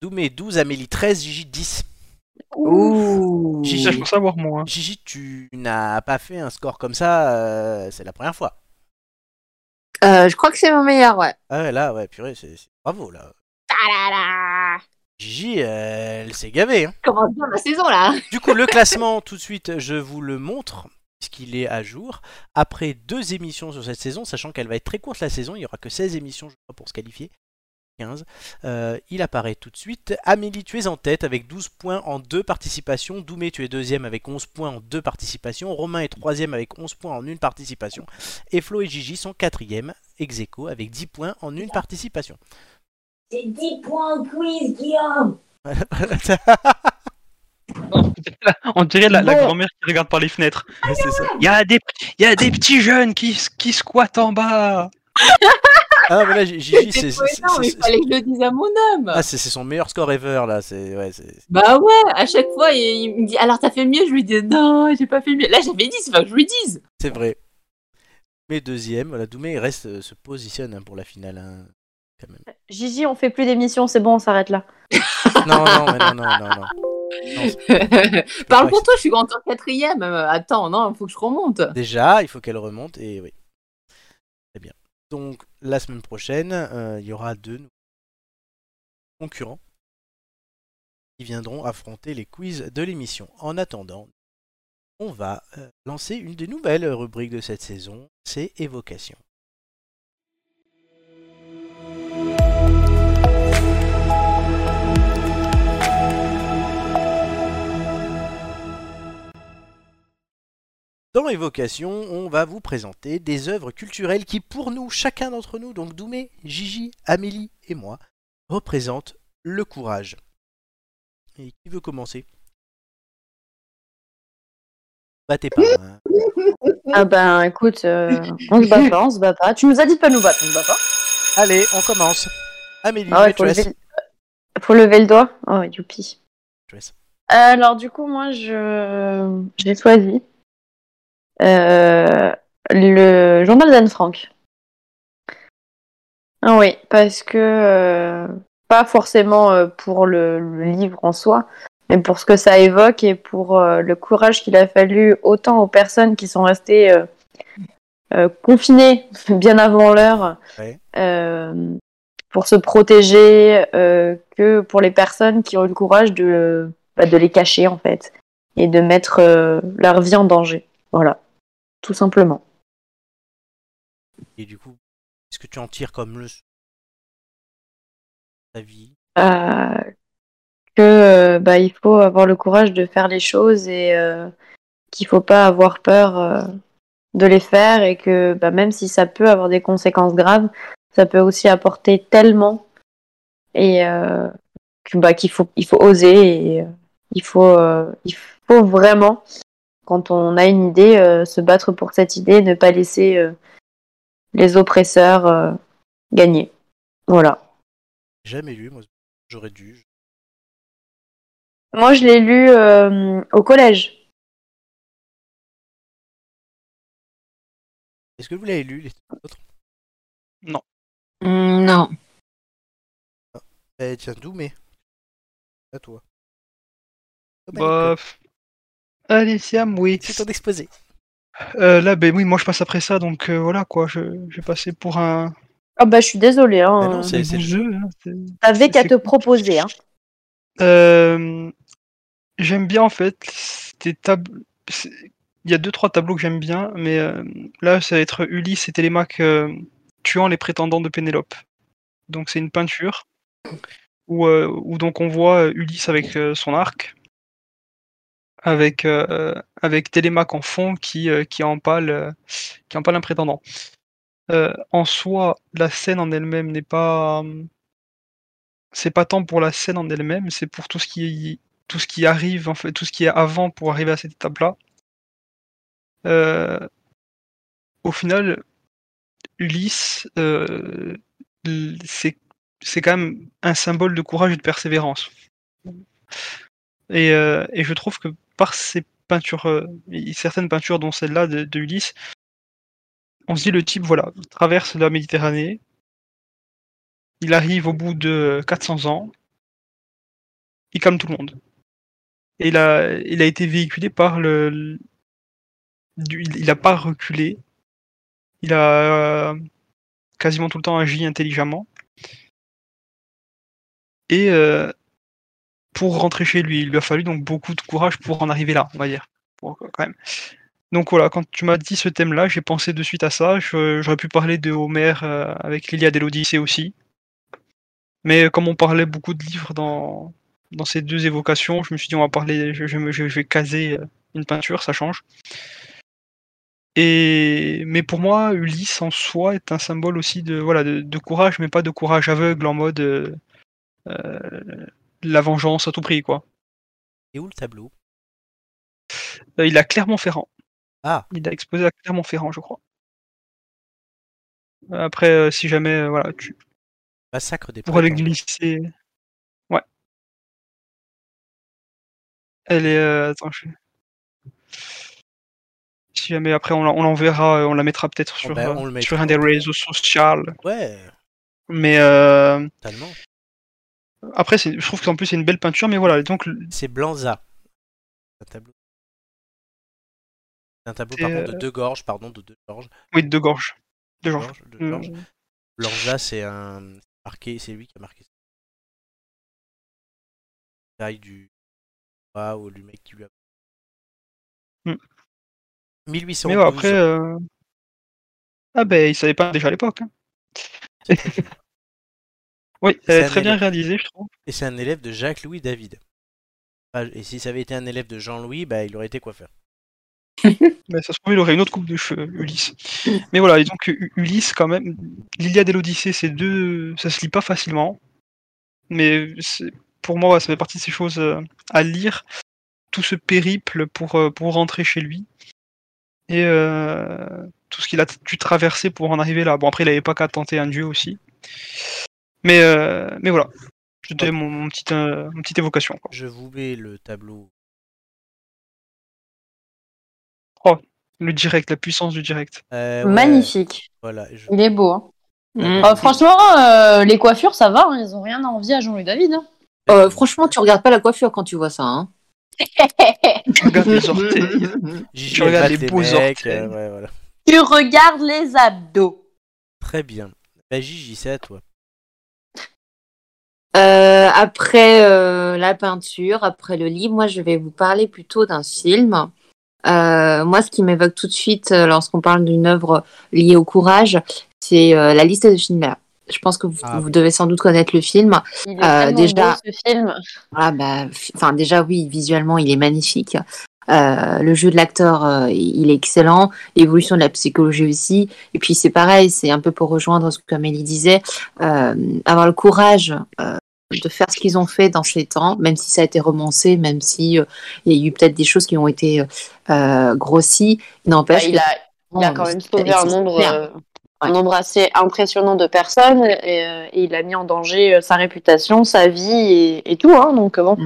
Doumé 12, Amélie 13, Gigi 10.
Ouh.
Gigi,
Ça, je peux savoir, moi. hein.
Gigi, tu n'as pas fait un score comme ça, euh, c'est la première fois.
Euh, je crois que c'est mon meilleur, ouais.
Ah ouais, là, ouais, purée, c'est c'est- bravo, là. Gigi, euh, elle s'est gavée. hein.
Commence bien la saison, là.
Du coup, le classement, tout de suite, je vous le montre, puisqu'il est à jour. Après deux émissions sur cette saison, sachant qu'elle va être très courte la saison, il n'y aura que 16 émissions je crois, pour se qualifier. 15. Euh, il apparaît tout de suite. Amélie, tu es en tête avec 12 points en deux participations. Doumé, tu es deuxième avec 11 points en deux participations. Romain est troisième avec 11 points en une participation. Et Flo et Gigi sont quatrième, ex aequo, avec 10 points en une participation.
C'est 10 points au quiz, Guillaume.
On dirait la, la
Bon.
grand-mère qui regarde par les fenêtres.
C'est ça.
Il y, a des- il y a des petits jeunes qui, s- qui squattent en bas.
Ah, voilà, Gigi, c'est.
trop
c'est-
énorme,
c'est-
il fallait que je le dise à mon homme.
Ah, c'est c'est son meilleur score ever là. C'est ouais, c'est-
Bah ouais, à chaque fois, il, il me dit alors t'as fait mieux, je lui dis non, j'ai pas fait mieux. Là, j'avais dit, c'est pas que je lui dise.
c'est vrai. Mais deuxième, voilà, Doumé il reste, euh, se positionne hein, pour la finale. hein, quand même.
Gigi, on fait plus d'émissions, c'est bon, on s'arrête là.
Non, non, mais non, non, non, non. Non, c'est-
Parle pour toi, je suis encore quatrième. Euh, Attends, non, faut que je remonte.
Déjà, il faut qu'elle remonte et oui. Très bien. Donc la semaine prochaine, euh, il y aura deux nouveaux concurrents qui viendront affronter les quiz de l'émission. En attendant, on va euh, lancer une des nouvelles rubriques de cette saison, c'est évocation. Dans Évocation, on va vous présenter des œuvres culturelles qui, pour nous, chacun d'entre nous, donc Doumé, Gigi, Amélie et moi, représentent le courage. Et qui veut commencer Battez pas. hein.
Ah ben écoute, euh, on se bat pas, on se bat pas. Tu nous as dit de pas nous battre, on se bat pas.
Allez, on commence. Amélie,
Ah ouais,
tu
faut, lever... le- faut lever le doigt. Oh, youpi.
Je laisse.
Euh, alors du coup, moi, je j'ai choisi euh, le journal d'Anne Frank. Ah oui, parce que euh, pas forcément euh, pour le, le livre en soi, mais pour ce que ça évoque et pour euh, le courage qu'il a fallu autant aux personnes qui sont restées euh, euh, confinées bien avant l'heure
Ouais.
euh, pour se protéger euh, que pour les personnes qui ont eu le courage de, bah, de les cacher en fait et de mettre euh, leur vie en danger. Voilà, tout simplement.
Et du coup, qu'est-ce que tu en tires comme leçon Ta vie
euh, que euh, bah, il faut avoir le courage de faire les choses et euh, qu'il faut pas avoir peur euh, de les faire et que bah, même si ça peut avoir des conséquences graves, ça peut aussi apporter tellement et euh, que, bah, qu'il faut il faut oser et euh, il faut euh, il faut vraiment quand on a une idée euh, se battre pour cette idée, ne pas laisser euh, les oppresseurs euh, gagner. Voilà.
J'ai Jamais lu, moi j'aurais dû.
Moi, je l'ai lu euh, au collège.
Est-ce que vous l'avez lu les autres
Hmm, non.
Eh tiens, Doumé. À toi. Comme à l'école.
Bof. Allez, Siam, oui.
C'est ton exposé.
Euh, là, ben oui, moi je passe après ça, donc euh, voilà quoi, je, je vais passer pour un.
Ah bah, je suis désolée. Hein.
Bah non, c'est-
un
le-
jeu. hein, c'est-
T'avais qu'à
c'est-
te proposer. Hein.
Euh, j'aime bien en fait tes tab- c'est- Il y a deux trois tableaux que j'aime bien, mais euh, là ça va être Ulysse et Télémaque euh, tuant les prétendants de Pénélope. Donc c'est une peinture où, euh, où donc on voit euh, Ulysse avec euh, son arc, avec euh, avec Télémaque en fond qui euh, qui empale euh, qui empale un prétendant. Euh, en soi, la scène en elle-même n'est pas hum, c'est pas tant pour la scène en elle-même, c'est pour tout ce qui tout ce qui arrive en fait, tout ce qui est avant pour arriver à cette étape-là. Euh, au final, Ulysse, euh, l- c'est c'est quand même un symbole de courage et de persévérance. Et, euh, et je trouve que par ces peintures, euh, y- certaines peintures dont celle-là de, de Ulysse, on se dit le type voilà il traverse la Méditerranée, il arrive au bout de 400 ans. Il calme tout le monde. Et il a, il a été véhiculé par le. le- du- il il a pas reculé. Il a euh, quasiment tout le temps agi intelligemment. Et euh, pour rentrer chez lui, il lui a fallu donc beaucoup de courage pour en arriver là, on va dire. Pour- quand même. Donc voilà, quand tu m'as dit ce thème-là, j'ai pensé de suite à ça. Je- J'aurais pu parler de Homer euh, avec l'Iliade et l'Odyssée aussi. Mais comme on parlait beaucoup de livres dans, dans ces deux évocations, je me suis dit on va parler, je, je me- je- je vais caser euh, une peinture, ça change. Et mais pour moi, Ulysse en soi est un symbole aussi de voilà de, de courage, mais pas de courage aveugle en mode euh, euh, la vengeance à tout prix quoi.
Et où le tableau
Euh, il a Clermont-Ferrand.
Ah.
Il a exposé à Clermont-Ferrand, je crois. Après, euh, si jamais euh, voilà, tu
Massacre des
pourrais les
prétendants.
glisser. Ouais. Elle est. euh, attends, je... Si jamais après on la- on l'enverra, euh, on la mettra peut-être sur,
ben,
euh,
on le
sur
mettra,
un des
on le
réseaux sociaux.
Ouais,
Mais euh,
totalement.
après, c'est- je trouve qu'en plus c'est une belle peinture, mais voilà. Donc le-
C'est Blanza. Un tableau. Un tableau
C'est,
pardon, de
euh,
deux gorges, pardon, de deux gorges.
oui, de gorge, de gorge.
Gorges, deux
Mm.
gorges. Blanza, c'est un marqué, c'est lui qui a marqué. ça. Taille du ah, ou le mec qui lui a.
Hmm.
1812.
Mais ouais, après, euh, ah ben il savait pas déjà à l'époque. hein. oui, elle
C'est
est
un
très bien
élève.
réalisée, je trouve.
Et c'est un élève de Jacques-Louis David. Ah, Et si ça avait été un élève de Jean-Louis, bah, il aurait été coiffeur.
Mais ça se trouve, il aurait une autre coupe de cheveux, Ulysse. Mais voilà, et donc U- Ulysse, quand même, l'Iliade et l'Odyssée, ces deux, ça se lit pas facilement. Mais c'est- pour moi, ouais, ça fait partie de ces choses euh, à lire. Tout ce périple pour, euh, pour rentrer chez lui. Et euh, tout ce qu'il a dû traverser pour en arriver là. Bon, après, il avait pas qu'à tenter un dieu aussi. Mais, euh, mais voilà. Je te mon, mon, petit, euh, mon petite évocation. quoi.
Je vous mets le tableau.
Le direct, la puissance du direct.
Euh, ouais,
Magnifique.
Euh, Voilà, et je-
Il est beau. Hein.
Mm.
Euh, franchement, euh, les coiffures, ça va, hein, ils ont rien à envier à Jean-Louis David. hein.
Euh, franchement, tu regardes pas la coiffure quand tu vois ça. Hein.
Tu regardes les orteils.
Gigi,
Tu
elle
regardes
bat
les
tes
beaux
mecs,
orteils.
euh, ouais, voilà.
tu regardes les abdos.
Très bien. Bah, Gigi, c'est à toi.
Euh, après euh, la peinture, après le livre, moi je vais vous parler plutôt d'un film. Euh, moi, ce qui m'évoque tout de suite euh, lorsqu'on parle d'une œuvre liée au courage, c'est euh, La liste de Schindler. Je pense que vous,
Ah,
vous devez sans doute connaître le film.
Il est
Euh,
tellement
déjà-
beau, ce film.
Ah bah, f- enfin déjà oui, visuellement il est magnifique. Euh, le jeu de l'acteur, euh, il est excellent. L'évolution de la psychologie aussi. Et puis c'est pareil, c'est un peu pour rejoindre ce que Amélie disait, euh, avoir le courage euh, de faire ce qu'ils ont fait dans ces temps, même si ça a été romancé, même si euh, il y a eu peut-être des choses qui ont été euh, euh, grossies.
Bah,
N'empêche,
il,
que-
a, il a quand même sauvé un nombre,
Merde.
euh, un nombre assez impressionnant de personnes et, euh, et il a mis en danger euh, sa réputation, sa vie et, et tout. Hein, donc euh, bon.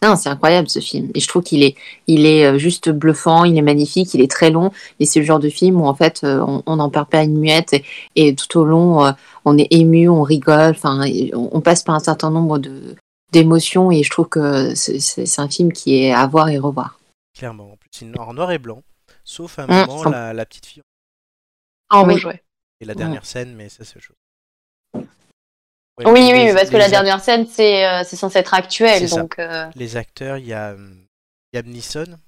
Non, c'est incroyable ce film. Et je trouve qu'il est, il est euh, juste bluffant, il est magnifique, il est très long. Et c'est le genre de film où en fait, euh, on, on n'en perd pas une muette. Et, et tout au long, euh, on est ému, on rigole. Enfin, et on, on passe par un certain nombre de d'émotions. Et je trouve que c'est- c'est c'est un film qui est à voir et revoir.
Clairement. En plus, c'est en noir et blanc. Sauf à un
Mm.
moment, la, la petite fille
Ah
oui.
et
Mm.
la dernière scène, mais ça, c'est autre chose. Ouais,
Oui,
mais
oui,
les-
mais parce que
les
la
ac-
dernière scène, c'est euh, c'est censé être
C'est
actuel.
ça.
Donc, euh,
Les acteurs, il y a. hum, Il y a Neeson.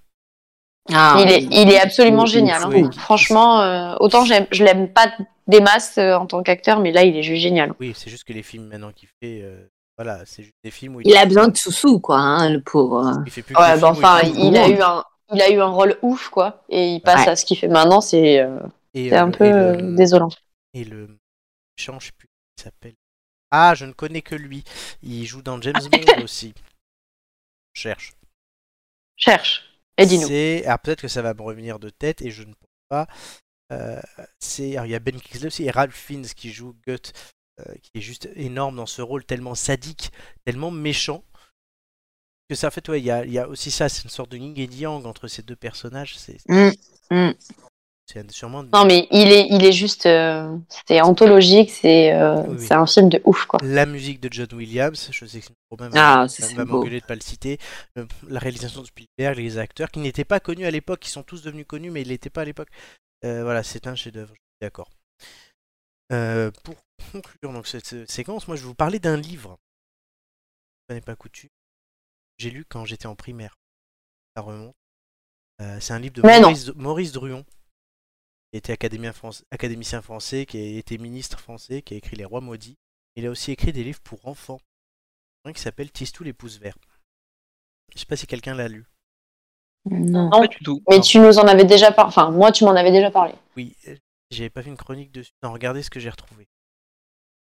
Ah,
il, est, il est absolument
il- il
génial.
faut-
hein.
oui.
Franchement, euh, autant j'aime- je l'aime pas des masses euh, en tant qu'acteur, mais là, il est juste génial.
Oui, c'est juste que les films maintenant qu'il fait. euh, voilà, c'est juste des films où
Il a besoin de sous-sous, quoi, hein, le pauvre. hein.
Il fait plus que
Ouais,
des
bah,
films où
enfin,
fait-
il a eu un. Il a eu un rôle ouf, quoi, et il passe
Ouais.
à ce qu'il fait maintenant, c'est euh,
Et,
c'est
euh,
un
le-
peu
et
euh,
le-
désolant.
Et le méchant, je sais plus comment il s'appelle. Ah, je ne connais que lui. Il joue dans
Ah.
James Bond aussi. Je Cherche.
Cherche et dis-nous.
C'est- Alors peut-être que ça va me revenir de tête et je ne pense pas. Euh, c'est... alors, il y a Ben Kingsley aussi et Ralph Fiennes qui joue Gut, euh, qui est juste énorme dans ce rôle tellement sadique, tellement méchant. Que ça, en fait, ouais, il y a, il y a aussi ça, c'est une sorte de yin et yang entre ces deux personnages. C'est,
Mm, mm.
c'est sûrement
Non, mais il est, il est juste. euh, c'est anthologique, c'est euh,
Oui, oui.
c'est un film de ouf, quoi.
la musique de John Williams. Je sais que Romain
Ah,
va,
ça, c'est
va
beau.
m'engueuler de pas le citer. Euh, la réalisation de Spielberg, les acteurs qui n'étaient pas connus à l'époque, qui sont tous devenus connus, mais ils l'étaient pas à l'époque. Euh, voilà, c'est un chef-d'œuvre. je suis D'accord. Euh, pour conclure donc cette euh, séquence, moi je vais vous parler d'un livre. Ça n'est pas coutume. J'ai lu quand j'étais en primaire. Ça remonte. Euh, c'est un livre de
Mais non.
Maurice, Maurice Druon, qui était académien France- académicien français, qui a été ministre français, qui a écrit Les Rois maudits. Il a aussi écrit des livres pour enfants. Un qui s'appelle Tistou les pouces verts. Je sais pas si quelqu'un l'a lu.
Non.
Pas du tout.
Mais tu nous en avais déjà parlé. Enfin, moi, tu m'en avais déjà parlé.
Oui, euh, j'avais pas fait une chronique dessus. Non, regardez ce que j'ai retrouvé.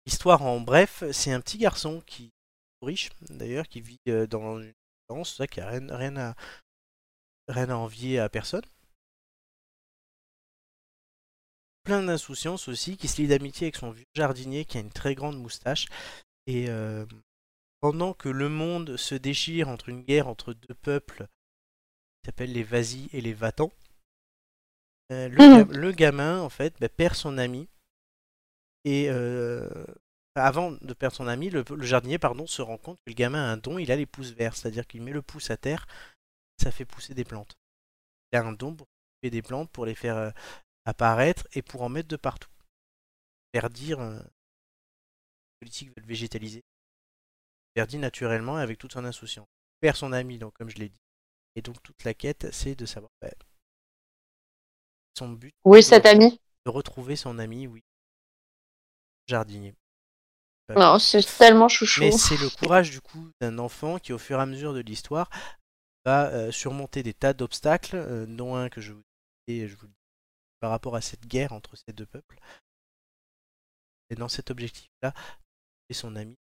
Histoire en bref, c'est un petit garçon qui riche d'ailleurs, qui vit euh, dans une danse, ça qui a rien, rien à rien à envier à personne. Plein d'insouciance aussi, qui se lie d'amitié avec son vieux jardinier qui a une très grande moustache. Et euh, pendant que le monde se déchire entre une guerre entre deux peuples qui s'appellent les Vasis et les Vatans, euh, le,
Mhm.
ga- le gamin, en fait, bah, perd son ami. Et euh, avant de perdre son ami, le, le jardinier pardon, se rend compte que le gamin a un don, il a les pouces verts, c'est-à-dire qu'il met le pouce à terre, ça fait pousser des plantes. Il a un don pour couper des plantes, pour les faire euh, apparaître et pour en mettre de partout. Verdir, euh, les politiques veulent végétaliser. Verdi naturellement et avec toute son insouciance. Il perd son ami, donc comme je l'ai dit. Et donc toute la quête, c'est de savoir bah, son but
Où est cet ami
de retrouver son ami, oui. Jardinier.
Non, c'est tellement chouchou.
Mais c'est le courage du coup d'un enfant qui, au fur et à mesure de l'histoire, va euh, surmonter des tas d'obstacles, euh, dont un que je vous et je vous le dis par rapport à cette guerre entre ces deux peuples. Et dans cet objectif-là, et son ami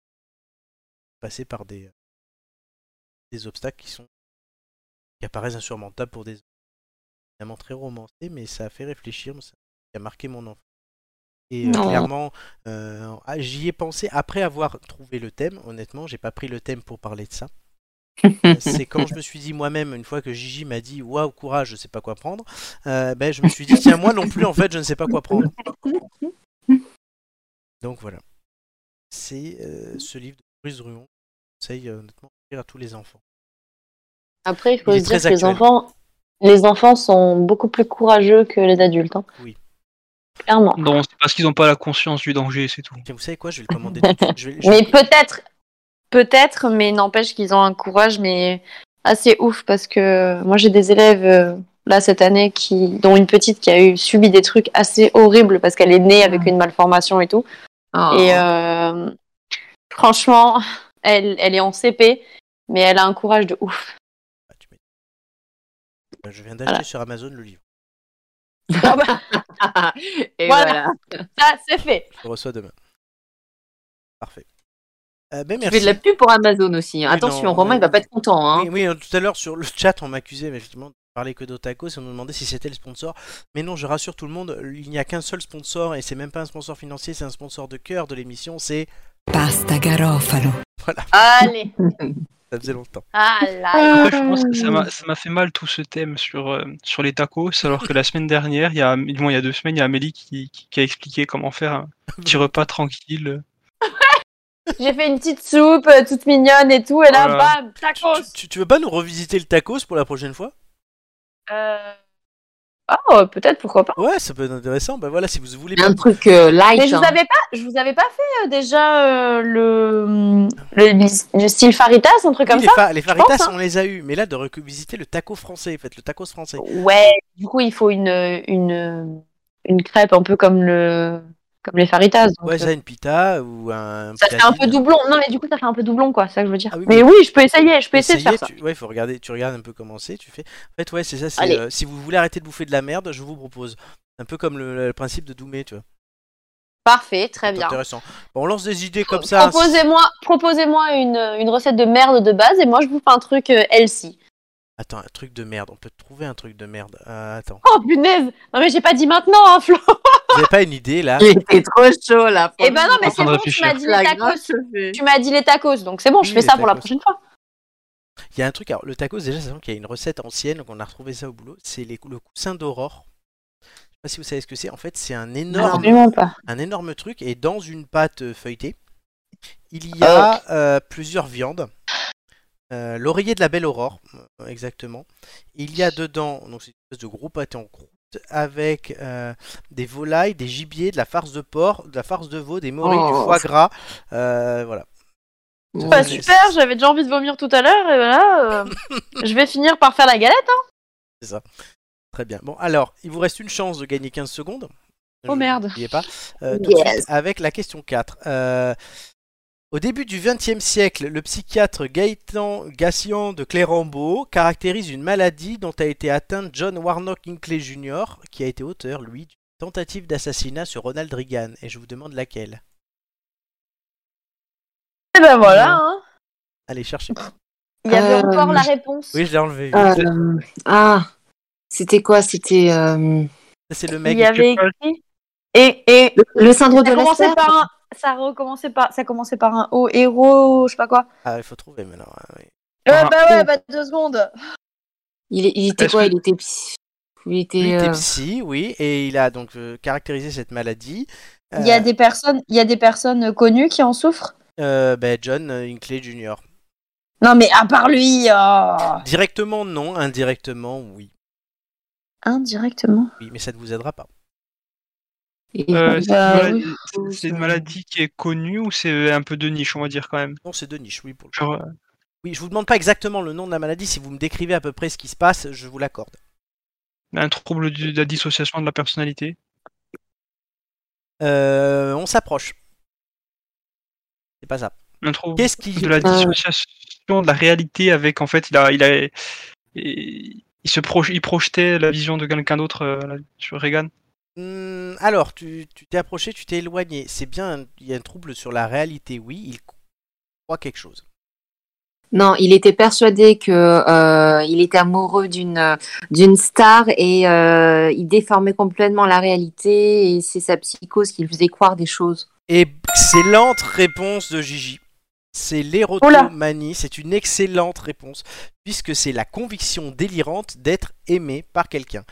passer par des euh, des obstacles qui sont qui apparaissent insurmontables pour des évidemment très romancé, mais ça a fait réfléchir, moi, ça a marqué mon enfant. Et euh,
Non.
clairement, euh, ah, j'y ai pensé après avoir trouvé le thème. Honnêtement, j'ai pas pris le thème pour parler de ça. Euh, C'est quand je me suis dit moi-même, une fois que Gigi m'a dit waouh courage, je sais pas quoi prendre, euh, ben je me suis dit tiens moi non plus en fait je ne sais pas quoi prendre. Donc voilà. C'est euh, ce livre de Bruce Druon que je conseille euh, honnêtement de lire à tous les enfants.
Après, il faut
Il est
se
très
dire que les
actuel.
enfants, les enfants sont beaucoup plus courageux que les adultes. hein.
Oui.
Clairement.
Non, c'est parce qu'ils n'ont pas la conscience du danger, c'est tout.
Tiens, vous savez quoi Je vais le commander tout de suite. Je vais- je vais-
Mais peut-être, peut-être, mais n'empêche qu'ils ont un courage mais assez ouf parce que moi j'ai des élèves euh, là cette année qui, dont une petite qui a eu subi des trucs assez horribles parce qu'elle est née avec une malformation et tout.
Oh.
Et euh, franchement, elle, elle est en CP, mais elle a un courage de ouf.
Ah, tu m'étonnes. je viens d'acheter
Voilà.
sur Amazon le livre.
Et
voilà.
voilà.
Ça, c'est fait.
Je le reçois demain. Parfait. Euh, ben,
Tu
merci.
fais de la pub pour Amazon aussi. hein.
Oui,
Attention,
non,
Romain,
mais-
il va pas être content. Hein.
Oui, oui, euh, tout à l'heure sur le chat, on m'accusait mais effectivement de parler que d'Otaco, et on me demandait si c'était le sponsor. Mais non, je rassure tout le monde, il n'y a qu'un seul sponsor, et c'est même pas un sponsor financier, c'est un sponsor de cœur de l'émission, c'est...
Pasta Garofalo.
Allez,
Ça faisait longtemps.
ah là.
Après, je pense que ça m'a- ça m'a fait mal tout ce thème sur, euh, sur les tacos, alors que la semaine dernière, il y a, du moins, il y a deux semaines, il y a Amélie qui, qui, qui a expliqué comment faire un petit repas tranquille.
J'ai fait une petite soupe euh, toute mignonne et tout, et là,
Voilà.
bam, tacos.
Tu, tu veux pas nous revisiter le tacos pour la prochaine fois
Euh, Oh, peut-être, pourquoi pas.
Ouais, ça peut être intéressant. Ben voilà, si vous voulez...
Un truc euh, light.
Mais je vous
hein.
avais pas, je vous avais pas fait euh, déjà euh, le, le, le style faritas, un truc comme
Oui, les,
ça.
fa- les faritas,
pense, hein.
on les a eu, mais là, de revisiter le taco français, en fait, le tacos français.
Ouais, du coup, il faut une, une, une crêpe un peu comme le, comme les faritas. donc,
Ouais,
euh,
ça, une pita ou un...
Ça fait un peu
pitadine.
doublon. Non, mais du coup, ça fait un peu doublon, quoi. C'est ça que je veux dire.
Ah oui,
mais
mais-
oui, je peux essayer. Je peux essayer de
Essayez,
faire ça.
tu... Ouais, faut regarder, tu regardes un peu comment c'est, tu fais. En fait, ouais, c'est ça. c'est,
Allez.
euh, si vous voulez arrêter de bouffer de la merde, je vous propose. Un peu comme le, le principe de Doumé, tu vois.
Parfait, très
C'est
bien.
Intéressant. Bon, on lance des idées comme ça. hein,
Proposez-moi proposez-moi une, une recette de merde de base et moi, je vous fais un truc euh, healthy.
Attends, un truc de merde. On peut trouver un truc de merde. Euh, attends.
Oh, punaise Non, mais j'ai pas dit maintenant, hein, Flo
Vous avez pas une idée là
Il était trop chaud là.
Eh ben non, mais
en
c'est
train de
bon, tu m'as
réfléchir.
dit
La
les tacos.
grosse cheveux.
Tu m'as dit les tacos, donc c'est bon, je
Oui,
fais
les
ça pour la
tacos.
prochaine fois.
Il y a un truc. Alors, le tacos, déjà, sachant qu'il y a une recette ancienne, donc on a retrouvé ça au boulot. C'est les- le coussin d'aurore. Je sais pas si vous savez ce que c'est. En fait, c'est un énorme.
pas.
un énorme truc et dans une pâte euh, feuilletée, il y a euh, plusieurs viandes. Euh, L'oreiller de la belle aurore, euh, exactement. Il y a dedans, donc c'est une espèce de gros pâté en croûte, avec euh, des volailles, des gibiers, de la farce de porc, de la farce de veau, des morilles, du
Oh.
foie gras. Euh, voilà.
Bah,
Ouais,
super, j'avais déjà envie de vomir tout à l'heure, et voilà. euh, je vais finir par faire la galette. hein.
Très bien. Bon, alors, il vous reste une chance de gagner 15 secondes. Je-
Oh, merde.
N'oubliez pas. Euh, tout de
Yes.
suite, avec la question 4. Euh, au début du XXe siècle, le psychiatre Gaëtan Gassian de Clérambault caractérise une maladie dont a été atteinte John Warnock Hinckley Jr., qui a été auteur, lui, d'une tentative d'assassinat sur Ronald Reagan. Et je vous demande laquelle.
Et ben voilà. hein.
Allez, cherchez.
Il y avait
Euh,
encore la réponse.
Oui, je l'ai enlevé. oui.
Euh, ah, c'était quoi C'était euh,
Ça, C'est le
Il
mec.
y avait
pas.
écrit. Et, et
le, le syndrome
ça
de
commençait
Lester
par un. Ça recommençait par. Ça commençait par un O héros, je sais pas quoi.
Ah, il faut trouver maintenant. hein, oui.
Par un
bah ouais, bah deux secondes.
il, il était
Est-ce
quoi
que-
Il était psy. Il était.
Lui était
euh,
psy, oui, et il a donc euh, caractérisé cette maladie.
Il y a
Euh,
des personnes. Il y a des personnes connues qui en souffrent.
euh, ben, John Hinckley Jr.
Non mais à part lui. oh.
Directement, non. Indirectement, oui.
Indirectement.
Oui, mais ça ne vous aidera pas.
il-
Euh, c'est une
Bah,
maladie-
oui,
c'est-
oui,
c'est une
ça.
maladie qui est connue ou c'est un peu de niche, on va dire quand même.
Non, c'est de niche, oui. Pour le...
Genre, euh,
Oui, je vous demande pas exactement le nom de la maladie. Si vous me décrivez à peu près ce qui se passe, je vous l'accorde.
un trouble de de la dissociation de la personnalité.
Euh, on s'approche. C'est pas ça.
Un trouble
Qu'est-ce qui...
de la dissociation de la réalité avec en fait il a il a et- il se proj- il projetait la vision de quelqu'un d'autre euh, là, sur Reagan.
Hmm, alors, tu tu t'es approché, tu t'es éloigné. C'est bien, un- il y a un trouble sur la réalité, oui. Il croit quelque chose.
Non, il était persuadé que euh, il était amoureux d'une d'une star et euh, il déformait complètement la réalité et c'est sa psychose qui lui faisait croire des choses.
Excellente réponse de Gigi. C'est l'érotomanie, c'est une excellente réponse, puisque c'est la conviction délirante d'être aimé par quelqu'un.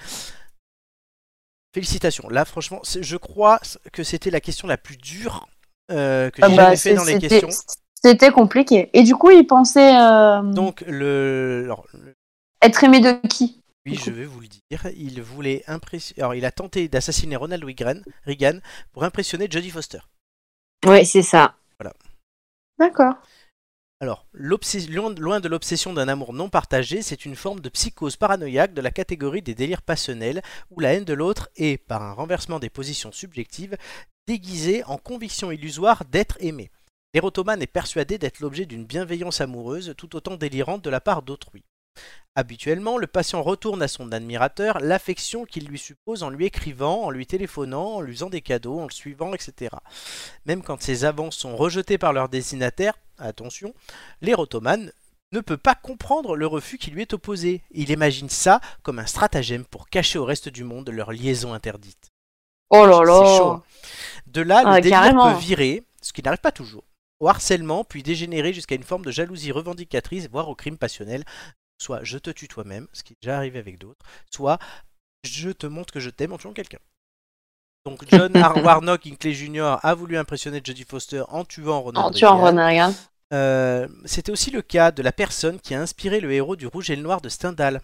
Félicitations. Là, franchement, c'est- je crois que c'était la question la plus dure euh, que
Ah
j'ai
bah,
jamais fait
c'est-
dans les
c'était-
questions.
C'était compliqué. Et du coup, il pensait euh,
Donc, le... alors, le-
être aimé de qui
oui, je vais vous le dire. Il voulait impressionner. Alors, il a tenté d'assassiner Ronald Reagan- Reagan pour impressionner Jodie Foster.
Oui, c'est ça.
D'accord.
Alors, l'obsé- loin loin de l'obsession d'un amour non partagé, c'est une forme de psychose paranoïaque de la catégorie des délires passionnels, où la haine de l'autre est, par un renversement des positions subjectives, déguisée en conviction illusoire d'être aimé. L'érotomane est persuadé d'être l'objet d'une bienveillance amoureuse tout autant délirante de la part d'autrui. Habituellement, le patient retourne à son admirateur l'affection qu'il lui suppose en lui écrivant, en lui téléphonant, en lui faisant des cadeaux, en le suivant, etc. Même quand ses avances sont rejetées par leur destinataire, attention, l'érotomane ne peut pas comprendre le refus qui lui est opposé. Il imagine ça comme un stratagème pour cacher au reste du monde leur liaison interdite.
Oh là là.
C'est chaud. hein. De là, le
Ah,
délire
carrément.
peut virer, ce qui n'arrive pas toujours, au harcèlement, puis dégénérer jusqu'à une forme de jalousie revendicatrice, voire au crime passionnel. Soit je te tue toi-même, ce qui est déjà arrivé avec d'autres, soit je te montre que je t'aime en tuant quelqu'un. Donc John R. Warnock Hinckley Jr. a voulu impressionner Jodie Foster en tuant Ronald
En tuant
Reagan.
Ronald Reagan.
Euh, C'était aussi le cas de la personne qui a inspiré le héros du Rouge et le Noir de Stendhal.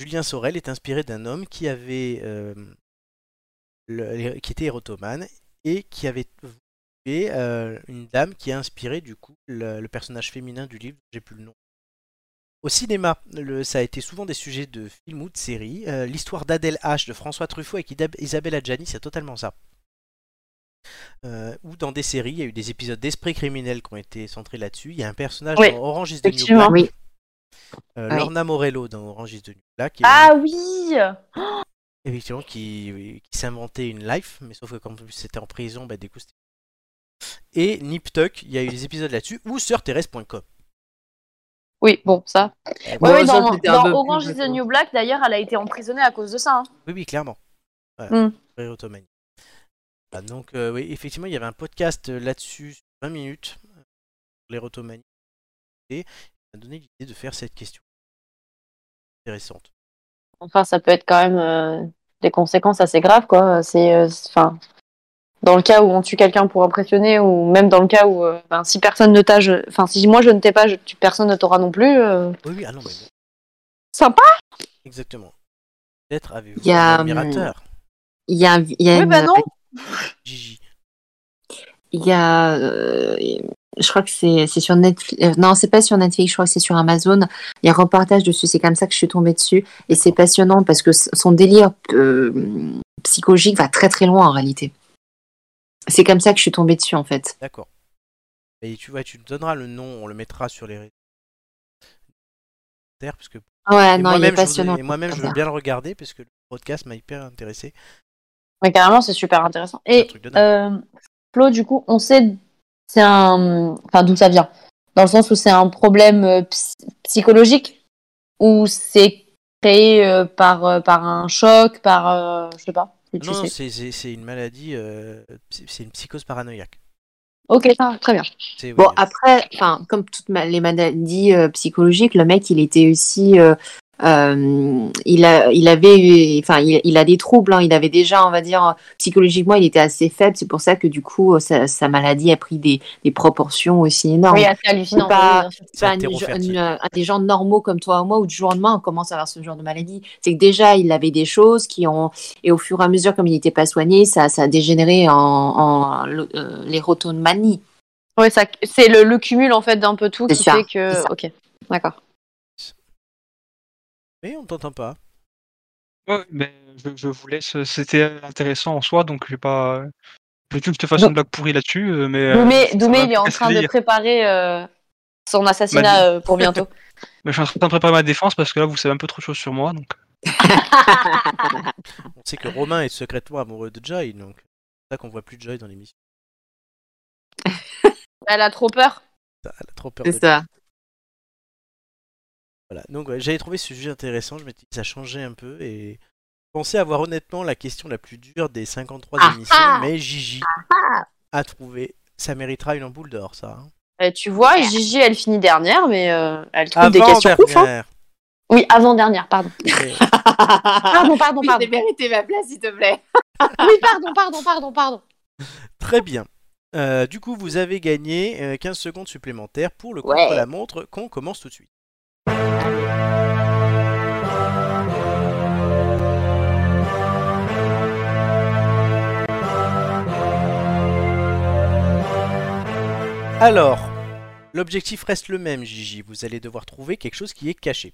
Julien Sorel est inspiré d'un homme qui avait euh, le- qui était érotomane et qui avait tué euh, une dame qui a inspiré du coup le, le personnage féminin du livre, j'ai plus le nom. Au cinéma, le- ça a été souvent des sujets de films ou de séries. Euh, L'histoire d'Adèle H de François Truffaut avec Ida- Isabelle Adjani, c'est totalement ça. Euh, ou dans des séries, il y a eu des épisodes d'Esprit criminel qui ont été centrés là-dessus. Il y a un personnage
Oui,
dans Orange is the New
effectivement.
Black.
Oui.
Euh,
Oui.
Lorna Morello dans Orange is the New Black. qui est
Ah oui
Effectivement, qui, qui s'inventait une life, mais sauf que quand c'était en prison, bah, du coup c'était. Et Nip Tuck, il y a eu des épisodes là-dessus, ou SœurThérèse.com.
Oui, bon, ça.
Ouais,
Ouais,
ouais,
oui,
ça,
dans,
c'était
dans
un peu plus
Orange is the
récent.
New Black, d'ailleurs, elle a été emprisonnée à cause de ça. hein.
Oui, oui, clairement. Voilà.
Mm.
Frère Ottomani. Voilà, donc, euh, oui, effectivement, il y avait un podcast euh, là-dessus, sur 20 minutes, euh, sur l'érotomanie. Et ça m'a donné l'idée de faire cette question. Intéressante.
Enfin, ça peut être quand même euh, des conséquences assez graves, quoi. C'est, euh, c'est- enfin, dans le cas où on tue quelqu'un pour impressionner, ou même dans le cas où, euh, ben, si personne ne t'a, je- enfin, si moi je ne t'ai pas, je- tu- personne ne t'aura non plus. euh,
Oui, oui, ah non, mais bon,
Sympa.
exactement. Peut-être avez-vous
Il y a, hum.
un admirateur,
Il y a, il y a
Oui,
une- euh,
bah non.
Gigi.
il y a euh, je crois que c'est c'est sur Netflix euh, non c'est pas sur Netflix je crois que c'est sur Amazon il y a un reportage dessus c'est comme ça que je suis tombée dessus et c'est passionnant parce que c- son délire euh, psychologique va très très loin en réalité c'est comme ça que je suis tombée dessus en fait
D'accord. Et tu vois, tu me donneras le nom, on le mettra sur les réseaux. Parce que
ouais
et
non il
moi-même,
est
je
passionnant
voudrais- et moi-même, je veux bien le regarder parce que le podcast m'a hyper intéressé.
Mais carrément, c'est super intéressant.
C'est un
Et
truc de dingue.
euh, Flo, du coup, on sait, c'est un, enfin, d'où ça vient. Dans le sens où c'est un problème euh, psy- psychologique, ou c'est créé euh, par euh, par un choc, par, euh, je sais pas. si tu
Non, non,
sais.
c'est- c'est c'est une maladie, euh, psy- c'est une psychose paranoïaque.
Ok, ça va, très bien.
C'est- oui,
Bon,
euh,
après, enfin, comme toutes ma- les maladies euh, psychologiques, le mec, il était aussi. euh, euh, il, a, il avait eu. Enfin, il, il a des troubles. hein. il avait déjà, on va dire, euh, psychologiquement, il était assez faible. C'est pour ça que, du coup, euh, sa, sa maladie a pris des, des proportions aussi énormes.
Oui, assez hallucinant.
C'est pas-
oui, bien sûr.
C'est pas
c'est
un,
hétérofertile.
une- un des gens normaux comme toi ou moi, où du jour au lendemain, on commence à avoir ce genre de maladie. C'est que déjà, il avait des choses qui ont. Et au fur et à mesure, comme il n'était pas soigné, ça, ça a dégénéré en, en lo- euh, l'érotomanie.
Ouais, ça- c'est le, le cumul en fait d'un peu tout
C'est
qui
ça,
fait que.
c'est ça.
Ok, d'accord.
Mais on t'entend pas.
Ouais, mais je, je vous laisse. C'était intéressant en soi, donc j'ai pas. euh, Je vais juste te fasse une blague pourrie là-dessus, euh, mais. euh,
Doumé,
ça
Doumé,
m'a
il est en
fait
train de
rire.
préparer euh, son
Manu.
assassinat euh, pour bientôt.
Mais je suis en train de préparer ma défense parce que là, vous savez un peu trop de choses sur moi, donc.
On sait que Romain est secrètement amoureux de Joy, donc c'est ça qu'on voit plus Joy dans l'émission.
Elle a trop peur.
Ça, Elle a trop peur de
C'est ça.
Voilà. Donc ouais, j'avais trouvé ce sujet intéressant, je m'étais dit ça changeait un peu et je pensais avoir honnêtement la question la plus dure des 53
Ah
émissions,
ah
mais Gigi a trouvé. Ça méritera une emboule d'or, ça. hein.
Et tu vois, Gigi, elle finit dernière, mais euh, elle trouve des questions ouf. hein.
Avant-dernière.
Oui, avant dernière, pardon.
Et- Ah,
Pardon, pardon,
Je
pardon.
mérité ma place, s'il te plaît.
Oui, pardon, pardon, pardon, pardon.
Très bien. Euh, du coup, vous avez gagné euh, 15 secondes supplémentaires pour le
Ouais.
contre-la-montre qu'on commence tout de suite. Alors, l'objectif reste le même, Gigi. Vous allez devoir trouver quelque chose qui est caché.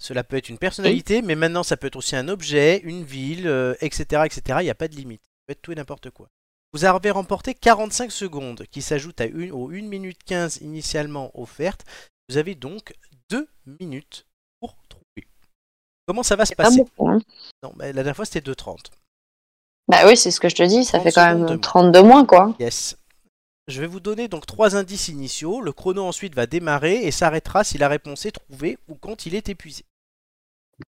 Cela peut être une personnalité, mais maintenant ça peut être aussi un objet, une ville, euh, etc. etc. Il n'y a pas de limite. Ça peut être tout et n'importe quoi. Vous avez remporté 45 secondes, qui s'ajoutent à une, aux 1 minute 15 initialement offertes. Vous avez donc 2 minutes pour trouver. Comment ça va se passer Non, mais la dernière fois c'était 2.30.
Bah oui, c'est ce que je te dis, ça
30
fait quand
secondes de
même
moins.
32 moins, quoi.
Yes. Je vais vous donner donc trois indices initiaux. Le chrono ensuite va démarrer et s'arrêtera si la réponse est trouvée ou quand il est épuisé.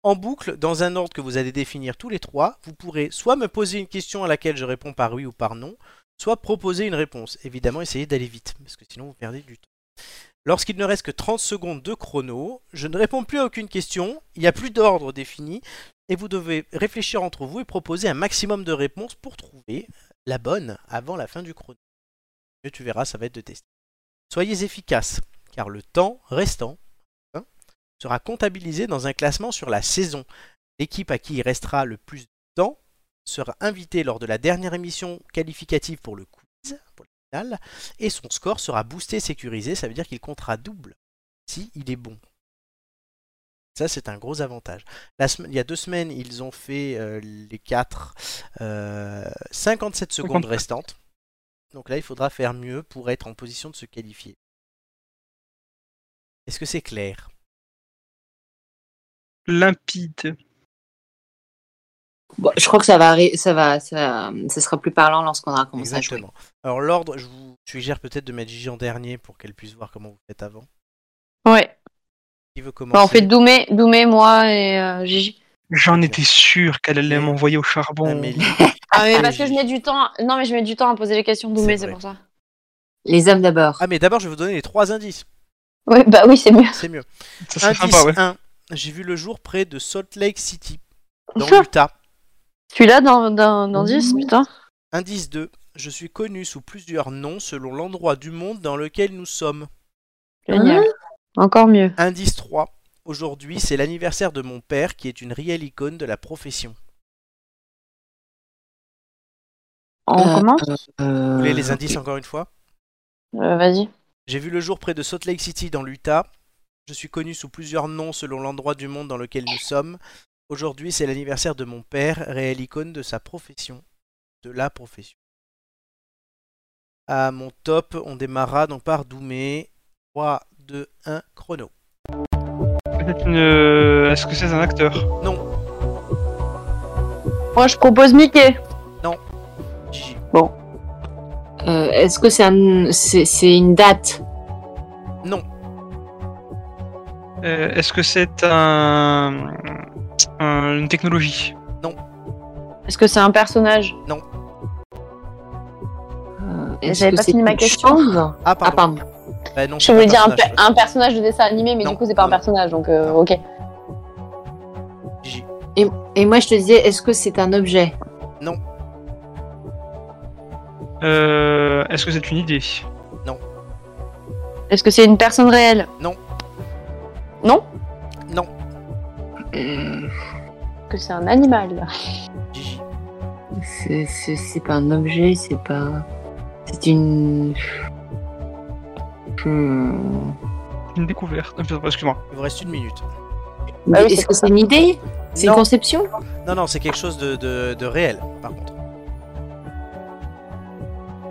En boucle, dans un ordre que vous allez définir tous les trois, vous pourrez soit me poser une question à laquelle je réponds par oui ou par non, soit proposer une réponse. Évidemment, essayez d'aller vite, parce que sinon vous perdez du temps. Lorsqu'il ne reste que 30 secondes de chrono, je ne réponds plus à aucune question, il n'y a plus d'ordre défini, et vous devez réfléchir entre vous et proposer un maximum de réponses pour trouver la bonne avant la fin du chrono. Mieux tu verras, ça va être de tester. Soyez efficace, car le temps restant hein, sera comptabilisé dans un classement sur la saison. L'équipe à qui il restera le plus de temps sera invitée lors de la dernière émission qualificative pour le quiz, pour la finale, et son score sera boosté, sécurisé, ça veut dire qu'il comptera double si il est bon. Ça, c'est un gros avantage. La sem- il y a deux semaines, ils ont fait euh, les 4 57 secondes
57.
restantes. Donc là, il faudra faire mieux pour être en position de se qualifier. Est-ce que c'est clair
Limpide.
Bon, je crois que ça va, arri- ça va, ça, ça sera plus parlant lorsqu'on aura commencé à jouer.
Exactement. Alors l'ordre, je vous suggère peut-être de mettre Gigi en dernier pour qu'elle puisse voir comment vous faites avant.
Ouais.
Qui veut commencer
Bah, on fait Doumé, Doumé, moi et euh, Gigi.
J'en étais sûr qu'elle allait
Mais-
m'envoyer au charbon.
Amélie.
Ah mais
Allez,
parce que je
Gigi.
mets du temps. Non mais je mets du temps à poser les questions Doumé,
C'est
c'est
vrai.
pour ça.
Les hommes d'abord.
Ah mais d'abord, je vais vous donner les trois indices.
Oui, bah oui, c'est mieux.
C'est mieux.
Ça serait
Indice
sympa, ouais.
1. J'ai vu le jour près de Salt Lake City, dans Mmh. l'Utah.
Celui-là dans, dans, dans 10, putain.
Indice 2. Je suis connu sous plusieurs noms selon l'endroit du monde dans lequel nous sommes.
Génial. Encore mieux.
Indice 3. Aujourd'hui, c'est l'anniversaire de mon père qui est une réelle icône de la profession.
On
Euh,
commence
Vous
Euh,
voulez les indices encore une fois
Euh, Vas-y.
J'ai vu le jour près de Salt Lake City dans l'Utah. Je suis connu sous plusieurs noms selon l'endroit du monde dans lequel nous sommes. Aujourd'hui, c'est l'anniversaire de mon père, réelle icône de sa profession. De la profession. À mon top, on démarra donc par Doumé. 3, 2, 1, chrono.
Peut-être une, euh, Est-ce que c'est un acteur
Moi je propose Mickey.
Gigi.
euh, Est-ce que c'est un- c'est c'est une date
Euh, Est-ce que c'est un... un- une technologie
Est-ce que c'est un personnage
Ah,
Euh, est-ce
J'avais
que
pas
c'est
fini ma
une
question.
chose
Ah,
Ah
pardon.
pardon.
Bah non,
Je
c'est
voulais
pas
dire un,
personnage.
per- un personnage de dessin animé, mais
Non.
du coup c'est pas un
Non.
personnage, donc euh,
Non.
ok.
Gigi.
Et, et moi je te disais, est-ce que c'est un objet
Euh, Est-ce que c'est une idée
Est-ce que c'est une personne réelle
Non.
Non
Non.
Euh,
Est-ce que c'est un animal
Gigi.
c'est- C'est c'est pas un objet, c'est pas. C'est une.
Ah
Hmm.
Une découverte Ah, putain, Excuse-moi.
Il vous reste une minute.
Bah oui,
Est-ce
c'est
que c'est une idée C'est une
Non.
conception
Non, non, c'est quelque chose de, de- de réel, par contre.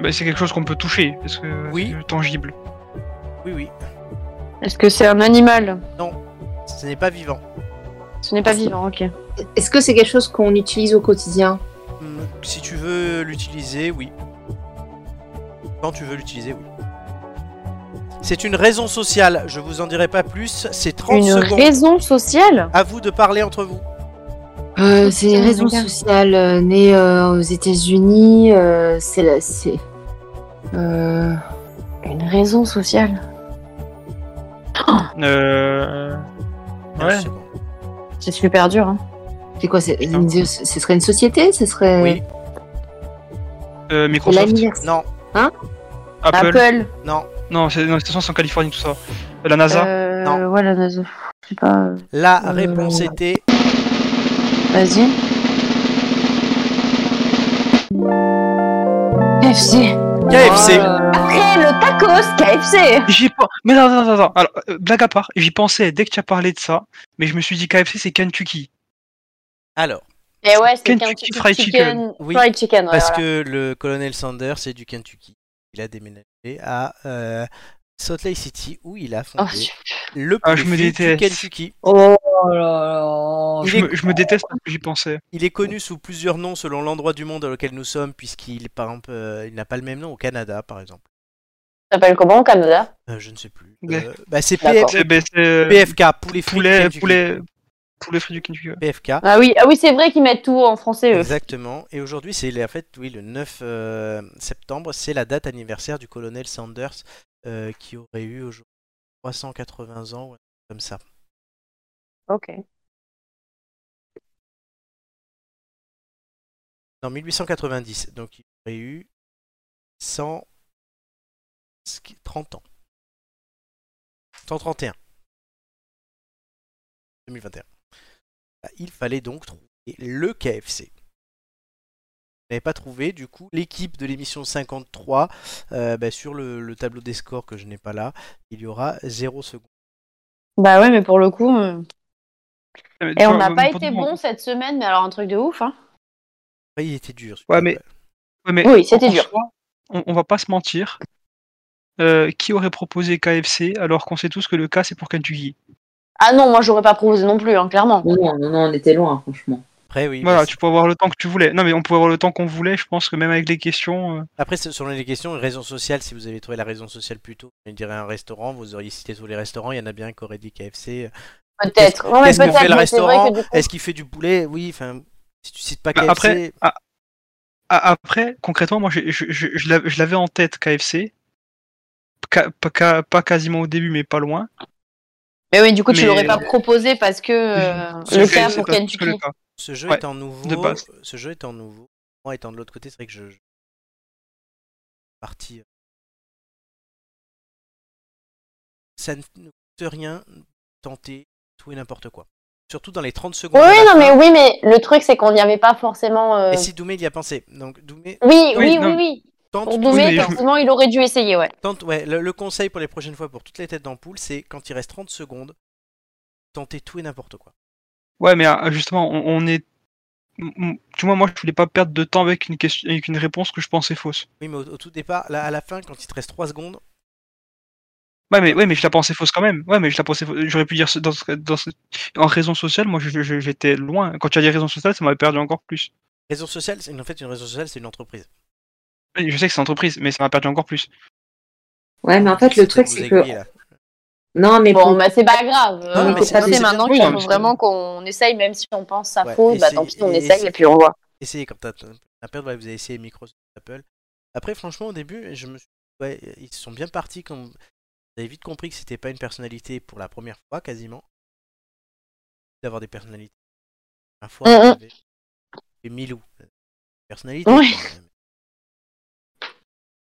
Bah, c'est quelque chose qu'on peut toucher. Est-ce que
Oui.
c'est tangible
Oui, oui.
Est-ce que c'est un animal
Ce n'est pas vivant.
Ce n'est pas vivant, ok.
Est-ce que c'est quelque chose qu'on utilise au quotidien
Hmm, Si tu veux l'utiliser, oui. Quand tu veux l'utiliser, oui. C'est une raison sociale, je vous en dirai pas plus. C'est 30
Une
secondes.
raison sociale
À vous de parler entre vous.
Euh, c'est une
Tiens,
raison
regarde.
sociale euh, née euh, aux États-Unis. euh, c'est la. C'est. euh,
Une raison sociale
Euh... Ouais.
15 secondes.
C'est super dur, hein.
c'est quoi c'est, une- Ce serait une société Ce serait.
Oui.
Euh,
C'est
Microsoft.
l'anniversaire.
Non.
Hein
Apple.
Apple.
Non.
Non, c'est non, les stations sont en Californie, tout ça. La NASA.
Euh,
Non.
Ouais, la NASA. Je sais pas. euh,
La
Euh,
réponse était
Vas-y.
KFC.
KFC.
Euh,
Après le tacos KFC.
J'y pen- Mais non, non, non, non. Alors, euh, blague à part, j'y pensais dès que tu as parlé de ça, mais je me suis dit KFC, c'est Kentucky.
Alors,
Et Eh ouais, c'est
Kentucky
Kentucky
Fried
Chicken.
Oui,
Fried Chicken, ouais,
parce
voilà.
que le colonel Sanders c'est du Kentucky. Il a déménagé à euh, Salt Lake City où il a
Oh,
fondé le
Ah, je me
profil du
déteste.
Kentucky.
Oh là là.
Il
Je
est-
me, je me déteste parce que j'y pensais.
Il est connu sous plusieurs noms selon l'endroit du monde auquel nous sommes, puisqu'il par exemple, euh, il n'a pas le même nom au Canada, par exemple.
Ça s'appelle comment au Canada
Euh, je ne sais plus.
Ouais.
Euh, bah, c'est
D'accord.
PF
C'est ben, c'est
PFK, poulet frit
poulet,
Kentucky.
poulet, poulet frit du Kentucky. ouais.
PFK.
Ah oui, ah oui c'est vrai qu'ils mettent tout en français. Eux.
Exactement. Et aujourd'hui, c'est la- en fait, oui, le 9 euh, septembre, c'est la date anniversaire du colonel Sanders euh, qui aurait eu aujourd'hui 380 ans, ou un truc comme ça.
Ok.
Non, 1890. Donc, il aurait eu 100... 30 ans. 131. 2021. Bah, Il fallait donc trouver le KFC. Vous n'avez pas trouvé, du coup, l'équipe de l'émission 53, euh, bah, sur le, le tableau des scores que je n'ai pas là, il y aura 0 secondes.
Bah ouais, mais pour le coup. euh,
Mais Euh, tu
Et on
vois,
n'a
même
pas
pour
été
nous, on-
bon cette semaine, mais alors un truc de ouf. Hein.
Après, il était dur.
Ouais, mais- Ouais, mais
Oui, c'était
en
dur.
soi, on, on va pas se mentir. Euh, qui aurait proposé KFC alors qu'on sait tous que le K c'est pour Kentucky
Ah non, moi j'aurais pas proposé non plus, hein, clairement.
Non, non, non, on était loin, franchement.
Après, oui.
Voilà,
mais
tu peux avoir le temps que tu voulais. Non, mais on pouvait avoir le temps qu'on voulait. Je pense que même avec les questions, euh,
Après, c'est- selon les questions, raison sociale, si vous avez trouvé la raison sociale plus tôt, vous dirait un restaurant, vous auriez cité tous les restaurants, il y en a bien un qui aurait dit KFC.
Peut-être. Ouais, mais
Qu'est-ce qu'on
peut-être,
fait le
mais c'est vrai
restaurant
que du coup-
Est-ce qu'il fait du poulet Oui, enfin, si tu cites pas
Bah,
KFC,
après- A- Ah, Après, concrètement, moi, j'ai- je, je, je l'a- je l'avais en tête KFC. Ca- pas, ca- pas quasiment au début, mais pas loin.
Mais oui, du coup, tu
Mais-
l'aurais pas proposé parce que euh,
Parce
le
que
cas
c'est
pour
pas- parce que le
Kentucky.
cas.
ce jeu
ouais,
étant nouveau,
de base.
ce jeu étant nouveau, moi étant de l'autre côté, c'est vrai que je, je- parti. euh, Ça ne ne coûte rien de tenter tout et n'importe quoi. Surtout dans les 30 secondes.
Oui,
de
oui,
la
non, mais
fin.
oui, mais le truc, c'est qu'on n'y avait pas forcément. euh,
Et si Doumé il y a pensé, donc Doumé
Oui,
Oui, oui,
non.
oui, oui.
tente
Pour
tout
Doumé,
mais je-
effectivement, il aurait dû essayer, ouais.
Tente- ouais, le, le conseil pour les prochaines fois pour toutes les têtes d'ampoule, c'est quand il reste 30 secondes, tentez tout et n'importe quoi.
Ouais, mais ah, justement, on, on est. m- m- Tu vois, moi, je voulais pas perdre de temps avec une, question, avec une réponse que je pensais fausse.
Oui, mais au, au tout départ, là, à la fin, quand il te reste 3 secondes,
Ouais, mais, ouais, mais je la pensais fausse quand même. Ouais, mais je la pensais fausse. J'aurais pu dire ce- dans, ce- dans ce- en raison sociale, moi, je- je- j'étais loin. Quand tu as dit raison sociale, ça m'avait perdu encore plus.
réseau social, c'est en fait une réseau sociale, c'est une entreprise.
Ouais, Je sais que c'est entreprise, mais ça m'a perdu encore plus.
Ouais, mais en fait,
J'essaie
le
de
truc,
vous
c'est que.
aiguiller, là.
Non, mais
Bon,
pour-
bah, c'est pas grave.
Non,
euh,
mais c'est-
ça,
non, mais
c'est
c'est
maintenant
bien,
qu'il
oui,
faut
mais c'est-
vraiment qu'on essaye, même si on pense ça
Ouais,
faux, bah
essaye-
tant pis, on
et-
essaye
essaye.
et puis on voit.
Essayez quand t'as t'as- à perdre, voilà, vous avez essayé Microsoft, Apple. Après, franchement, au début, je me suis... ouais, ils sont bien partis quand vous avez vite compris que c'était pas une personnalité pour la première fois, quasiment. D'avoir des personnalités. La fois,
Mm,
on
mm.
avait- et Milou. Personnalité.
Ouais.
quand même.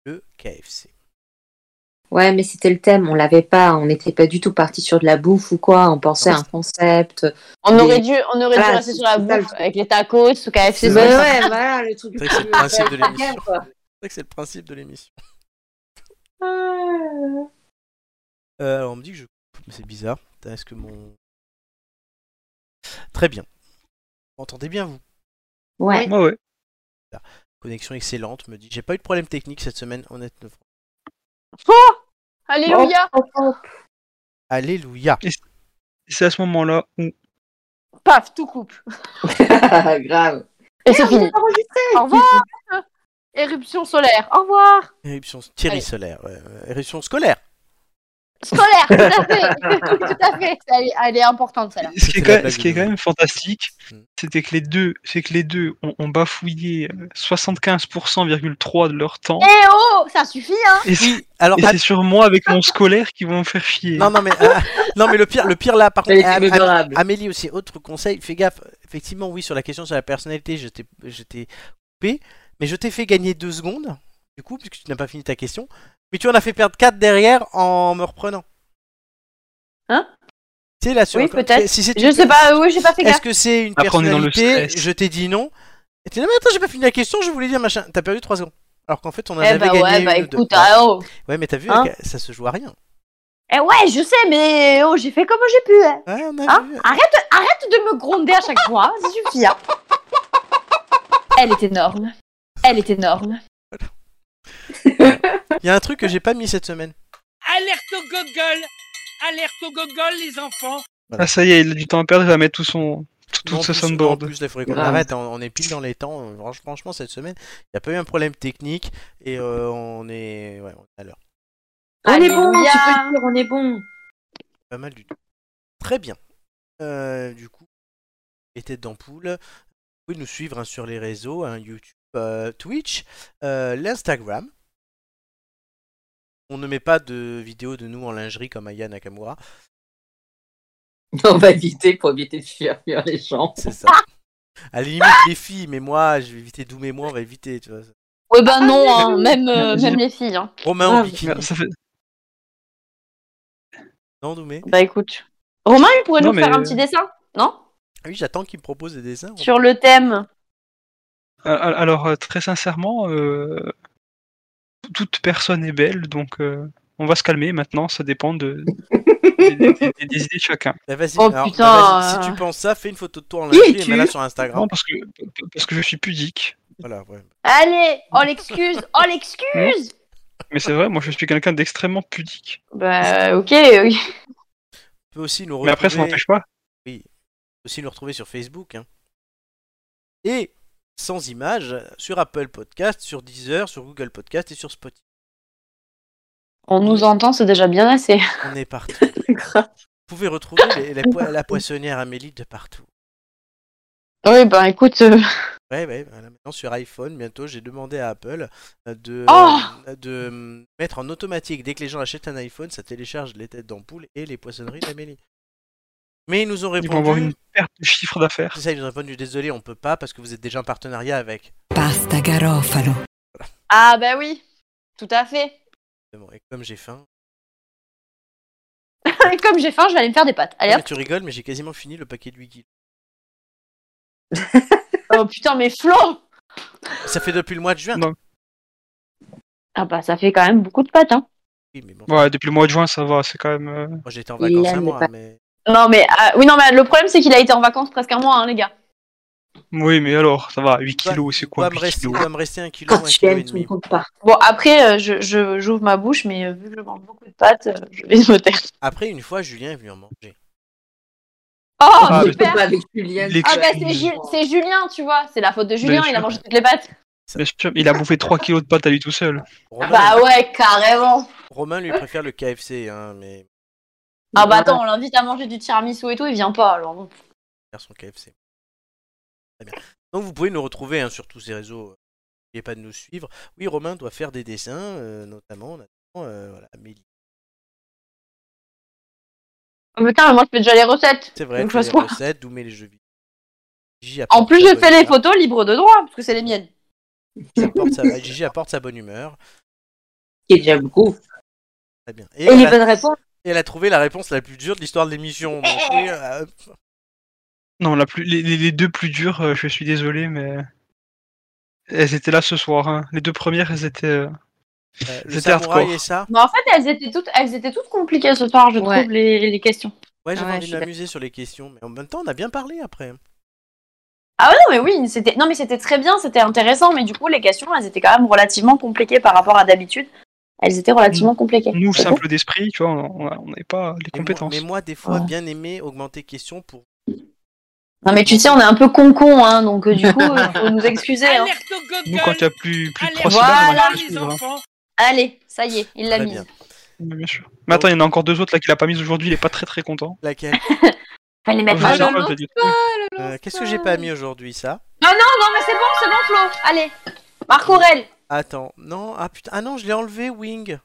Le KFC.
Ouais, mais c'était le thème, on l'avait pas, on n'était pas du tout parti sur de la bouffe ou quoi, on pensait à un concept.
On
Et-
aurait dû, on aurait dû
Voilà,
rester
c'est-
sur la
c'est ça, le
bouffe avec les tacos, ou KFC.
Mais
tout ça.
ouais, Eh, voilà le truc.
C'est vrai que c'est le principe de l'émission. C'est vrai que c'est le principe de l'émission. Euh, alors, on me dit que je coupe, mais c'est bizarre. Putain, Est-ce que mon. Très bien. Vous Entendez bien, vous
Ouais.
Ouais, ouais.
Connexion excellente, me dit. J'ai pas eu de problème technique cette semaine, honnêtement.
Alléluia
Alléluia
C'est à ce moment-là où
Paf, tout coupe.
Grave.
Et c'est fini. Au revoir Éruption solaire, au revoir
Éruption Thierry
Allez.
solaire. ouais, ouais. éruption scolaire
Solaire, tout à fait Tout à fait Elle est, elle est importante, celle-là.
ce qui
C'était
est
la
quand même,
blague
ce qui est
de-
quand même fantastique,
Mm.
c'était que les deux, c'est que les deux ont, ont bafouillé euh, 75,3% de leur temps.
Eh oh Ça suffit, hein
Et c'est
Alors,
et
ah,
c'est sur moi avec mon scolaire qui vont me faire chier.
non, non, mais, ah, non, mais le pire, le pire là, par contre, Am- Am-
adorable.
Amélie aussi, autre conseil, fais gaffe. Effectivement, oui, sur la question sur la personnalité, je t'ai je t'ai coupé, mais je t'ai fait gagner deux secondes, du coup, puisque tu n'as pas fini ta question. Mais tu en as fait perdre 4 derrière en me reprenant.
Hein
Tu sais, là, sur
Oui,
un-
peut-être.
hein. Si c'est-
je sais pas, oui, j'ai pas fait
Est-ce
gaffe.
que c'est une
Après, on est dans le
personnalité
stress.
Je t'ai dit non. Et t'es là, mais attends, j'ai pas fini la question, je voulais dire machin. T'as perdu 3 secondes. Alors qu'en fait, on en
Eh
avait
bah
gagné
ouais, bah
une ou deux.
écoute, ah, oh.
Ouais, mais t'as vu,
Hein
ça se joue à rien.
Eh ouais, je sais, mais oh, j'ai fait comme j'ai pu. hein.
Ouais, on a
Hein
vu.
Arrête, arrête de me gronder à chaque fois, ça suffit. hein. Elle est énorme. Elle est énorme.
Il y a un truc que j'ai pas mis cette semaine.
Alerte au gogol Alerte au gogol, les enfants
Ah, ça y est, il a du temps à perdre, il va mettre tout son, tout,
Non,
tout ce
en plus-
soundboard.
En plus, là, il faudrait qu'on
Ouais.
arrête. On, on est pile dans les temps. Euh, franch- Franchement, cette semaine, il n'y a pas eu un problème technique et euh, on est, ouais, on est à l'heure.
On est bon, tu peux
Alléluia.
le dire, on est bon.
Pas mal du tout. Très bien. Euh, du coup, les têtes d'ampoule. Vous pouvez nous suivre hein, sur les réseaux, hein, YouTube, euh, Twitch, euh, l'Instagram. On ne met pas de vidéos de nous en lingerie comme Aya Nakamura.
On va éviter pour éviter de faire fuir les gens.
C'est ça. À la limite, les filles, mais moi, je vais éviter Doom et moi, on va éviter. Tu vois.
Ouais, ben non, hein, même, euh,
Vas-y.
même les filles. Hein.
Romain
Ah,
en bikini.
Merde, ça fait-
Non, Doumé
Bah écoute. Romain, il pourrait
Non,
nous faire
mais-
un petit dessin, non
Ah Oui, j'attends qu'il me propose des dessins. Romain.
Sur le thème.
Euh, Alors, euh, très sincèrement, euh, toute personne est belle, donc euh, on va se calmer maintenant, ça dépend de, des, des- des- des idées de chacun.
Bah, vas-y,
Oh,
alors,
putain,
bah, vas-y, si
euh.
tu penses ça, fais une photo de toi en
Qui
lingerie et
es-tu
mets-la sur
Non,
Instagram.
parce que, parce que je suis pudique.
Voilà, ouais.
Allez, oh l'excuse, oh l'excuse
Mais c'est vrai, moi je suis quelqu'un d'extrêmement pudique.
Bah ok, ok.
Tu peux aussi nous
Mais après, ça
retrouver-
m'empêche pas.
aussi nous retrouver sur Facebook. hein. Et sans images, sur Apple Podcast, sur Deezer, sur Google Podcast et sur Spotify.
On nous entend, c'est déjà bien assez.
On est partout.
Grave.
Vous pouvez retrouver les- la, po- la poissonnière Amélie de partout.
Oui, bah écoute, euh,
Ouais, ouais, voilà, maintenant sur iPhone, bientôt, j'ai demandé à Apple euh, de,
Oh
euh, de euh, mettre en automatique, dès que les gens achètent un iPhone, ça télécharge les têtes d'ampoule et les poissonneries d'Amélie. Mais ils nous ont
Ils vont avoir
répondu,
une perte de chiffre d'affaires.
c'est ça, ils nous ont répondu, désolé, on peut pas parce que vous êtes déjà en partenariat avec.
Pasta Garofalo.
ah bah oui, tout à fait.
Et comme j'ai faim,
Comme j'ai faim, je vais aller me faire des pâtes. Allez
Ah,
hop.
mais tu rigoles, mais j'ai quasiment fini le paquet de 8 kilos.
Oh putain, mais Flo
Ça fait depuis le mois de juin.
Non.
Ah bah ça fait quand même beaucoup de pâtes, hein.
Oui, mais bon,
Ouais, depuis le mois de juin, ça va, c'est quand même. euh,
moi j'étais en vacances
Il
un
aime
mois,
pas.
mais
Non mais euh, oui non mais le problème c'est qu'il a été en vacances presque un mois hein, les gars.
Oui, mais alors, ça va, 8
Doit-
kilos, c'est quoi
doit me
8
rester,
kilos
doit me rester un kilo,
Quand
un
tu
kilo et
aimes, tu ne
demi.
comptes pas.
Bon après euh, je je- j'ouvre ma bouche mais euh, vu que je mange beaucoup de pâtes, euh, je vais me taire.
Après, une fois, Julien est venu en manger.
Oh
Ah, mais
super.
Pas avec Julien.
Les-
Ah bah c'est Gil- c'est Julien tu vois, c'est la faute de Julien,
Bien
il a
sûr.
mangé toutes les pâtes.
Bien sûr, il a bouffé 3 kilos de pâtes à lui tout seul.
Romain,
Bah ouais carrément.
Romain lui préfère le KFC, hein, mais
Ah bah attends on l'invite à manger du tiramisu et tout, il vient pas alors. bon.
faire son KFC. Très bien. Donc vous pouvez nous retrouver hein, sur tous ces réseaux. N'oubliez pas de nous suivre. Oui, Romain doit faire des dessins, euh, notamment. on attend, euh, voilà, Amélie.
Oh, putain mais moi je fais déjà les recettes.
C'est vrai,
Donc,
tu
je
les
vois.
recettes, Doumé les jeux vidéo. Gigi
En
apporte
plus
sa
je
bonne
fais les
humeur.
photos libres de droit parce que c'est les miennes.
Gigi apporte sa- Gigi apporte sa bonne humeur.
qui est déjà beaucoup.
Très bien. Et,
Et
elle
les
a-
bonnes réponses.
Et elle a trouvé la réponse la plus dure de l'histoire de l'émission. donc,
Eh
oui, euh,
Non, la plus, les, les- les deux plus dures, euh, je suis désolé, mais. Elles étaient là ce soir. hein. Les deux premières, elles étaient. euh,
euh, le
C'était
samouraï
hardcore.
et ça.
Mais en fait elles étaient toutes elles étaient toutes compliquées ce soir je
Ouais.
trouve les, les questions.
Ouais, j'ai
Ouais, je
envie
suis
de m'amuser sur les questions, mais en même temps, on a bien parlé après.
Ah ouais, non mais oui, c'était non mais c'était très bien, c'était intéressant, mais du coup les questions elles étaient quand même relativement compliquées par rapport à d'habitude. Elles étaient relativement compliquées.
Nous, simples d'esprit, tu vois, on on n'avait pas les
Mais moi,
compétences.
mais moi, des fois,
Ouais.
bien aimé augmenter questions pour.
Non mais tu sais, on est un peu con con hein, donc euh, du coup euh, faut nous excuser. hein.
Alerte au gogol
Nous, quand il y a plus, plus de 3
Alerte
Voilà,
les
syllabes, on va hein.
enfants
Allez, ça y est, il l'a
Très
mise.
bien.
bien sûr. Mais attends, il y en a encore deux autres là qu'il a pas mis aujourd'hui, il est pas très très content.
Laquelle
Fallait mettre
Je
un
sais
dans
pas,
le-
je vais dire-
Euh, Qu'est-ce que j'ai pas mis aujourd'hui, ça
Non non non mais c'est bon, c'est bon Flo. Allez, Marc Aurel.
Attends, non, ah putain, ah non, je l'ai enlevé, Wing.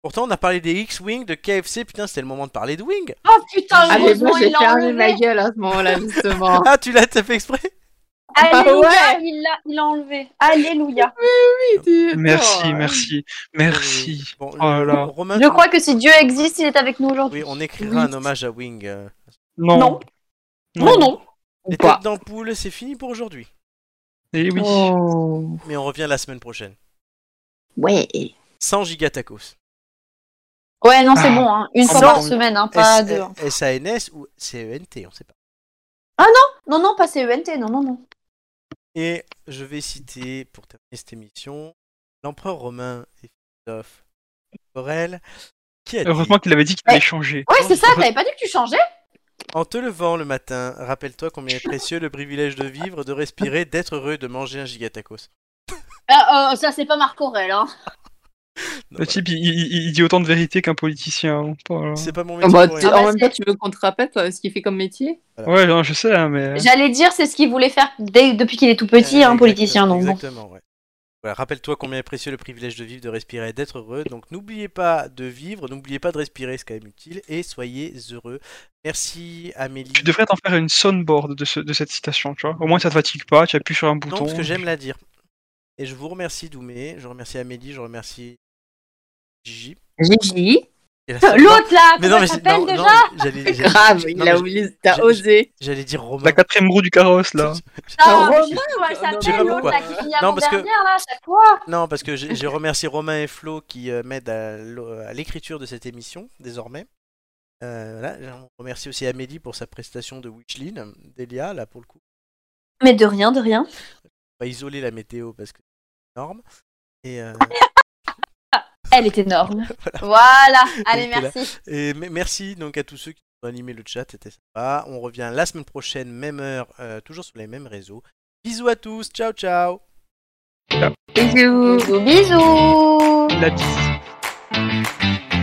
Pourtant, on a parlé des X-Wing, de KFC, putain, c'était le moment de parler de Wing.
Oh putain,
Ah, mais
heureusement
moi, j'ai
il l'a
fermé ma
enlevé.
gueule à ce moment-là, justement.
Ah, tu l'as, t'as fait exprès
Alléluia,
ouais.
il l'a il l'a enlevé. Alléluia.
Merci, merci,
Euh,
merci. oh là là.
Je crois que si Dieu existe, il est avec nous aujourd'hui.
Oui, on écrira un hommage à Wing. euh.
Non.
Non.
Non.
Non, non.
Les
Pas.
têtes d'ampoule, c'est fini pour aujourd'hui.
Eh oui.
Oh.
Mais on revient la semaine prochaine.
Oh. Ouais.
100 gigatacos.
Ouais, non,
Ah.
c'est bon. hein. Une fois
Sans-
par semaine, hein, pas
S-
deux. hein.
SANS ou CENT, on sait pas.
Ah non, non, non, pas CENT, non, non, non.
Et je vais citer, pour terminer cette émission, l'empereur romain et philosophe Borel, qui a dit
Heureusement qu'il avait dit qu'il allait changer.
Ouais, c'est ça, t'avais pas dit que tu changeais
En te levant le matin, rappelle-toi combien est précieux le privilège de vivre, de respirer, d'être heureux, de manger un gigatacos.
Ah, euh, Ça, c'est pas Marc Aurel. Hein.
Le type, il, il- il dit autant de vérité qu'un politicien. hein. Oh là là.
C'est pas mon hein.
Ah bah, t- en même temps, tu veux qu'on te rappelle toi, ce qu'il fait comme métier
Ouais, non, je sais, hein, mais.
J'allais dire, c'est ce qu'il voulait faire dès- depuis qu'il est tout petit, hein, politicien. Donc, bon.
Exactement, ouais. Voilà, rappelle-toi combien est précieux le privilège de vivre, de respirer et d'être heureux. Donc n'oubliez pas de vivre, n'oubliez pas de respirer, c'est quand même utile, et soyez heureux. Merci Amélie.
Tu devrais t'en faire une soundboard de, ce- de cette citation, tu vois. Au moins, ça te fatigue pas, tu appuies sur un
Non,
bouton.
parce que j'aime la dire. Et je vous remercie Doumé, je remercie Amélie, je remercie Gigi.
Gigi.
Et la seule-
L'autre, là, comment elle
j'ai-
s'appelle
non,
déjà
non, j'allais- j'allais-
Grave,
non,
il
mais
a
j'-
oublié, t'as
j'ai-
osé.
J'allais dire Romain.
La quatrième roue du carrosse, là.
Ah,
Romain,
je sais pas comment elle
je sais pas
s'appelle, l'autre,
pourquoi.
là, qui finit
Non, parce que-
avant-dernière, là, à chaque fois.
Non, parce que j'ai j'ai remercié Romain et Flo qui euh, m'aident à l'o- à l'écriture de cette émission, désormais. Euh, voilà, je remercie aussi Amélie pour sa prestation de Witchline, d'Elia, là, pour le coup.
Mais de rien, de rien.
On va isoler la météo parce que c'est énorme. Et, euh,
Elle est énorme. voilà, allez,
Elle était là.
merci.
et me- merci donc à tous ceux qui ont animé le chat, c'était sympa. On revient la semaine prochaine, même heure, euh, toujours sur les mêmes réseaux. Bisous à tous, ciao ciao
Bisous.
Bisous.
La bise.